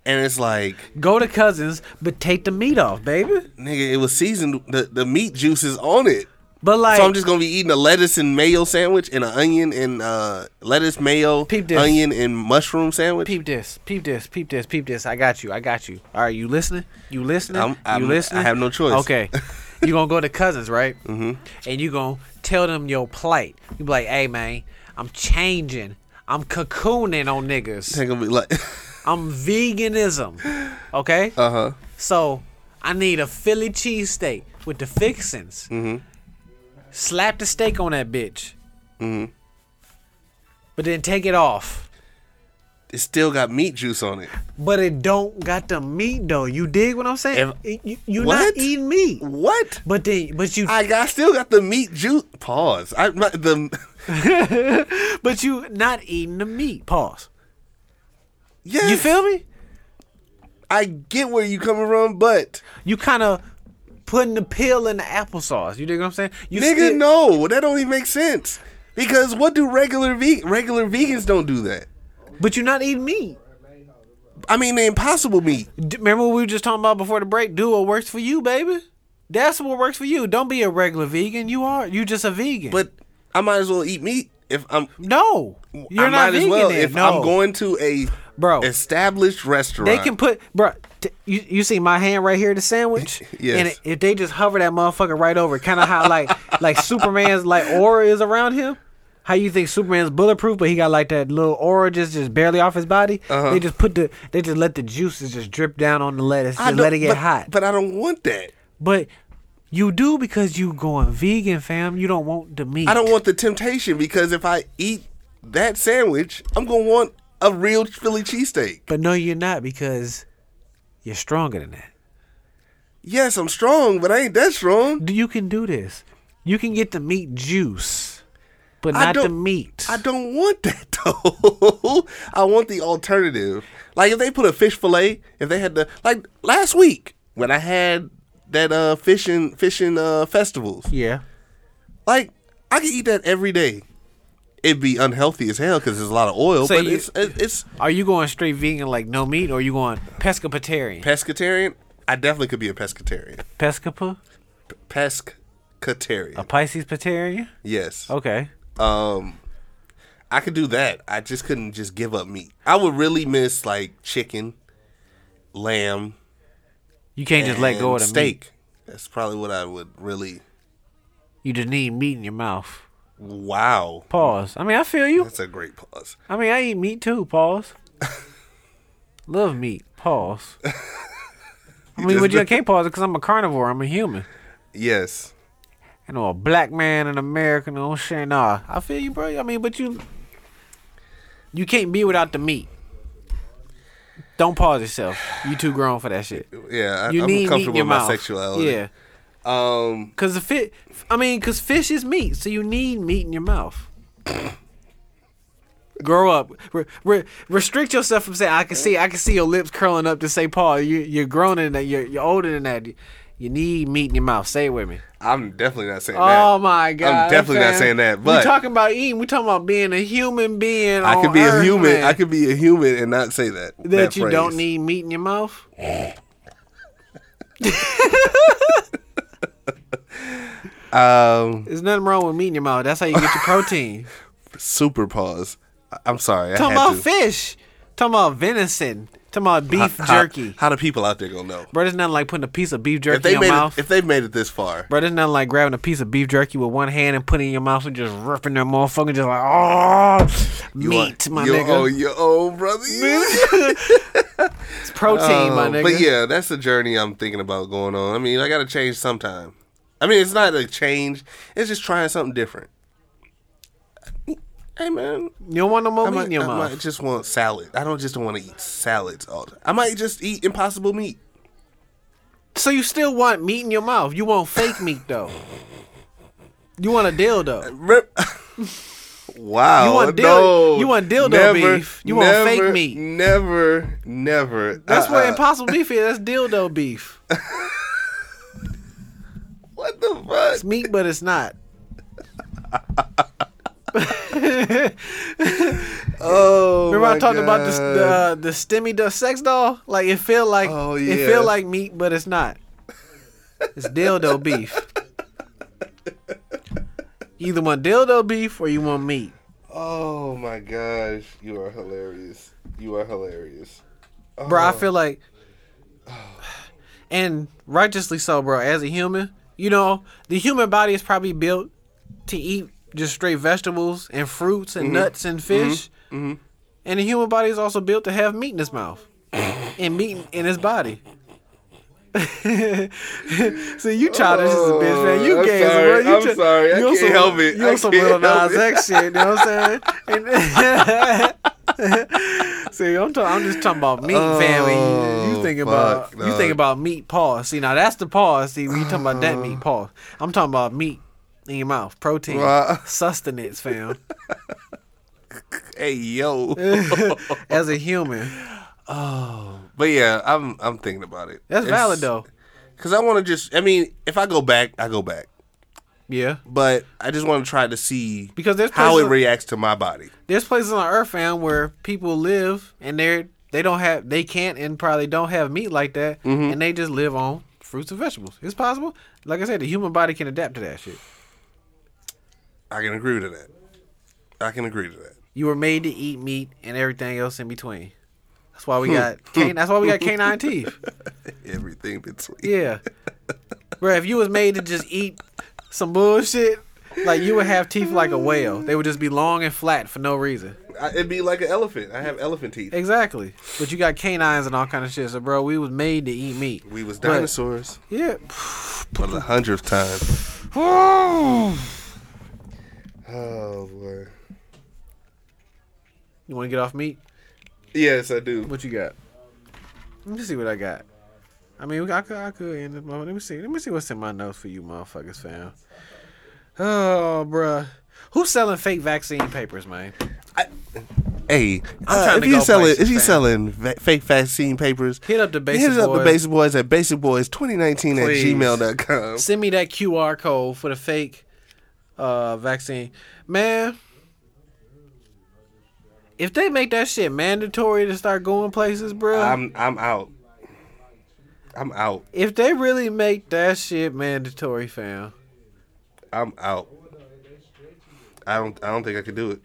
S2: And it's like,
S3: go to cousins, but take the meat off, baby.
S2: nigga, it was seasoned. The the meat juice is on it.
S3: But like,
S2: So I'm just gonna be eating a lettuce and mayo sandwich and an onion and uh, lettuce mayo,
S3: Peep this.
S2: onion and mushroom sandwich.
S3: peep this, peep this, peep this, peep this. I got you. I got you. All right, you listening? You listening?
S2: I'm- I'm-
S3: you listening?
S2: I have no choice.
S3: Okay. you gonna go to cousins, right? Mm-hmm. And you gonna tell them your plight. You be like, hey man, I'm changing. I'm cocooning on niggas.
S2: It's gonna be like,
S3: I'm veganism. Okay?
S2: uh huh.
S3: So I need a Philly cheesesteak with the fixings. Mm-hmm. Slap the steak on that bitch. Mm-hmm. But then take it off.
S2: It still got meat juice on it.
S3: But it don't got the meat though. You dig what I'm saying?
S2: If-
S3: you, you're
S2: What?
S3: not eating meat.
S2: What?
S3: But then, but you,
S2: I got still got the meat juice. Pause. I my, the
S3: but you not eating the meat. Pause.
S2: yes,
S3: You feel me?
S2: I get where you coming from, but
S3: You kind of putting the pill in the applesauce. You dig what I'm saying? You
S2: nigga,
S3: still-
S2: no, that don't even make sense. Because what do regular ve- regular vegans don't do that?
S3: But you're not eating meat.
S2: I mean, the impossible meat.
S3: D- Remember what we were just talking about before the break? Do what works for you, baby. That's what works for you. Don't be a regular vegan. You are. You just a vegan.
S2: But I might as well eat meat if I'm.
S3: no, you're
S2: I
S3: not
S2: might
S3: vegan.
S2: as well
S3: then.
S2: if
S3: no.
S2: I'm going to a
S3: Bro.
S2: established restaurant.
S3: They can put, bro. T- you you see my hand right here, the sandwich.
S2: Yes.
S3: And it, if they just hover that motherfucker right over, kind of how like like Superman's like aura is around him. How you think Superman's bulletproof, but he got like that little aura just just barely off his body. They just put the they just let the juices just drip down on the lettuce,
S2: I
S3: just
S2: don't-
S3: let it get
S2: but-
S3: hot.
S2: But I don't want that.
S3: But you do because you going vegan, fam. You don't want the meat.
S2: I don't want the temptation because if I eat that sandwich, I'm gonna want a real Philly cheesesteak.
S3: But no, you're not because you're stronger than that.
S2: Yes, I'm strong, but I ain't that strong.
S3: Do- You can do this. You can get the meat juice, but
S2: I
S3: not the
S2: don't-
S3: meat.
S2: I don't want that though. I want the alternative. Like if they put a fish fillet, if they had the like last week when I had that uh fishing fishing uh festivals.
S3: Yeah.
S2: Like I could eat that every day. It'd be unhealthy as hell because there's a lot of oil,
S3: So
S2: but
S3: you-
S2: it's it's it's
S3: Are you going straight vegan, like no meat, or are you going pescatarian?
S2: pescatarian. I definitely could be a pescatarian.
S3: Pescapa?
S2: Pescatarian.
S3: A Pisces patarian?
S2: Yes.
S3: Okay.
S2: Um, I could do that. I just couldn't just give up meat. I would really miss like chicken, lamb,
S3: You can't just let go of
S2: and
S3: the meat.
S2: steak. That's probably what I would really.
S3: You just need meat in your mouth.
S2: Wow,
S3: Pause. I mean, I feel you.
S2: that's a great pause.
S3: I mean, I eat meat too. Pause. Love meat. Pause. I mean,
S2: just
S3: but you
S2: did-
S3: can't pause it because I'm a carnivore. I'm a human.
S2: Yes,
S3: And I'm a black man in America. No shit. Nah, I feel you, bro. I mean, but you, you can't be without the meat. Don't pause yourself. You too grown for that shit.
S2: yeah, I,
S3: You
S2: I'm
S3: need meat in
S2: comfortable
S3: your
S2: with my
S3: mouth.
S2: sexuality.
S3: Yeah.
S2: Um,
S3: Cause the fit, I mean, cause fish is meat, so you need meat in your mouth. Grow up. Re- re- restrict yourself from saying I can see. I can see your lips curling up to say, "Paul, you, you're grown in that. You're, you're older than that. You need meat in your mouth. Say it with me.
S2: I'm definitely not saying that.
S3: Oh my god!
S2: definitely not saying that,
S3: we're
S2: but-
S3: talking about eating. We're talking about being a human being.
S2: I could
S3: on
S2: be a
S3: Earth,
S2: human.
S3: man.
S2: I could be a human and not say that.
S3: that, you don't
S2: phrase.
S3: need meat in your mouth.
S2: Um, Um,
S3: There's nothing wrong with meat in your mouth. That's how you get your protein.
S2: super pause. I- I'm sorry. I
S3: talking
S2: had
S3: about
S2: to.
S3: fish. Talking about venison. Talking about beef
S2: How-
S3: jerky.
S2: How, do people out there gonna know?
S3: Bro, there's nothing like putting a piece of beef jerky
S2: If they
S3: in
S2: made
S3: your
S2: it,
S3: mouth.
S2: if they've made it this far,
S3: Bro, there's nothing like grabbing a piece of beef jerky with one hand and putting it in your mouth and just ripping that motherfucker, just like, oh,
S2: you
S3: meat,
S2: are-
S3: my
S2: you
S3: nigga.
S2: Oh, your old brother. you-
S3: it's protein, my
S2: Um,
S3: nigga.
S2: But yeah, that's the journey I'm thinking about going on. I mean, I got to change sometime. I mean, it's not a change. It's just trying something different. Hey man,
S3: You don't want no more
S2: I
S3: meat
S2: might,
S3: in your
S2: I
S3: mouth.
S2: might just want salad. I don't just want to eat salads all the time. I might just eat impossible meat.
S3: So you still want meat in your mouth. You want fake meat, though. You want a dildo.
S2: Rip. wow.
S3: You want dil-
S2: no.
S3: you want dildo
S2: Never,
S3: beef. You want fake
S2: never,
S3: meat.
S2: Never, never.
S3: That's
S2: Uh,
S3: what
S2: uh,
S3: impossible beef is. That's dildo beef.
S2: What the fuck?
S3: It's meat, but it's not.
S2: Oh.
S3: Remember I
S2: my
S3: talked about the
S2: God.
S3: the, uh, the stimmy the sex doll? Like it feel like
S2: Oh,
S3: it
S2: yeah.
S3: feel like meat, but it's not. It's dildo beef. You Either want dildo beef or you want meat.
S2: Oh my gosh, you are hilarious. You are hilarious.
S3: Bro,
S2: Oh.
S3: I feel like and righteously so, bro, as a human, you know, the human body is probably built to eat just straight vegetables and fruits
S2: Mm-hmm.
S3: and nuts and fish. And the human body is also built to have meat in its mouth and meat in his body. so you childish as a bitch, man. You
S2: Oh, I'm
S3: gay,
S2: sorry.
S3: bro. You
S2: I'm sorry. I
S3: on
S2: can't help it.
S3: You
S2: I
S3: on some
S2: can't
S3: little
S2: help
S3: Nas X shit. You know what I'm saying? See, I'm, talking, I'm just talking about meat, family. You, you
S2: Oh,
S3: think
S2: fuck,
S3: about you
S2: dog.
S3: think about meat pause. See, now that's the pause. See, when you talking about that
S2: Oh.
S3: meat pause, I'm talking about meat in your mouth, protein,
S2: Wow.
S3: sustenance, fam.
S2: Hey yo.
S3: Eh. As a human,
S2: but yeah, I'm I'm thinking about it.
S3: that's valid though.
S2: Cuz I want to just I mean, if I go back, I go back.
S3: Yeah,
S2: But I just want to try to see
S3: because there's
S2: how it
S3: places-
S2: reacts to my body.
S3: there's places on Earth, fam, where people live and they're they don't have they can't and probably don't have meat like that,
S2: Mm-hmm.
S3: and they just live on fruits and vegetables. It's possible. Like I said, the human body can adapt to that shit.
S2: I can agree to that. I can agree to that.
S3: You were made to eat meat and everything else in between. That's why
S2: Hmm.
S3: we got can, that's why we got canine teeth.
S2: Everything between.
S3: Yeah, bro. If you was made to just eat some bullshit, like you would have teeth like a whale. They would just be long and flat for no reason.
S2: I, it'd be like an elephant. I have elephant teeth.
S3: Exactly. But you got canines and all kind of shit. So, bro, we was made to eat meat.
S2: We was
S3: But-
S2: dinosaurs
S3: Yeah.
S2: for the hundredth time.
S3: You
S2: Oh boy.
S3: want to get off meat?
S2: Yes, I do.
S3: What you got? Let me see what I got. I mean, I could, I could end this moment. Let me see. Let me see what's in my notes for you, motherfuckers, fam. Oh, bruh. Who's selling fake vaccine papers, man?
S2: Hey, uh,
S3: trying
S2: if
S3: to
S2: you
S3: go
S2: selling
S3: places,
S2: if you
S3: fam.
S2: selling va- fake vaccine papers,
S3: Hit up the Basic
S2: hit up the
S3: Boys.
S2: basic boys at basicboys2019
S3: Please.
S2: at gmail.com.
S3: Send me that QR code for the fake uh, vaccine, man. If they make that shit mandatory to start going places, bruh.
S2: I'm I'm out. I'm out.
S3: if they really make that shit mandatory, fam.
S2: I'm out. I don't I don't think I could do it.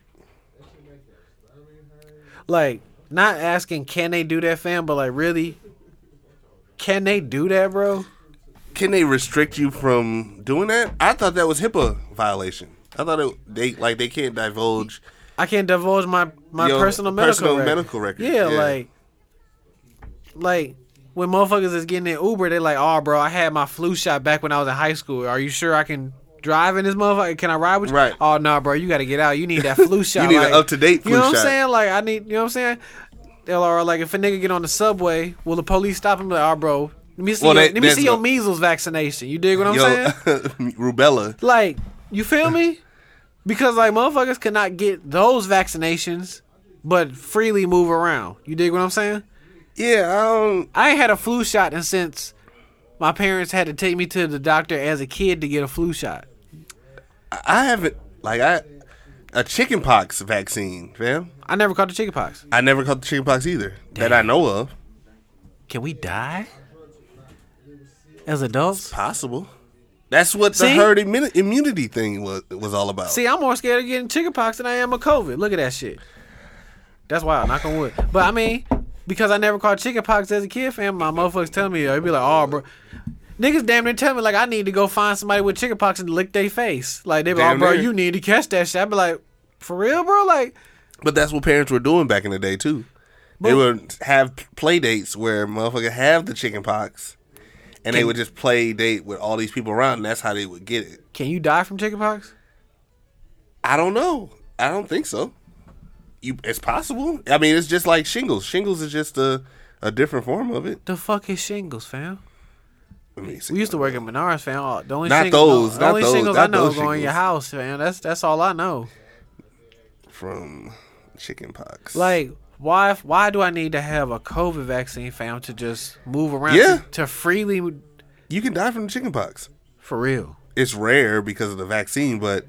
S3: like not asking can they do that fam but like really can they do that bro
S2: Can they restrict you from doing that? I thought that was HIPAA violation. I thought it, they like they can't divulge.
S3: i can't divulge my my
S2: Your
S3: personal medical
S2: personal
S3: record.
S2: medical record,
S3: yeah,
S2: yeah.
S3: like like when motherfuckers is getting in uber they like oh bro i had my flu shot back when i was in high school are you sure i can drive in this motherfucker can i ride with you
S2: Right.
S3: oh no bro you gotta get out you need that flu shot
S2: need an
S3: like,
S2: up-to-date flu
S3: you know what
S2: shot.
S3: i'm saying like i need you know what i'm saying LR, like if a nigga get on the subway, will the police stop him? Like, oh, bro, let me see,
S2: Well,
S3: your,
S2: that-
S3: let me
S2: that's
S3: see your
S2: what-
S3: measles vaccination. You dig what I'm
S2: Yo,
S3: saying?
S2: rubella.
S3: Like, you feel me? Because like motherfuckers could not get those vaccinations, but freely move around. You dig what I'm saying?
S2: Yeah, I don't.
S3: I ain't had a flu shot in since My parents had to take me to the doctor as a kid to get a flu shot.
S2: I haven't like I a chickenpox vaccine, fam.
S3: I never caught the chickenpox.
S2: I never caught the chickenpox either that I know of.
S3: Can we die as adults?
S2: Possible. That's what the
S3: See?
S2: herd immu- immunity thing was was all about.
S3: See, I'm more scared of getting chickenpox than I am of COVID. Look at that shit. That's wild. Knock on wood. But I mean, because I never caught chickenpox as a kid, fam, my motherfuckers tell me it'd be like, oh, bro. Niggas damn near tell me like I need to go find somebody with chickenpox and lick their face. Like they be, like, oh,
S2: Damn
S3: bro,
S2: near.
S3: you need to catch that shit. I be like, for real, bro? Like
S2: But that's what parents were doing back in the day too. they
S3: But-
S2: would have play dates where motherfucker have the chicken pox and they would just play date with all these people around and that's how they would get it.
S3: Can you die from chickenpox?
S2: I don't know. I don't think so. You it's possible. I mean it's just like shingles. Shingles is just a a different form of it.
S3: The fuck is shingles, fam?
S2: I mean, it's-
S3: We used to work at Menards, fam. Oh, The only
S2: Not those,
S3: shingles, the
S2: not
S3: only
S2: those,
S3: shingles
S2: not
S3: I know
S2: those
S3: is going in your
S2: shingles.
S3: house, fam. That's that's all I know.
S2: from chicken pox.
S3: Like, why why do I need to have a COVID vaccine, fam, to just move around?
S2: Yeah.
S3: To, to freely,
S2: you can die from the chicken pox.
S3: for real.
S2: it's rare because of the vaccine, but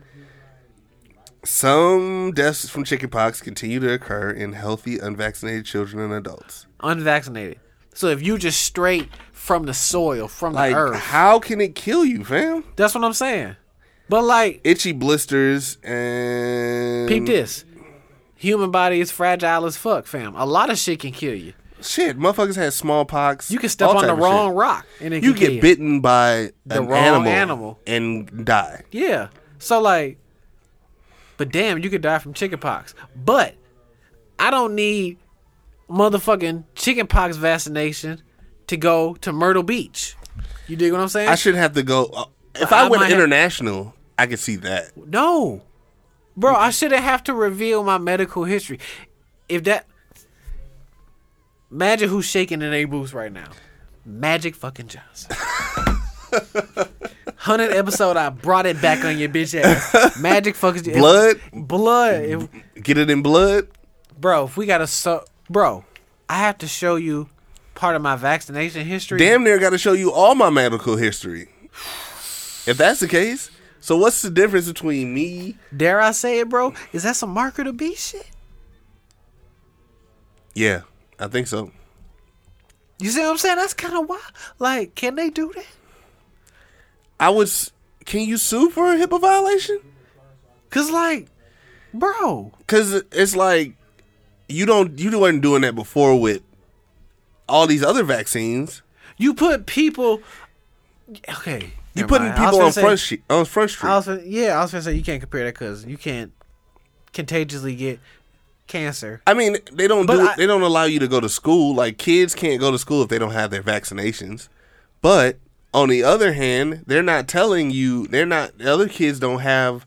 S2: some deaths from chickenpox continue to occur in healthy, unvaccinated children and adults.
S3: Unvaccinated. So if you just straight from the soil, from
S2: Like,
S3: the earth,
S2: how can it kill you, fam?
S3: that's what I'm saying. But like,
S2: Itchy blisters and
S3: peep this. Human body is fragile as fuck, fam. A lot of shit can kill you.
S2: Shit, motherfuckers had smallpox.
S3: You can step
S2: all
S3: on the
S2: type of
S3: wrong
S2: shit.
S3: rock and it
S2: You
S3: can
S2: get
S3: kill
S2: bitten by
S3: The
S2: an
S3: wrong
S2: animal,
S3: animal.
S2: and die.
S3: Yeah. So like, but damn, you could die from chickenpox. But I don't need motherfucking chickenpox vaccination to go to Myrtle Beach. You dig what I'm saying?
S2: I should have to go. uh, if
S3: I
S2: I, went
S3: might have-
S2: international, I could see that.
S3: no, bro. I shouldn't have to reveal my medical history. If that, imagine who's shaking in a booth right now. Magic fucking Johnson. Hundred episode, I brought it back on your bitch ass. Magic fucking
S2: Blood?
S3: blood. It-
S2: Get it in blood.
S3: bro. If we gotta, so, bro, I have to show you part of my vaccination history.
S2: damn near got to show you all my medical history. If that's the case, so what's the difference between me?
S3: Dare I say it, bro? Is that some marker to be shit?
S2: Yeah, I think so.
S3: You see what I'm saying? That's kind of wild. Like, can they do that?
S2: I was. Can you sue for a HIPAA violation?
S3: Cause like, bro,
S2: Because it's like you don't. You weren't doing that before with all these other vaccines.
S3: you put people. Okay,
S2: You
S3: never
S2: putting
S3: mind. I was
S2: people
S3: finna
S2: on
S3: say-
S2: front street. On front street.
S3: I was finna, yeah, I was gonna say you can't compare that because you can't contagiously get cancer.
S2: I mean, they don't
S3: But
S2: do.
S3: I-
S2: they don't allow you to go to school. Like kids can't go to school if they don't have their vaccinations. But on the other hand, they're not telling you. They're not. The other kids don't have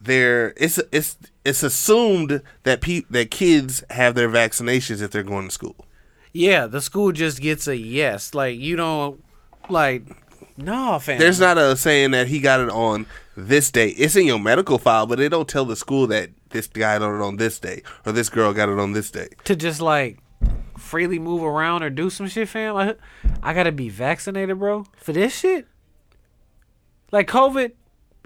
S2: their. It's it's it's assumed that pe- that kids have their vaccinations if they're going to school.
S3: Yeah, the school just gets a yes. Like you don't like. No, fam.
S2: There's not a saying that he got it on this day. It's in your medical file, but they don't tell the school that this guy got it on this day or this girl got it on this day.
S3: to just like freely move around or do some shit, fam. I, I gotta be vaccinated, bro, for this shit. Like COVID,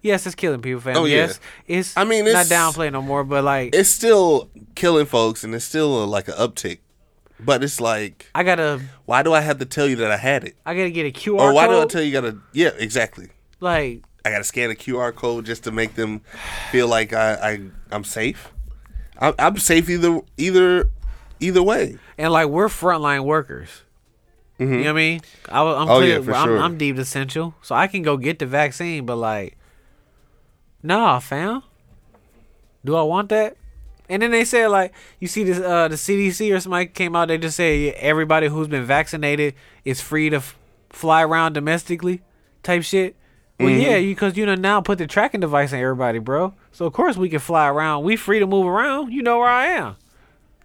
S3: yes, it's killing people, fam.
S2: Oh, yeah.
S3: Yes, it's.
S2: I mean, it's-
S3: not downplaying no more, but like,
S2: it's still killing folks and it's still a, like an uptick. But it's like,
S3: I gotta,
S2: why do I have to tell you that I had it?
S3: I gotta get a QR
S2: Or Oh, why do I
S3: code.
S2: tell you gotta? Yeah, exactly.
S3: like,
S2: I gotta scan a QR code just to make them feel like I, I I'm safe. I, I'm safe either either either way.
S3: and like we're frontline workers. You know what I mean? I, wa- I'm
S2: Mm-hmm. Oh,
S3: clear,
S2: yeah, for
S3: I'm,
S2: sure.
S3: I'm deemed essential, so I can go get the vaccine. But like, nah, fam. Do I want that? And then they said like, you see this, uh, the CDC or somebody came out. They just said everybody who's been vaccinated is free to f- fly around domestically, type shit. Well,
S2: Mm-hmm.
S3: yeah, you because you know now put the tracking device on everybody, bro. So of course we can fly around. We free to move around. You know where I am.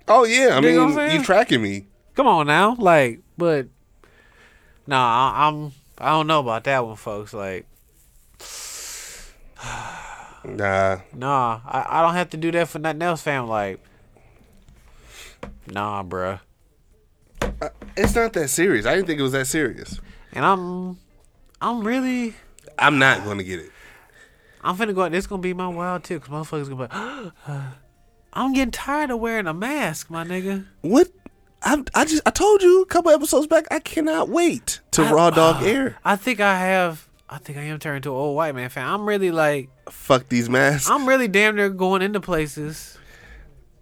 S2: Oh yeah, I
S3: Dig what I'm
S2: mean
S3: saying?
S2: you tracking me.
S3: Come on now, like, but nah, I, I'm I don't know about that one, folks. Like,
S2: Nah,
S3: nah, I, I don't have to do that for nothing else, fam. Like, nah, bruh.
S2: it's not that serious. I didn't think it was that serious.
S3: and I'm, I'm really,
S2: I'm not gonna get it.
S3: I'm finna go. out. This gonna be my wild tip, cause motherfuckers gonna be. Like, I'm getting tired of wearing a mask, my nigga.
S2: What? I, I just I told you a couple episodes back. I cannot wait to raw dog air.
S3: I think I have. I think I am turning to an old white man fan. I'm really like,
S2: Fuck these masks.
S3: I'm really damn near going into places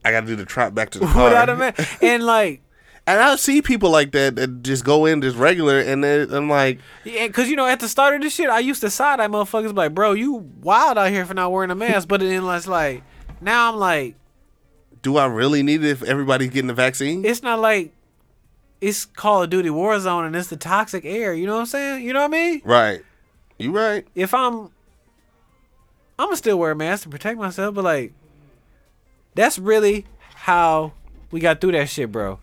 S2: I got to do the trot back to the car.
S3: without a mask, and like,
S2: And I see people like that that just go in just regular, and then I'm like,
S3: yeah, cause you know at the start of this shit, I used to side eye motherfuckers like, bro, you wild out here for not wearing a mask. But then it's like, now I'm like,
S2: do I really need it if everybody's getting the vaccine?
S3: it's not like it's Call of Duty Warzone and it's the toxic air. You know what I'm saying? You know what I mean?
S2: right. You right.
S3: If I'm, I'm gonna still wear a mask to protect myself. But like, that's really how we got through that shit, bro.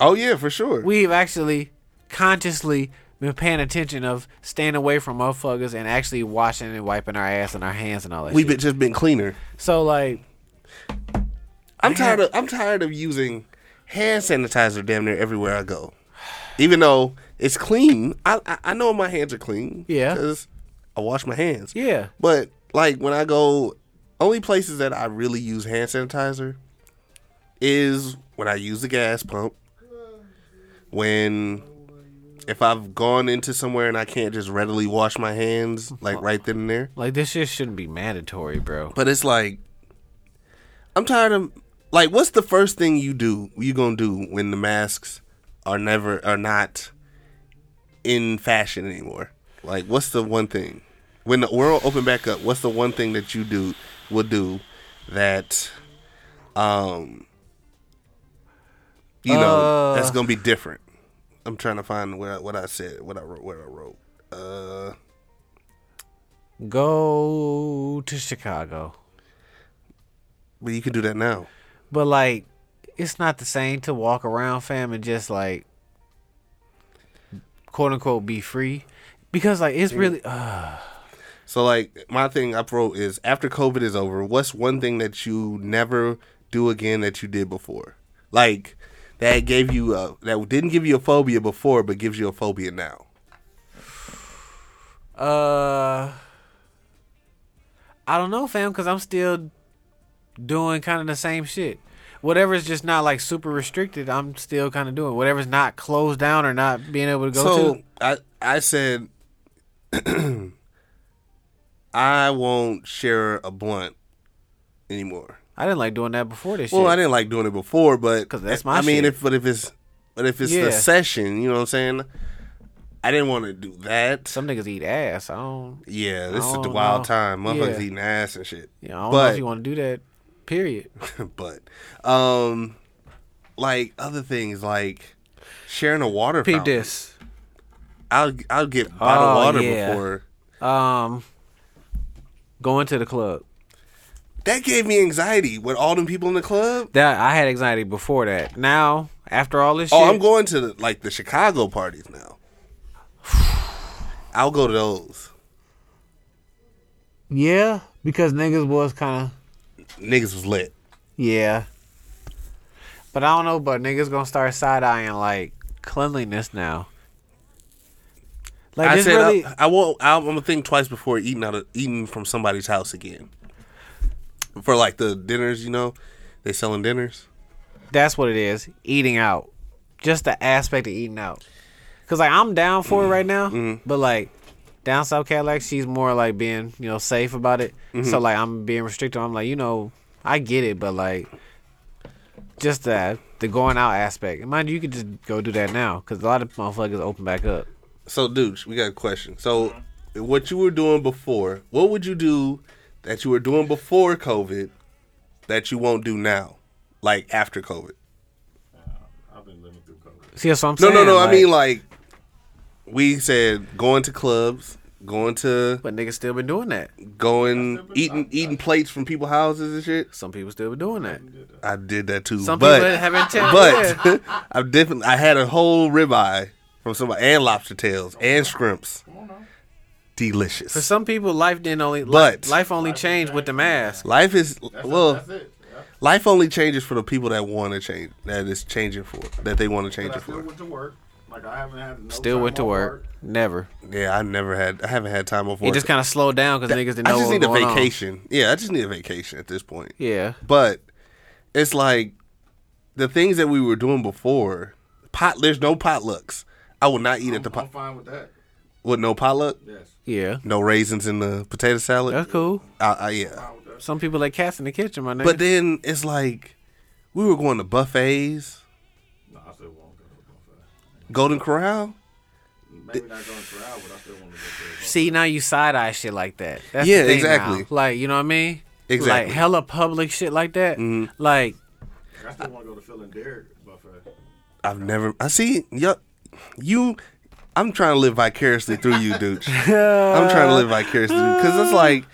S2: Oh yeah, for sure.
S3: We've actually consciously been paying attention of staying away from motherfuckers and actually washing and wiping our ass and our hands and all that.
S2: We've
S3: shit.
S2: been, just been cleaner.
S3: so like,
S2: I'm tired of I'm tired of using hand sanitizer damn near everywhere I go. Even though it's clean, I I, I know my hands are clean.
S3: Yeah.
S2: because I wash my hands.
S3: Yeah.
S2: but like when I go, only places that I really use hand sanitizer is when I use the gas pump. When if I've gone into somewhere and I can't just readily wash my hands like right then and there.
S3: like this shit shouldn't be mandatory, bro.
S2: But it's like I'm tired of like what's the first thing you do you gonna do when the masks are never are not in fashion anymore? Like what's the one thing? When the world open back up, what's the one thing that you do will do that um you know that's gonna be different. I'm trying to find what I, what I said, what I wrote, what I wrote. Uh,
S3: Go to Chicago.
S2: but you can do that now.
S3: But like, it's not the same to walk around, fam, and just like, quote unquote, be free, because like it's really uh,
S2: So like my thing I wrote is after COVID is over, what's one thing that you never do again that you did before? Like that gave you a that didn't give you a phobia before, but gives you a phobia now.
S3: uh, I don't know, fam, because I'm still doing kind of the same shit. Whatever's just not like super restricted, I'm still kind of doing. Whatever's not closed down or not being able to go
S2: so
S3: to.
S2: I I said I won't share a blunt anymore.
S3: I didn't like doing that before this
S2: Well, I
S3: shit.
S2: didn't like doing it before, but
S3: 'Cause that's my
S2: I mean,
S3: shit.
S2: if but if it's but if it's
S3: Yeah.
S2: the session, you know what I'm saying. I didn't want to do that.
S3: Some niggas eat ass. I don't.
S2: Yeah, this is the
S3: don't
S2: wild
S3: know.
S2: time. Motherfuckers
S3: Yeah.
S2: eating ass and shit.
S3: You know, I don't know
S2: but
S3: if you want to do that. Period.
S2: but um, like other things like sharing a water.
S3: Peep
S2: fountain.
S3: this.
S2: I'll I'll get bottled
S3: Oh,
S2: water
S3: yeah.
S2: before.
S3: Um, going to the club.
S2: That gave me anxiety with all them people in the club.
S3: That I had anxiety before that. Now, after all this
S2: Oh,
S3: shit,
S2: I'm going to the, like the Chicago parties now. I'll go to those.
S3: yeah, because niggas was kind of
S2: Niggas was lit.
S3: yeah. But I don't know, but niggas gonna start side eyeing like cleanliness now. Like
S2: I
S3: this
S2: said uh,
S3: really,
S2: I, I won't. I'm gonna think twice before eating out of eating from somebody's house again. For like the dinners, you know, they selling dinners.
S3: that's what it is. Eating out, just the aspect of eating out. Cause like I'm down for it right
S2: Mm-hmm.
S3: now, but like down South Cadillac, she's more like being you know safe about it.
S2: Mm-hmm.
S3: So like I'm being restricted. I'm like you know I get it, but like just the the going out aspect. And mind you, you could just go do that now because a lot of motherfuckers open back up.
S2: So, dude, we got a question. So, what you were doing before? What would you do that you were doing before COVID that you won't do now, like after COVID?
S1: I've been living through COVID.
S3: See, that's what I'm
S2: No,
S3: saying.
S2: no, no. I mean, like we said, going to clubs, going to
S3: but niggas still been doing that.
S2: going eating eating plates from people's houses and shit.
S3: Some people still been doing that.
S2: I did that too.
S3: Some
S2: but,
S3: people haven't tell-
S2: But I definitely I had a whole ribeye from somebody and lobster tails and scrimps.
S3: For
S2: Delicious.
S3: some people, life didn't only
S2: But-
S3: life only changed with the mask.
S2: Life is well.
S1: That's it. Yeah.
S2: Life only changes for the people that want to change. That it's changing for. That they want to change
S1: But I
S2: it
S1: still
S2: for.
S1: went to work. My Like I haven't had no
S3: Still
S1: time
S3: went to
S1: off
S3: work. Never.
S2: Yeah, I never had. I haven't had time off work.
S3: It just kind of slowed down because niggas didn't know
S2: I just
S3: what
S2: need a
S3: was going on.
S2: vacation. Yeah, I just need a vacation at this point.
S3: Yeah.
S2: But it's like the things that we were doing before. Pot. There's no potlucks. I will not eat at the
S1: I'm
S2: pot
S1: fine with that.
S2: with no potluck.
S1: Yes.
S3: Yeah.
S2: No raisins in the potato salad.
S3: That's cool.
S2: I, I, yeah.
S1: Fine with that.
S3: Some people like cats in the kitchen, my nigga.
S2: But then it's like we were going to buffets,
S1: No, I still won't go to a buffet.
S2: Golden Corral.
S1: Maybe not going for an hour, but I still want to go to a buffet.
S3: See, now you side eye shit like that. That's
S2: Yeah,
S3: the thing
S2: exactly.
S3: now. Like, you know what I mean?
S2: Exactly. Mm-hmm.
S3: Like, hella public shit like that. Like,
S1: I still want to go to Phil and Derek buffet.
S2: I've never. I see. Yup. You. I'm trying to live vicariously through you, dude. I'm trying to live vicariously because it's like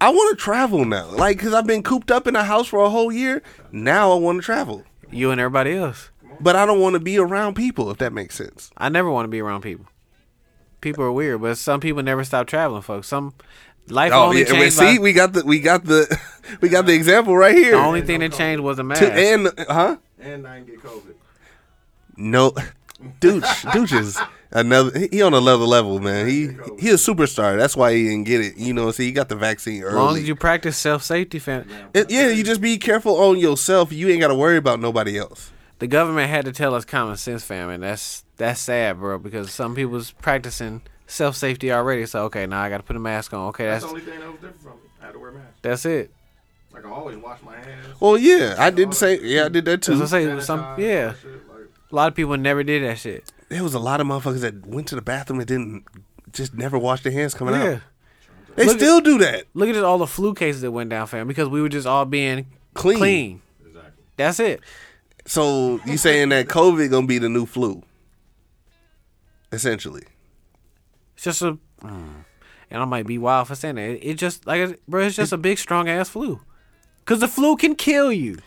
S2: I want to travel now. Like because I've been cooped up in a house for a whole year. Now I want to travel,
S3: you and everybody else.
S2: but I don't want to be around people. If that makes sense.
S3: I never want to be around people. People are weird, but some people never stop traveling, folks. Some life
S2: Oh
S3: only
S2: yeah. and we-
S3: changed.
S2: see,
S3: by-
S2: we got the we got the we got the example right here.
S3: the only thing that changed was a mask.
S2: To- and huh?
S1: And I didn't get COVID.
S2: No, Dooch, Dooch is another. he- He on another level, man. He he a superstar. That's why he didn't get it. You know, see, he got the vaccine early.
S3: as long as you practice self safety, fam.
S2: It- yeah, you just be careful on yourself. You ain't got to worry about nobody else.
S3: The government had to tell us common sense, fam, and that's that's sad, bro. Because some people's practicing self safety already. So okay, now I got to put a mask on. Okay,
S1: That's
S3: that's
S1: the only thing that was different from me. I had to wear a mask.
S3: that's it.
S1: Like I always wash my hands.
S2: Well, yeah, I did the same. Yeah, I did that
S3: As I
S2: too.
S3: say, some
S1: sanitize,
S3: yeah,
S1: that shit, like,
S3: a lot of people never did that shit.
S2: There was a lot of motherfuckers that went to the bathroom and didn't just never wash their hands coming
S3: Yeah.
S2: out. They
S3: Look at-
S2: still do that.
S3: Look at just all the flu cases that went down, fam, because we were just all being
S2: Clean.
S3: clean.
S1: exactly.
S3: That's it.
S2: So you saying that COVID gonna be the new flu? Essentially,
S3: It's just a, mm. and I might be wild for saying that. It, it just like, I- bro, it's just a big strong ass flu, cause the flu can kill you.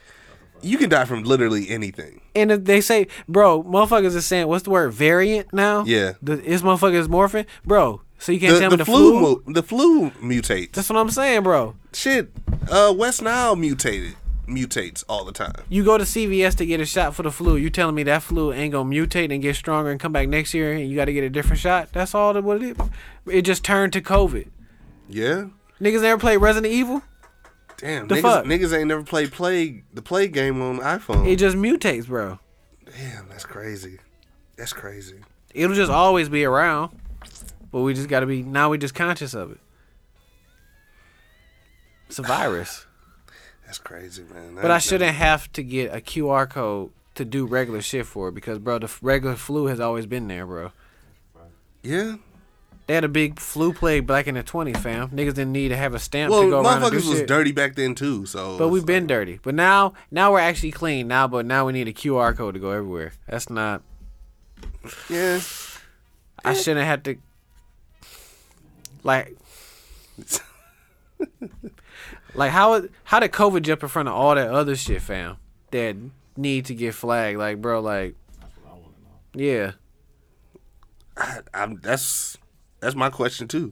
S2: you can die from literally anything.
S3: And if they say, bro, motherfuckers is saying, what's the word, variant now?
S2: Yeah.
S3: the, is motherfuckers morphing, bro? So you can't
S2: The,
S3: tell
S2: the
S3: me the
S2: flu,
S3: flu.
S2: mu- the flu mutates.
S3: That's what I'm saying, bro.
S2: shit, uh, West Nile mutated mutates all the time.
S3: You go to CVS to get a shot for the flu. You telling me that flu ain't gonna mutate and get stronger and come back next year and you got to get a different shot? That's all that what it is. It just turned to COVID.
S2: Yeah,
S3: Niggas never played Resident Evil.
S2: damn,
S3: The
S2: niggas,
S3: fuck?
S2: niggas ain't never played plague the plague game on iPhone.
S3: It just mutates, bro.
S2: damn, that's crazy. That's crazy.
S3: It'll just always be around, but we just got to be now. We just conscious of it. It's a virus,
S2: That's crazy, man.
S3: but I shouldn't have to get a QR code to do regular shit for it because, bro, the f- regular flu has always been there, bro.
S2: Yeah.
S3: They had a big flu plague back in the 20s, fam. Niggas didn't need to have a stamp
S2: Well,
S3: to go around and do
S2: motherfuckers was
S3: shit.
S2: dirty back then too. So,
S3: But
S2: it's
S3: we've been
S2: like-
S3: dirty. But now, now we're actually clean now. But now we need a QR code to go everywhere. That's not.
S2: Yeah.
S3: I shouldn't have to. Like, like how it- how did COVID jump in front of all that other shit, fam? That need to get flagged, like bro, like yeah,
S2: I, I'm, that's that's my question too.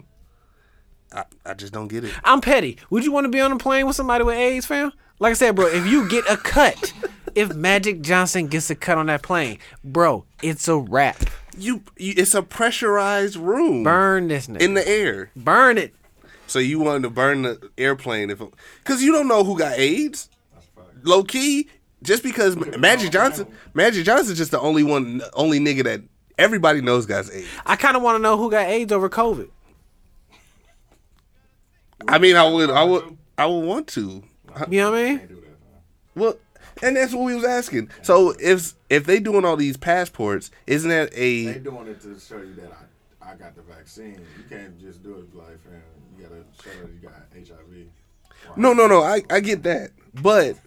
S2: I, I just don't get it.
S3: I'm petty. Would you want to be on a plane with somebody with AIDS, fam? Like I said, bro, if you get a cut, if Magic Johnson gets a cut on that plane, bro, it's a wrap.
S2: You, you it's a pressurized room
S3: Burn this nigga.
S2: in the air.
S3: Burn it.
S2: So you wanted to burn the airplane if, because you don't know who got AIDS. Low key, just because Ma- Magic Johnson, Magic Johnson's just the only one, only nigga that everybody knows got AIDS.
S3: I kind of want to know who got AIDS over COVID.
S2: I mean, I would, I would, I would want to. I-
S3: You know what I mean?
S2: Well, and that's what we was asking. So if if they doing all these passports, isn't that
S1: They
S2: a
S1: doing it to show you that I, I got the vaccine. You can't just do it like, fam. You gotta show that you got HIV.
S2: no, no, no? I I get that, but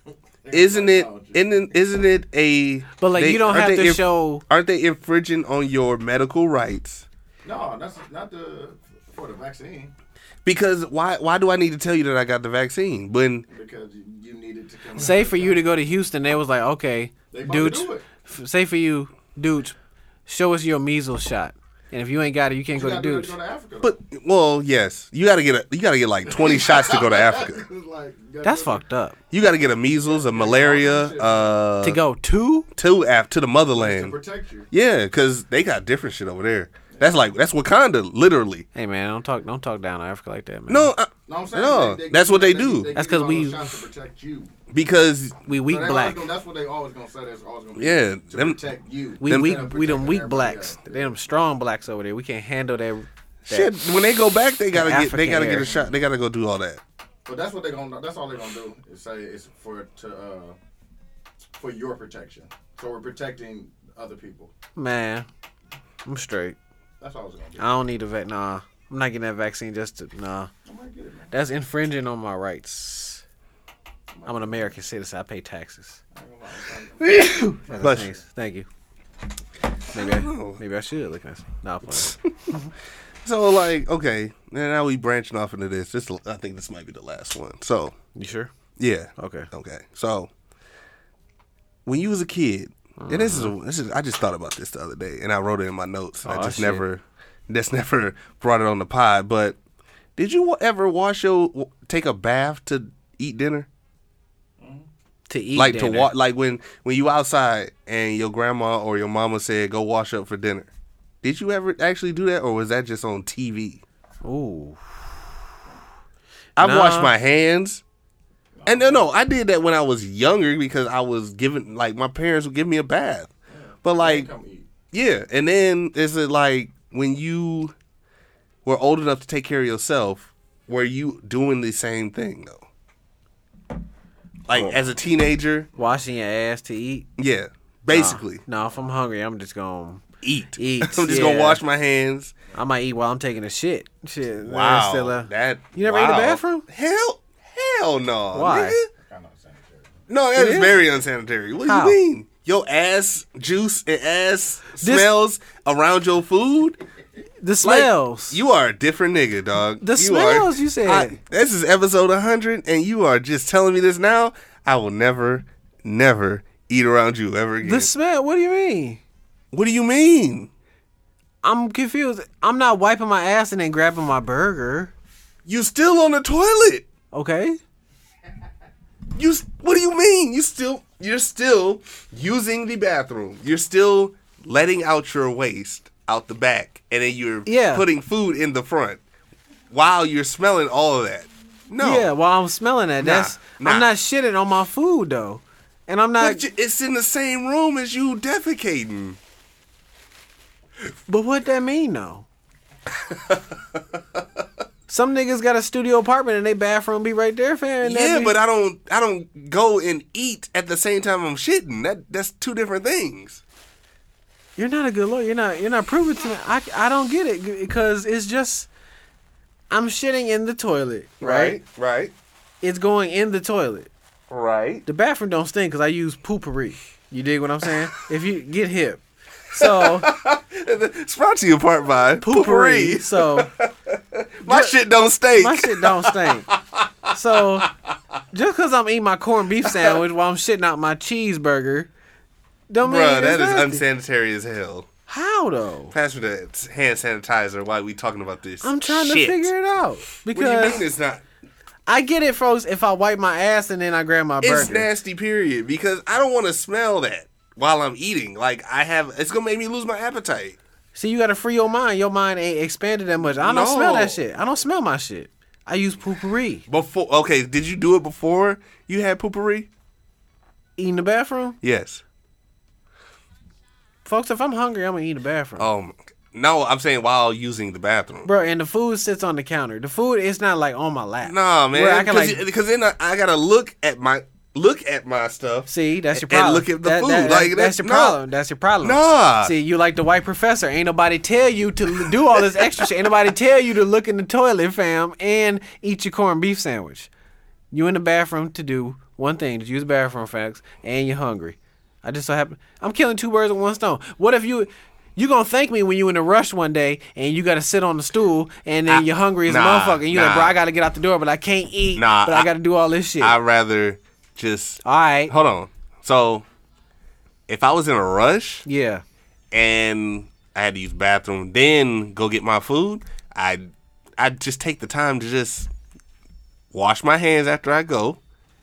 S2: isn't it isn't isn't it a
S3: But, like, you don't
S2: aren't
S3: have
S2: they
S3: to show-
S2: aren't they infringing on your medical rights?
S1: No, that's not the for the vaccine
S2: Because why why do I need to tell you that I got the vaccine when
S1: because you, you needed to come.
S3: Say for you to go to Houston, they was like, okay,
S1: They about to
S3: dudes.
S1: do it.
S3: f- Say for you, dudes, show us your measles shot. And if you ain't got it, you can't go to
S1: gotta do that
S3: dudes.
S1: to go to Africa.
S2: But well, yes, you gotta get a, you gotta get like twenty shots to go to Africa.
S1: Like, you gotta
S3: That's
S1: go to-
S3: fucked up.
S2: You gotta get a measles, a malaria, uh,
S3: to go to?
S2: to af- to the
S1: to
S2: motherland.
S1: protect you.
S2: Yeah, cause they got different shit over there. That's like that's Wakanda, literally.
S3: Hey man, don't talk don't talk down on Africa like that, man.
S2: No, uh, I,
S1: No, I'm saying
S2: no,
S1: they- they-
S2: that's what they
S1: give you
S2: do
S3: That's
S1: all
S3: 'cause we-
S1: those shots to protect you.
S2: because
S3: we weak
S1: So they always
S3: black.
S1: Gonna, that's what they always gonna say. That's always gonna be
S2: Yeah,
S1: to
S2: them-
S1: protect you.
S3: We
S2: Them-
S3: weak
S1: Gotta
S3: we them
S1: protect
S3: weak
S1: everybody
S3: blacks.
S1: else.
S3: They them strong blacks over there. We can't handle that. that.
S2: shit. When they go back, they gotta get they
S3: African
S2: gotta get
S3: hair.
S2: a shot. They gotta go do all that.
S1: But that's what they gonna. That's all they gonna do is say it's for to uh for your protection. So we're protecting other people.
S3: Man, I'm straight.
S1: That's all it's gonna do.
S3: I don't need a vac. Nah, I'm not getting that vaccine just to. Nah,
S1: I might get it, man.
S3: that's infringing on my rights. I'm an American citizen. I pay taxes. That's
S2: Bless
S3: nice.
S2: you. Oh.
S3: Thank you. Maybe I, maybe I should look at. Nah, I'm playing.
S2: So like, okay, now now we branching off into this. This I think this might be the last one. So
S3: you sure?
S2: yeah,
S3: Okay.
S2: okay. So when you was a kid, and this is a, this is I just thought about this the other day, and I wrote it in my notes. and I
S3: Aw,
S2: just
S3: Mm-hmm. Oh, shit.
S2: never that's never brought it on the pod. But did you wa- ever wash your w- take a bath to eat dinner?
S3: To eat
S2: like to
S3: dinner.
S2: wa- like when when you outside and your grandma or your mama said go wash up for dinner. Did you ever actually do that, or was that just on TV?
S3: Ooh,
S2: I've
S3: Nah.
S2: washed my hands. And no, no, I did that when I was younger because I was given like my parents would give me a bath. But like,
S1: Come eat.
S2: yeah, and then is it like when you were old enough to take care of yourself, were you doing the same thing though? Like as a teenager,
S3: washing your ass to eat.
S2: yeah, basically
S3: No, if I'm hungry, I'm just gonna
S2: eat.
S3: Eat,
S2: I'm just gonna
S3: yeah.
S2: wash my hands.
S3: I might eat while I'm taking a shit. Shit. man,
S2: Wow,
S3: still, uh,
S2: that
S3: You never ate in the
S2: wow.
S3: bathroom?
S2: Hell, hell no.
S3: Why?
S2: nigga.
S1: Kind of sanitary.
S2: No, that is
S3: is?
S2: very unsanitary. What
S3: How?
S2: do you mean? Your ass juice and ass smells around your food.
S3: the
S2: Like,
S3: smells.
S2: you are a different nigga, dog.
S3: The
S2: you are-
S3: smells, you said.
S2: I- this is episode 100, and you are just telling me this now. I will never, never eat around you ever again.
S3: the smell. What do you mean?
S2: what do you mean?
S3: I'm confused. I'm not wiping my ass and then grabbing my burger.
S2: You still on the toilet?
S3: Okay.
S2: You s- what do you mean? You still you're still using the bathroom. You're still letting out your waste out the back and then you're
S3: Yeah.
S2: putting food in the front while you're smelling all of that. No.
S3: Yeah, while I'm smelling that,
S2: Nah,
S3: that's
S2: nah.
S3: I'm not shitting on my food though, and I'm not.
S2: But you- it's in the same room as you defecating.
S3: But what that mean though? Some niggas got a studio apartment and they bathroom be right there, fam. and that
S2: yeah,
S3: be-
S2: but I don't I don't go and eat at the same time I'm shitting. That that's two different things.
S3: you're not a good lawyer. You're not. You're not proving to me. I, I don't get it because it's just I'm shitting in the toilet, right?
S2: Right.
S3: It's going in the toilet.
S2: Right.
S3: the bathroom don't stink because I use poopery. You dig what I'm saying? if you get hip, so
S2: It's brought to you part by
S3: poopery.
S2: poopery.
S3: So
S2: My shit don't stink.
S3: my shit don't stink. So just because I'm eating my corned beef sandwich while I'm shitting out my cheeseburger, don't mean
S2: Bruh,
S3: it's
S2: that is
S3: nasty.
S2: unsanitary as hell.
S3: How though?
S2: Pass me the hand sanitizer. Why are we talking about this?
S3: I'm trying
S2: shit?
S3: to figure it out
S2: What do you mean
S3: because
S2: it's not?
S3: I get it, folks. If I wipe my ass and then I grab my
S2: It's
S3: burger,
S2: nasty, period. Because I don't want to smell that while I'm eating. Like I have, it's gonna make me lose my appetite.
S3: see, you gotta free your mind. Your mind ain't expanded that much. I don't smell
S2: No.
S3: that shit. I don't smell my shit. I use poopery.
S2: Before, okay, did you do it before you had poopery?
S3: Eating the bathroom.
S2: Yes.
S3: Folks, if I'm hungry, I'm gonna eat in the bathroom.
S2: Um, no, I'm saying while using the bathroom.
S3: Bro, and the food sits on the counter. The food is not like on my lap.
S2: Nah,
S3: Where
S2: man,
S3: I can like
S2: because then I, I gotta look at my look at my stuff.
S3: see that's your
S2: and
S3: problem.
S2: look at the food.
S3: That,
S2: Like,
S3: that's
S2: that's-
S3: your
S2: no.
S3: problem. That's your problem.
S2: Nah.
S3: See, you like the white professor. Ain't nobody tell you to do all this extra shit. Ain't nobody tell you to look in the toilet, fam, and eat your corned beef sandwich. You in the bathroom to do one thing: to use the bathroom facts, and you're hungry. I just so happen I'm killing two birds with one stone. What if you? You gonna thank me when you in a rush one day and you gotta sit on the stool and then
S2: I-
S3: you're hungry as
S2: nah,
S3: a motherfucker and you like,
S2: nah.
S3: bro, I gotta get out the door, but I can't eat,
S2: Nah,
S3: but I,
S2: I-
S3: gotta do all this shit.
S2: I'd rather just
S3: all right,
S2: hold on. So if I was in a rush
S3: yeah,
S2: and I had to use the bathroom, then go get my food. I I just take the time to just wash my hands after I go.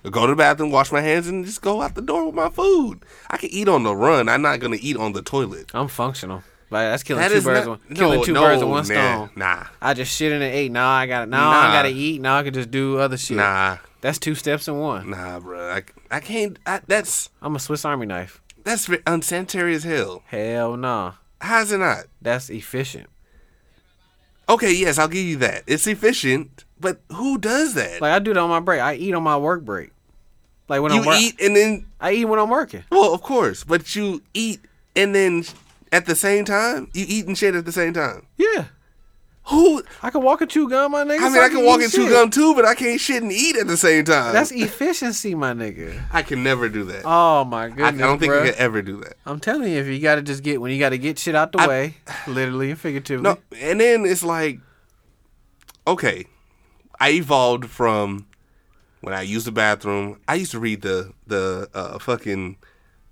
S2: Go to the bathroom, wash my hands, and just go out the door with my food. I can eat on the run. I'm not gonna eat on the toilet.
S3: I'm functional. Like that's killing
S2: That
S3: two
S2: is
S3: birds.
S2: not-
S3: with one, killing
S2: no,
S3: two
S2: no,
S3: birds with one
S2: nah,
S3: stone.
S2: nah.
S3: I just shit in and ate. Nah, I got it. Nah, I
S2: Nah.
S3: gotta eat. Nah, I could just do other shit.
S2: Nah,
S3: That's two steps in one.
S2: nah, bro. I, I can't. I, that's
S3: I'm a Swiss Army knife.
S2: that's ve- unsanitary as hell.
S3: Hell nah.
S2: How's it not?
S3: That's efficient.
S2: Okay, yes, I'll give you that. It's efficient, but who does that?
S3: Like I do it on my break. I eat on my work break. Like when
S2: you
S3: I'm wor-
S2: eat and then
S3: I eat when I'm working.
S2: Well, of course, but you eat and then sh- at the same time, you eat and shit at the same time.
S3: Yeah.
S2: Who?
S3: I can walk and chew gum, my nigga.
S2: I
S3: so
S2: mean, I can walk
S3: eat
S2: and chew
S3: shit.
S2: gum too, but I can't shit and eat at the same time.
S3: That's efficiency, my nigga.
S2: I can never do that.
S3: Oh my
S2: I, I
S3: goodness.
S2: don't think
S3: bruh.
S2: I could ever do that.
S3: I'm telling you, if you gotta just get when you gotta get shit out the way, literally and figuratively.
S2: No, and then it's like, okay, I evolved from when I used the bathroom. I used to read the the uh, fucking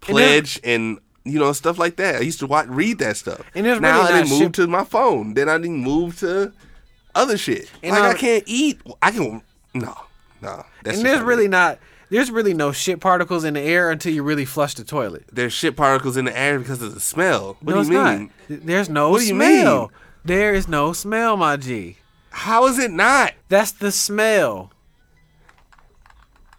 S2: pledge and. you know stuff like that. I used to watch, read that stuff.
S3: And it's
S2: now I
S3: really not
S2: didn't move
S3: ship-
S2: to my phone. Then I didn't move to other shit.
S3: And
S2: like
S3: now-
S2: I can't eat. I can no, no. That's just
S3: and there's
S2: not
S3: really
S2: it.
S3: not there's really no shit particles in the air until you really flush the toilet.
S2: there's shit particles in the air because of the smell. What
S3: no,
S2: do you
S3: it's
S2: mean?
S3: not. Th- There's no
S2: What do you
S3: smell.
S2: mean?
S3: There is no smell, my G.
S2: How is it not?
S3: That's the smell.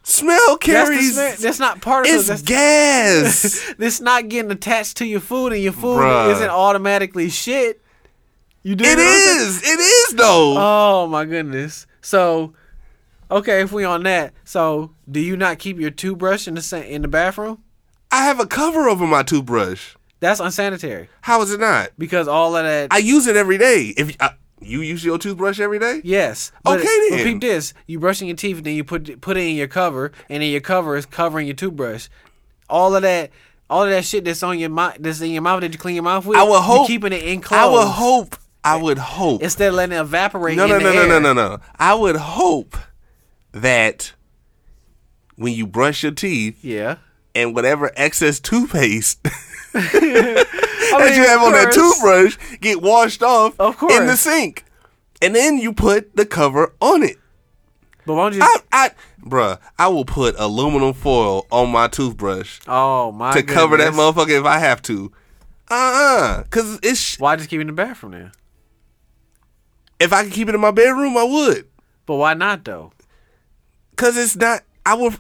S2: Smell
S3: That's, the
S2: carries.
S3: smell. that's not particles.
S2: it's
S3: That's,
S2: gas.
S3: that's not getting attached to your food, and your food
S2: Bruh.
S3: isn't automatically shit. You do
S2: It
S3: know what I'm saying?
S2: is. It is though.
S3: Oh my goodness. So, okay, if we on that, so do you not keep your toothbrush in the sa- in the bathroom?
S2: I have a cover over my toothbrush.
S3: That's unsanitary
S2: How is it not?
S3: because all of that.
S2: I use it every day. If I, you use your toothbrush every day,
S3: yes. But,
S2: Okay,
S3: But
S2: then.
S3: peep this: you brushing your teeth, then you put put it in your cover, and then your cover is covering your toothbrush. All of that. All of that shit that's on your mouth, that's in your mouth that you clean your mouth with,
S2: I would hope
S3: you keeping it enclosed.
S2: I would hope. I would hope.
S3: instead of letting it evaporate.
S2: no,
S3: in
S2: no,
S3: the
S2: no, no,
S3: air.
S2: no, no, no. I would hope that when you brush your teeth
S3: Yeah,
S2: and whatever excess toothpaste
S3: I
S2: that you
S3: mean,
S2: have on that
S3: of course.
S2: toothbrush get washed off
S3: Of
S2: in the
S3: course.
S2: sink, and then you put the cover on it.
S3: But won't you?
S2: I, I, bruh, I will put aluminum foil on my toothbrush
S3: oh my!
S2: to cover that
S3: goodness.
S2: motherfucker if I have to. Uh uh Cause it's sh-
S3: Why just keep it in the bathroom then?
S2: if I could keep it in my bedroom, I would.
S3: But why not though?
S2: Cause it's not. I will.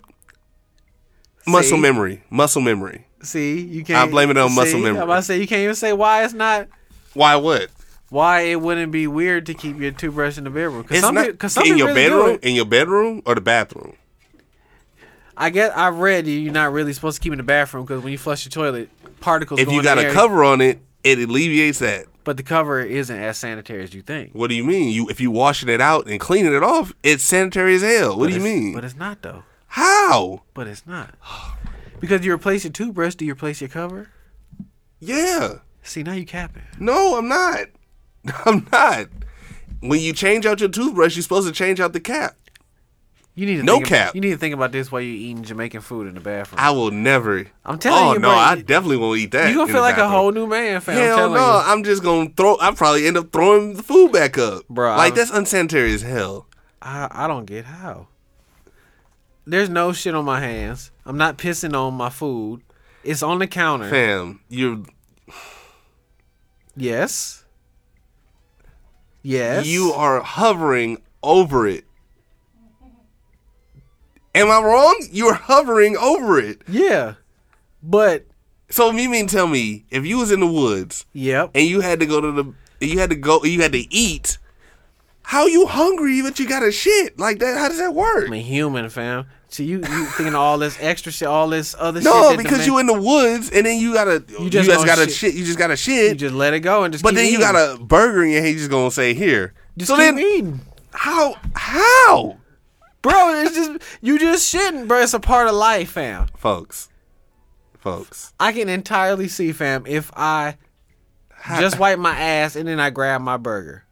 S2: Muscle
S3: See?
S2: memory. Muscle memory.
S3: See, you can't.
S2: blame it on muscle
S3: see,
S2: memory.
S3: I'm about to say you can't even say why it's not.
S2: Why what?
S3: Why it wouldn't be weird to keep your toothbrush in the bedroom? Because
S2: It's
S3: some,
S2: not
S3: peo- 'cause some
S2: in
S3: people
S2: your
S3: really do
S2: bedroom.
S3: it.
S2: In your bedroom or the bathroom.
S3: I guess I read you- you're not really supposed to keep it in the bathroom because when you flush your toilet, particles.
S2: If
S3: go
S2: you
S3: in the
S2: got a
S3: air,
S2: cover on it, it alleviates that.
S3: but the cover isn't as sanitary as you think.
S2: What do you mean? You if you washing it out and cleaning it off, it's sanitary as hell. What do you
S3: It's-
S2: mean?
S3: But it's not though.
S2: How?
S3: But it's not because you replace your toothbrush. Do you replace your cover?
S2: Yeah.
S3: See, now you capping.
S2: No, I'm not. I'm not. When you change out your toothbrush, you're supposed to change out the cap.
S3: You need to
S2: No
S3: think ab-
S2: cap.
S3: you need to think about this while you're eating Jamaican food in the bathroom.
S2: I will never.
S3: I'm telling
S2: oh,
S3: you,
S2: no,
S3: bro,
S2: I
S3: you-
S2: definitely won't eat that.
S3: you gonna
S2: in
S3: feel
S2: the
S3: like a
S2: bathroom.
S3: whole new man, fam. I'm
S2: Hell
S3: telling
S2: no!
S3: you.
S2: I'm just gonna throw. I probably end up throwing the food back up,
S3: Bruh,
S2: Like
S3: I-
S2: that's unsanitary as hell.
S3: I, I don't get how. There's no shit on my hands. I'm not pissing on my food. It's on the counter.
S2: Fam, you
S3: Yes. Yes.
S2: you are hovering over it. Am I wrong? You're hovering over it.
S3: Yeah. But
S2: So you mean tell me if you was in the woods
S3: yep.
S2: and you had to go to the you had to go you had to eat, how you hungry that you got to shit like that? How does that work?
S3: I'm a human, fam. So you you thinking all this extra shit, all this other shit.
S2: no,
S3: that the
S2: because
S3: man-
S2: you in the woods and then you gotta you
S3: just
S2: just,
S3: gonna
S2: gotta
S3: shit.
S2: shit. you just gotta
S3: you
S2: shit.
S3: just let it go and just.
S2: But
S3: keep
S2: then you
S3: eating.
S2: got a burger in your hand. You just gonna say here.
S3: Just
S2: so
S3: keep
S2: then
S3: eating,
S2: how how
S3: bro. It's just you just shitting, bro. It's a part of life, fam.
S2: folks, folks.
S3: I can entirely see, fam, if I just wipe my ass and then I grab my burger.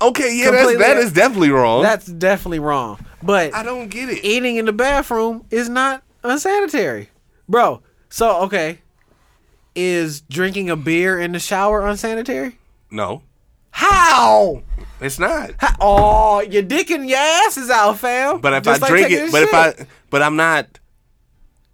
S2: Okay, yeah, that's,
S3: Completely-
S2: that is definitely wrong.
S3: That's definitely wrong. But
S2: I don't get it.
S3: eating in the bathroom is not unsanitary, bro. So okay, Is drinking a beer in the shower unsanitary?
S2: No,
S3: How?
S2: it's not.
S3: Oh, your dick and your ass is out, fam.
S2: But if
S3: Just
S2: I
S3: like
S2: drink
S3: taking
S2: it,
S3: a
S2: but if
S3: shit.
S2: I, but I'm not.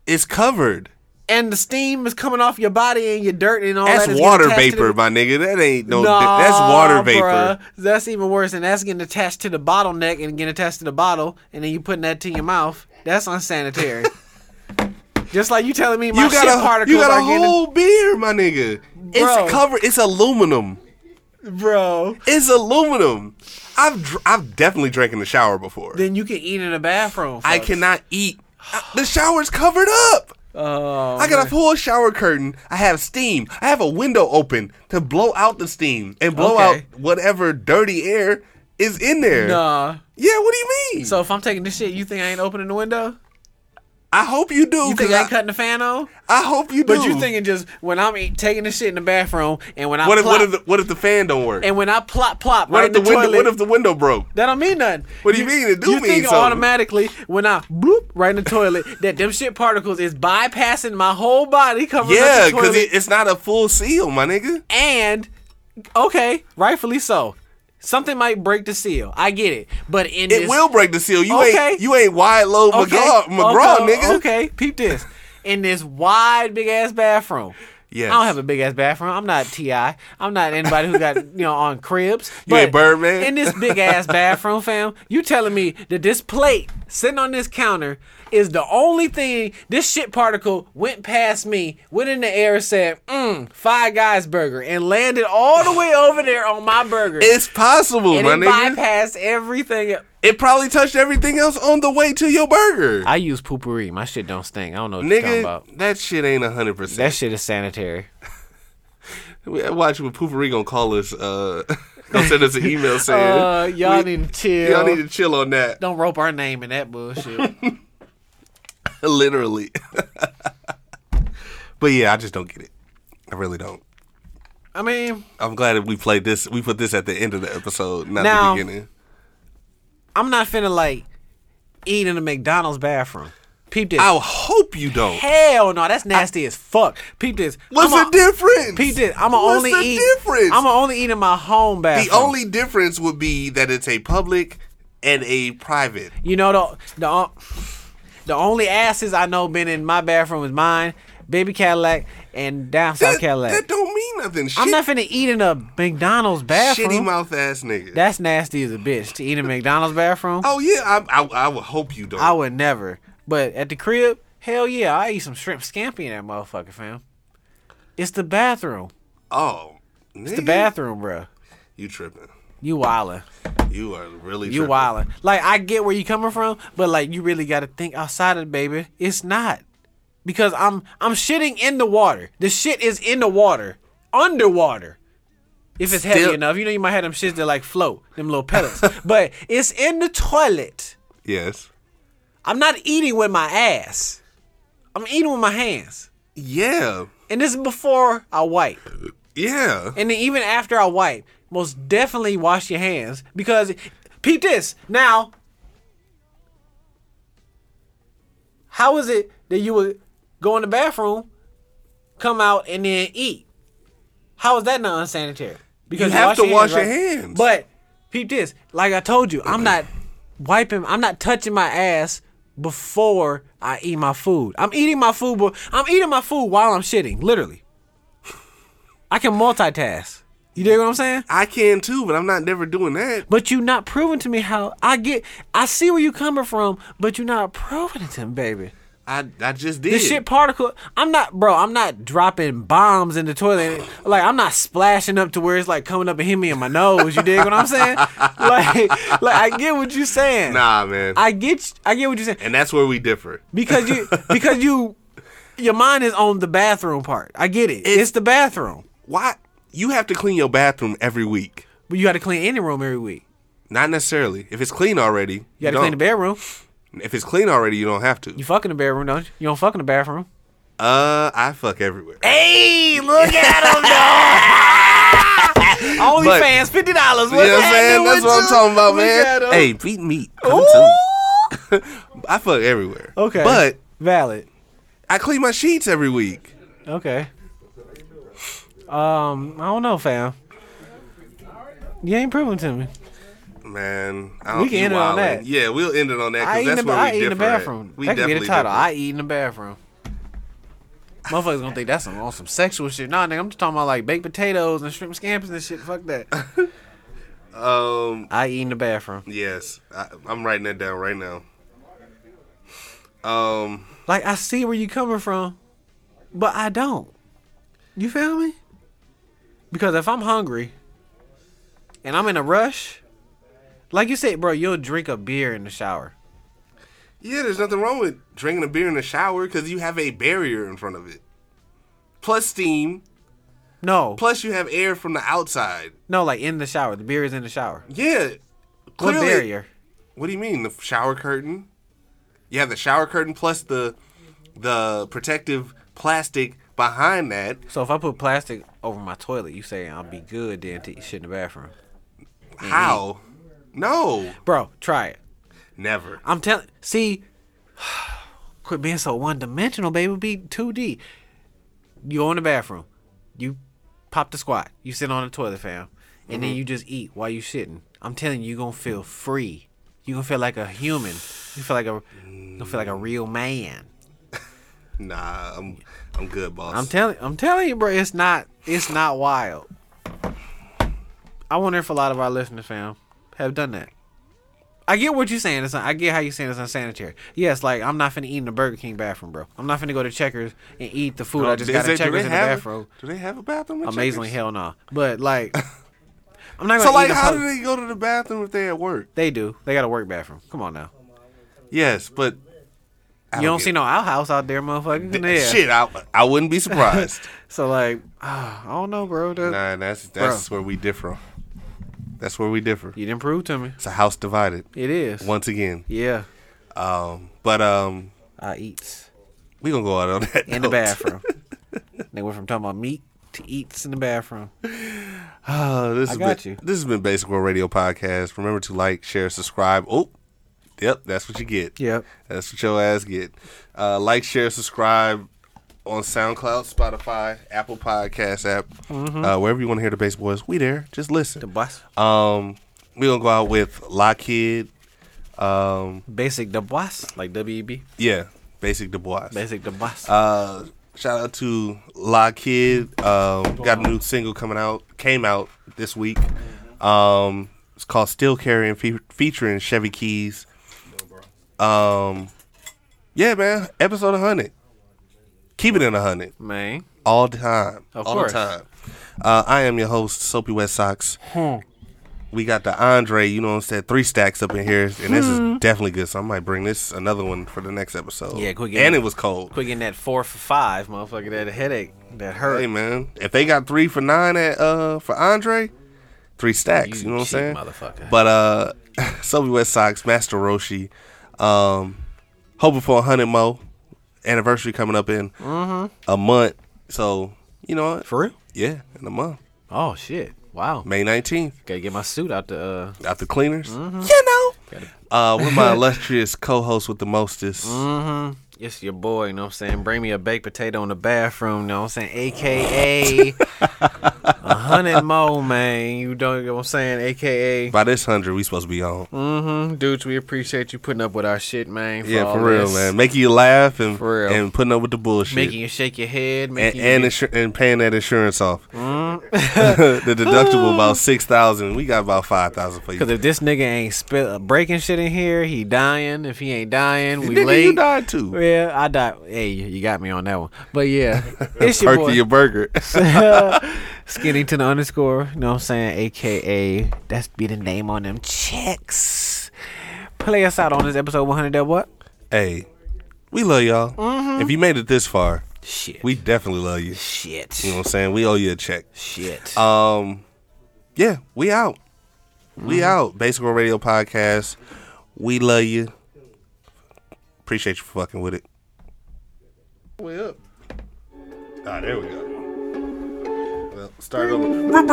S2: It's covered.
S3: and the steam is coming off your body and your dirt and all
S2: That's
S3: that is getting
S2: water
S3: attached to
S2: vapor,
S3: the-
S2: my nigga. That ain't no.
S3: Nah,
S2: that's water vapor.
S3: bruh. That's even worse, and that's getting attached to the bottleneck and getting attached to the bottle, and then you putting that to your mouth. That's unsanitary. Just like you telling me my
S2: You
S3: shit
S2: got a
S3: particles
S2: you got
S3: are
S2: a
S3: getting,
S2: whole beer, my nigga.
S3: Bro.
S2: It's covered. It's aluminum.
S3: bro.
S2: It's aluminum. I've dr- I've definitely drank in the shower before.
S3: Then you can eat in the bathroom.
S2: I
S3: folks.
S2: cannot eat. I- the shower's covered up.
S3: Oh,
S2: I got a full shower curtain. I have steam. I have a window open to blow out the steam and blow
S3: Okay.
S2: out whatever dirty air is in there.
S3: nah.
S2: Yeah, what do you mean?
S3: So if I'm taking this shit, you think I ain't opening the window?
S2: I hope you do.
S3: You think
S2: 'cause
S3: I
S2: I,
S3: ain't cutting the fan on?
S2: I hope you do.
S3: But you thinking just when I'm eat, taking this shit in the bathroom and when I
S2: what if,
S3: plop,
S2: what if the what if the fan don't work?
S3: and when I plop plop
S2: what
S3: right
S2: if the,
S3: in the
S2: window
S3: toilet,
S2: what if the window broke?
S3: That don't mean nothing.
S2: What do you mean? It do
S3: you
S2: mean
S3: think
S2: something.
S3: automatically when I bloop right in the toilet that them shit particles is bypassing my whole body covering
S2: Yeah,
S3: up the
S2: because
S3: toilet.
S2: it, it's not a full seal, my nigga.
S3: and okay, rightfully so. Something might break the seal. I get it, but
S2: It
S3: in this,
S2: will break the seal. You
S3: Okay.
S2: ain't you ain't wide load McGraw, McGraw
S3: okay,
S2: nigga.
S3: Okay, peep this. In this wide big ass bathroom.
S2: Yes.
S3: I don't have a big ass bathroom. I'm not Ti. I'm not anybody who got you know on cribs.
S2: You ain't
S3: But
S2: Birdman?
S3: In this big ass bathroom, fam, you telling me that this plate sitting on this counter is the only thing this shit particle went past me, went in the air, and said, "Mmm, Five Guys burger," and landed all the way over there on my burger.
S2: It's possible,
S3: and
S2: my
S3: it
S2: nigga.
S3: bypassed everything. el-
S2: it probably touched everything else on the way to your burger.
S3: I use poopery. My shit don't stink. I don't know what you're talking about.
S2: nigga, that shit ain't hundred
S3: That
S2: percent.
S3: shit is sanitary.
S2: Watch what Poopery gonna call us. Uh, gonna send us an email saying
S3: Uh, y'all
S2: we-
S3: need to chill.
S2: y'all need to chill on that.
S3: Don't rope our name in that bullshit.
S2: Literally. but yeah, I just don't get it. I really don't.
S3: I mean,
S2: I'm glad that we played this. We put this at the end of the episode, not
S3: Now-
S2: the beginning.
S3: I'm not finna like eat in a McDonald's bathroom. Peep this.
S2: I hope you don't.
S3: Hell no, that's nasty as fuck. Peep this.
S2: What's
S3: I'ma-
S2: the difference?
S3: Peep this. I'ma
S2: What's
S3: only
S2: the
S3: eat.
S2: difference?
S3: I'ma only eat in my home
S2: The
S3: bathroom.
S2: only difference would be that it's a public and a private.
S3: You know the the on- the only asses I know been in my bathroom is mine, baby Cadillac, and down south
S2: That,
S3: Cadillac.
S2: that don't mean nothing. Shit,
S3: I'm not finna eat in a McDonald's bathroom.
S2: shitty mouth ass nigga.
S3: That's nasty as a bitch to eat in a McDonald's bathroom.
S2: oh yeah, I, I I would hope you don't.
S3: I would never. But at the crib, hell yeah, I eat some shrimp scampi in that motherfucker, fam. It's the bathroom.
S2: oh, nigga,
S3: It's the bathroom, bro.
S2: You tripping?
S3: You wildin'.
S2: You are really
S3: You
S2: tripping.
S3: wildin'. Like I get where you coming from, but like you really gotta think outside of it, baby. It's not. Because I'm I'm shitting in the water. The shit is in the water. Underwater. If it's heavy
S2: Still-
S3: enough. You know you might have them shits that like float, them little pellets. but it's in the toilet.
S2: Yes.
S3: I'm not eating with my ass. I'm eating with my hands.
S2: Yeah.
S3: And this is before I wipe.
S2: Yeah.
S3: And then even after I wipe, most definitely wash your hands. Because peep this. Now how is it that you would go in the bathroom, come out, and then eat? How is that not unsanitary? Because
S2: You have to wash your hands.
S3: But peep this, like I told you, I'm not wiping. I'm not touching my ass before I eat my food. I'm eating my food, but I'm eating my food while I'm shitting. Literally, I can multitask. You dig what I'm saying?
S2: I can too, but I'm not never doing that.
S3: But you not proving to me how I get. I see where you coming from, but you not proving it to me, baby.
S2: I I just did.
S3: This shit particle. I'm not, bro. I'm not dropping bombs in the toilet. Like I'm not splashing up to where it's like coming up and hitting me in my nose. You dig what I'm saying? Like, like I get what you're saying.
S2: nah, man.
S3: I get, I get what you're saying
S2: and that's where we differ.
S3: because you, because you, your mind is on the bathroom part. I get it. It's the bathroom,
S2: Why you have to clean your bathroom every week?
S3: but you got to clean any room every week.
S2: Not necessarily. If it's clean already, you
S3: You got to clean the bedroom.
S2: If it's clean already, you don't have to.
S3: You fuck in the bedroom, don't you? You don't fuck in the bathroom.
S2: Uh, I fuck everywhere.
S3: Hey, look at him, dog.
S2: But-
S3: OnlyFans, fifty dollars.
S2: You know what I'm saying? That's what I'm talking about, man. Hey, beat meat. Come to me. I fuck everywhere.
S3: Okay.
S2: But
S3: Valid.
S2: I clean my sheets every week.
S3: Okay. Um, I don't know, fam. You ain't proven to me.
S2: Man, I don't,
S3: We can
S2: you
S3: end it on
S2: wildin'.
S3: that.
S2: Yeah, we'll end it on that because
S3: I eat in
S2: that's
S3: the,
S2: where
S3: I
S2: we
S3: eat in the
S2: differ at.
S3: bathroom.
S2: We
S3: that could be the
S2: definitely
S3: title.
S2: differ.
S3: I eat in the bathroom. Motherfuckers gonna think that's some on some sexual shit. Nah, nigga, I'm just talking about like baked potatoes and shrimp scampi and shit. Fuck that.
S2: Um,
S3: I eat in the bathroom.
S2: yes, I, I'm writing that down right now. Um,
S3: Like I see where you coming from, but I don't. You feel me? Because if I'm hungry and I'm in a rush, like you said, bro, you'll drink a beer in the shower.
S2: yeah, there's nothing wrong with drinking a beer in the shower because you have a barrier in front of it, plus steam,
S3: No,
S2: plus you have air from the outside.
S3: no, like in the shower. The beer is in the shower.
S2: Yeah,
S3: What
S2: clearly-
S3: barrier?
S2: What do you mean the shower curtain? You have the shower curtain plus the the protective plastic behind that.
S3: So if I put plastic over my toilet, you say I'll be good then to eat shit in the bathroom. Mm-hmm.
S2: How? No,
S3: Bro, try it.
S2: never.
S3: I'm telling see quit being so one dimensional, baby. Be two D. You go in the bathroom. You pop the squat. You sit on the toilet, fam. And then you just eat while you shitting. I'm telling you, you gonna feel free. You gonna feel like a human. You feel like a you gonna feel like a real man.
S2: Nah, I'm I'm good, boss.
S3: I'm telling I'm telling you, bro, it's not it's not wild. I wonder if a lot of our listeners, fam, have done that. I get what you're saying. It's not, I get how you're saying it's unsanitary. Yes, like I'm not finna eat in the Burger King bathroom, bro. I'm not finna go to Checkers and eat the food I just
S2: Is
S3: got
S2: it-
S3: at Checkers in the
S2: have a-
S3: bathroom.
S2: do they have a bathroom? at
S3: Amazingly,
S2: Checkers?
S3: hell no. But like, I'm not gonna.
S2: So
S3: eat
S2: like,
S3: in the
S2: how
S3: pub-
S2: do they go to the bathroom if they at work?
S3: they do? They got a work bathroom. Come on now.
S2: Yes, but I
S3: you don't
S2: get
S3: see
S2: it.
S3: no outhouse out there, motherfucker. yeah.
S2: shit. I I wouldn't be surprised.
S3: So like, ah, I don't know, bro. That-
S2: nah, that's that's where we differ. That's where we differ.
S3: You didn't prove to me.
S2: It's a house divided
S3: It is.
S2: once again.
S3: Yeah.
S2: But um,
S3: I eats
S2: we gonna go out on that
S3: in the
S2: note.
S3: bathroom. they went from talking about meat to eats in the bathroom.
S2: Uh, this has
S3: got
S2: been,
S3: you.
S2: This has been Basic World Radio Podcast. Remember to like, share, subscribe. Oh, yep, that's what you get.
S3: Yep.
S2: That's what your ass get. Uh, like, share, subscribe on SoundCloud, Spotify, Apple Podcast app, uh, wherever you want to hear the Bass Boys. We there. Just
S3: Mm-hmm. The
S2: listen.
S3: boss,
S2: Um, we gonna go out with Lockheed. Um,
S3: basic the boss, like WEB,
S2: yeah, Basic Du Bois.
S3: basic the boss.
S2: Uh, shout out to La Kid. Um, got a new single coming out. Came out this week. Um, it's called Still Carrying, fe- featuring Chevy Keys. Um, yeah, man. Episode 100. Keep it in 100
S3: Man,
S2: all the time.
S3: Of
S2: all
S3: course.
S2: the time. Uh, I am your host, Soapy Wet Sox.
S3: Hmm.
S2: We got the Andre, you know what I'm saying, three stacks up in here, and this
S3: Hmm.
S2: is definitely good. So I might bring this another one for the next episode.
S3: Yeah, quick
S2: And
S3: in.
S2: it was cold.
S3: quick in that four for five, motherfucker. That headache, that hurt.
S2: Hey man, if they got three for nine at uh for Andre, three stacks. You, know what I'm
S3: cheap
S2: saying?
S3: motherfucker.
S2: But uh, Sobe West Sox, Master Roshi, um, hoping for a hundred mo anniversary coming up in
S3: Mm-hmm.
S2: a month. So you know what?
S3: For real?
S2: Yeah, in a month,
S3: Oh shit! Wow.
S2: May nineteenth,
S3: Gotta get my suit out the. Uh,
S2: out the cleaners.
S3: Mm-hmm.
S2: You know, uh, with my illustrious co-host with the mostest.
S3: Mm-hmm. it's your boy. You know what I'm saying? Bring me a baked potato in the bathroom. You know what I'm saying? AKA a hundred mo, man. You don't know what I'm saying? AKA
S2: By this hundred, we supposed to be on.
S3: Mm-hmm. dudes. We appreciate you putting up with our shit, man.
S2: yeah,
S3: all
S2: for real,
S3: this.
S2: man. Making you laugh and
S3: For real.
S2: and putting up with the bullshit.
S3: making you shake your head,
S2: and
S3: making
S2: and,
S3: you
S2: insur- and paying that insurance off. the deductible about six thousand. We got about five thousand for you.
S3: because if this nigga ain't spill, breaking shit in here, he dying. If he ain't dying, we
S2: Nigga,
S3: late.
S2: you died too.
S3: Yeah, I died. Hey, you you got me on that one. But yeah, it's your
S2: Perk
S3: boy.
S2: of your burger.
S3: Skinnington underscore. You know what I'm saying? AKA that's be the name on them checks. Play us out on this episode 100. That what?
S2: hey, we love y'all. If you made it this far,
S3: Shit.
S2: we definitely love you.
S3: shit.
S2: You know what I'm saying? We owe you a check.
S3: Shit.
S2: Um, yeah, we out. We out. Basic World Radio Podcast. We love you. Appreciate you for fucking with it. Way up. Ah, there we go. Well, start over.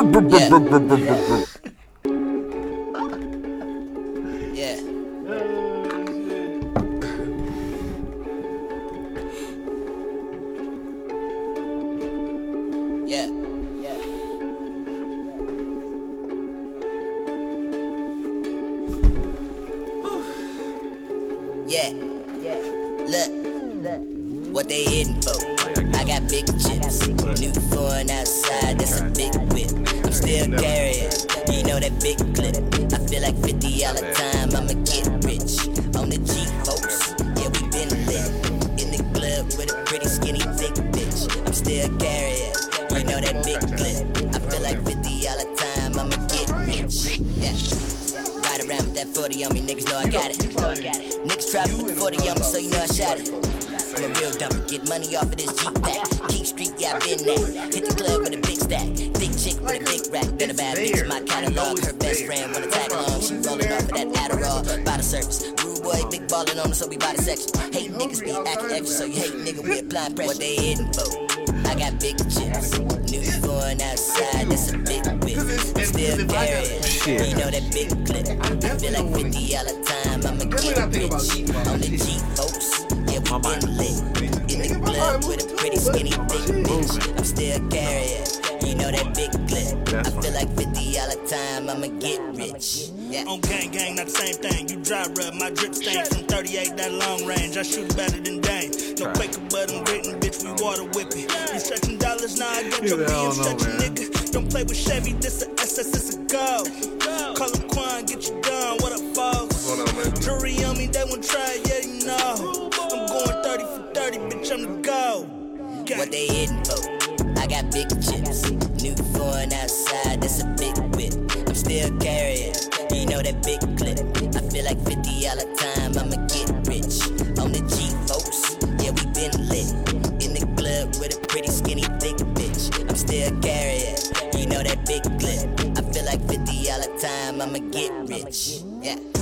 S5: Yeah. Yeah. Yeah. Yeah. Look. What they hitting for? I got big chips. New foreign outside. That's a big whip. I'm still carrying. You know that big clip. I feel like 50 all the time. I'ma get rich. On the G folks. Yeah, we been lit. In the club with a pretty skinny thick bitch. I'm still carrying. You know that big clip. I feel like 50 all the time. I'ma get rich. Yeah. Ride around with that 40 on me, niggas know I got it. Niggas try to put the 40 on me, so you know I shot it. I'm a real dumper, get money off of this Jeep back. King Street, yeah, I been that. Hit the club with a big stack. Big chick with a big rack. Been a bad bitch, my catalog. Her best friend wanna tag along. She rollin' off of that Adderall. By the service. Rude boy, big ballin' on us, so we by the section. Hate niggas be acting extra, so you hate nigga, we apply pressure. What they hitting for? I got big chips. New foreign outside, that's a big whip. Still carrying.
S3: Shit.
S5: You know that big clip. I feel like 50 all the time.
S1: Every
S5: I'ma get
S1: time I think about
S5: rich.
S1: you, man.
S5: On the G, folks. Yeah, we been lit. In the club with a pretty skinny thick bitch. I'm still carrying. You know that big clip. I feel like 50 all the time. I'ma get rich. Oh, Yeah.
S7: On gang gang, not the same thing. You dry rub, my drip stain from 38, that long range. I shoot better than Dane. No Quaker, but I'm written, bitch. We water whipping. You stretching dollars, now I got your
S3: Oh. Yeah, I
S7: BM
S3: don't know,
S7: stretching,
S3: man.
S7: nigga. Don't play with Chevy, this a SS, this a go. Call him Quan, get you done. What up, folks? Jury on me, they won't try, yeah, you know. I'm going 30 for 30, bitch, I'm the go. Got
S5: What they hitting for? I got big chips. New foreign outside, that's a big whip. I'm still carrying. You know that big clip. I feel like 50 all the time. I'ma get rich. On the G, folks. Yeah, we been lit. In the club with a pretty skinny thick bitch. I'm still carrying. You know that big clip. I feel like 50 all the time. I'ma get rich. Yeah.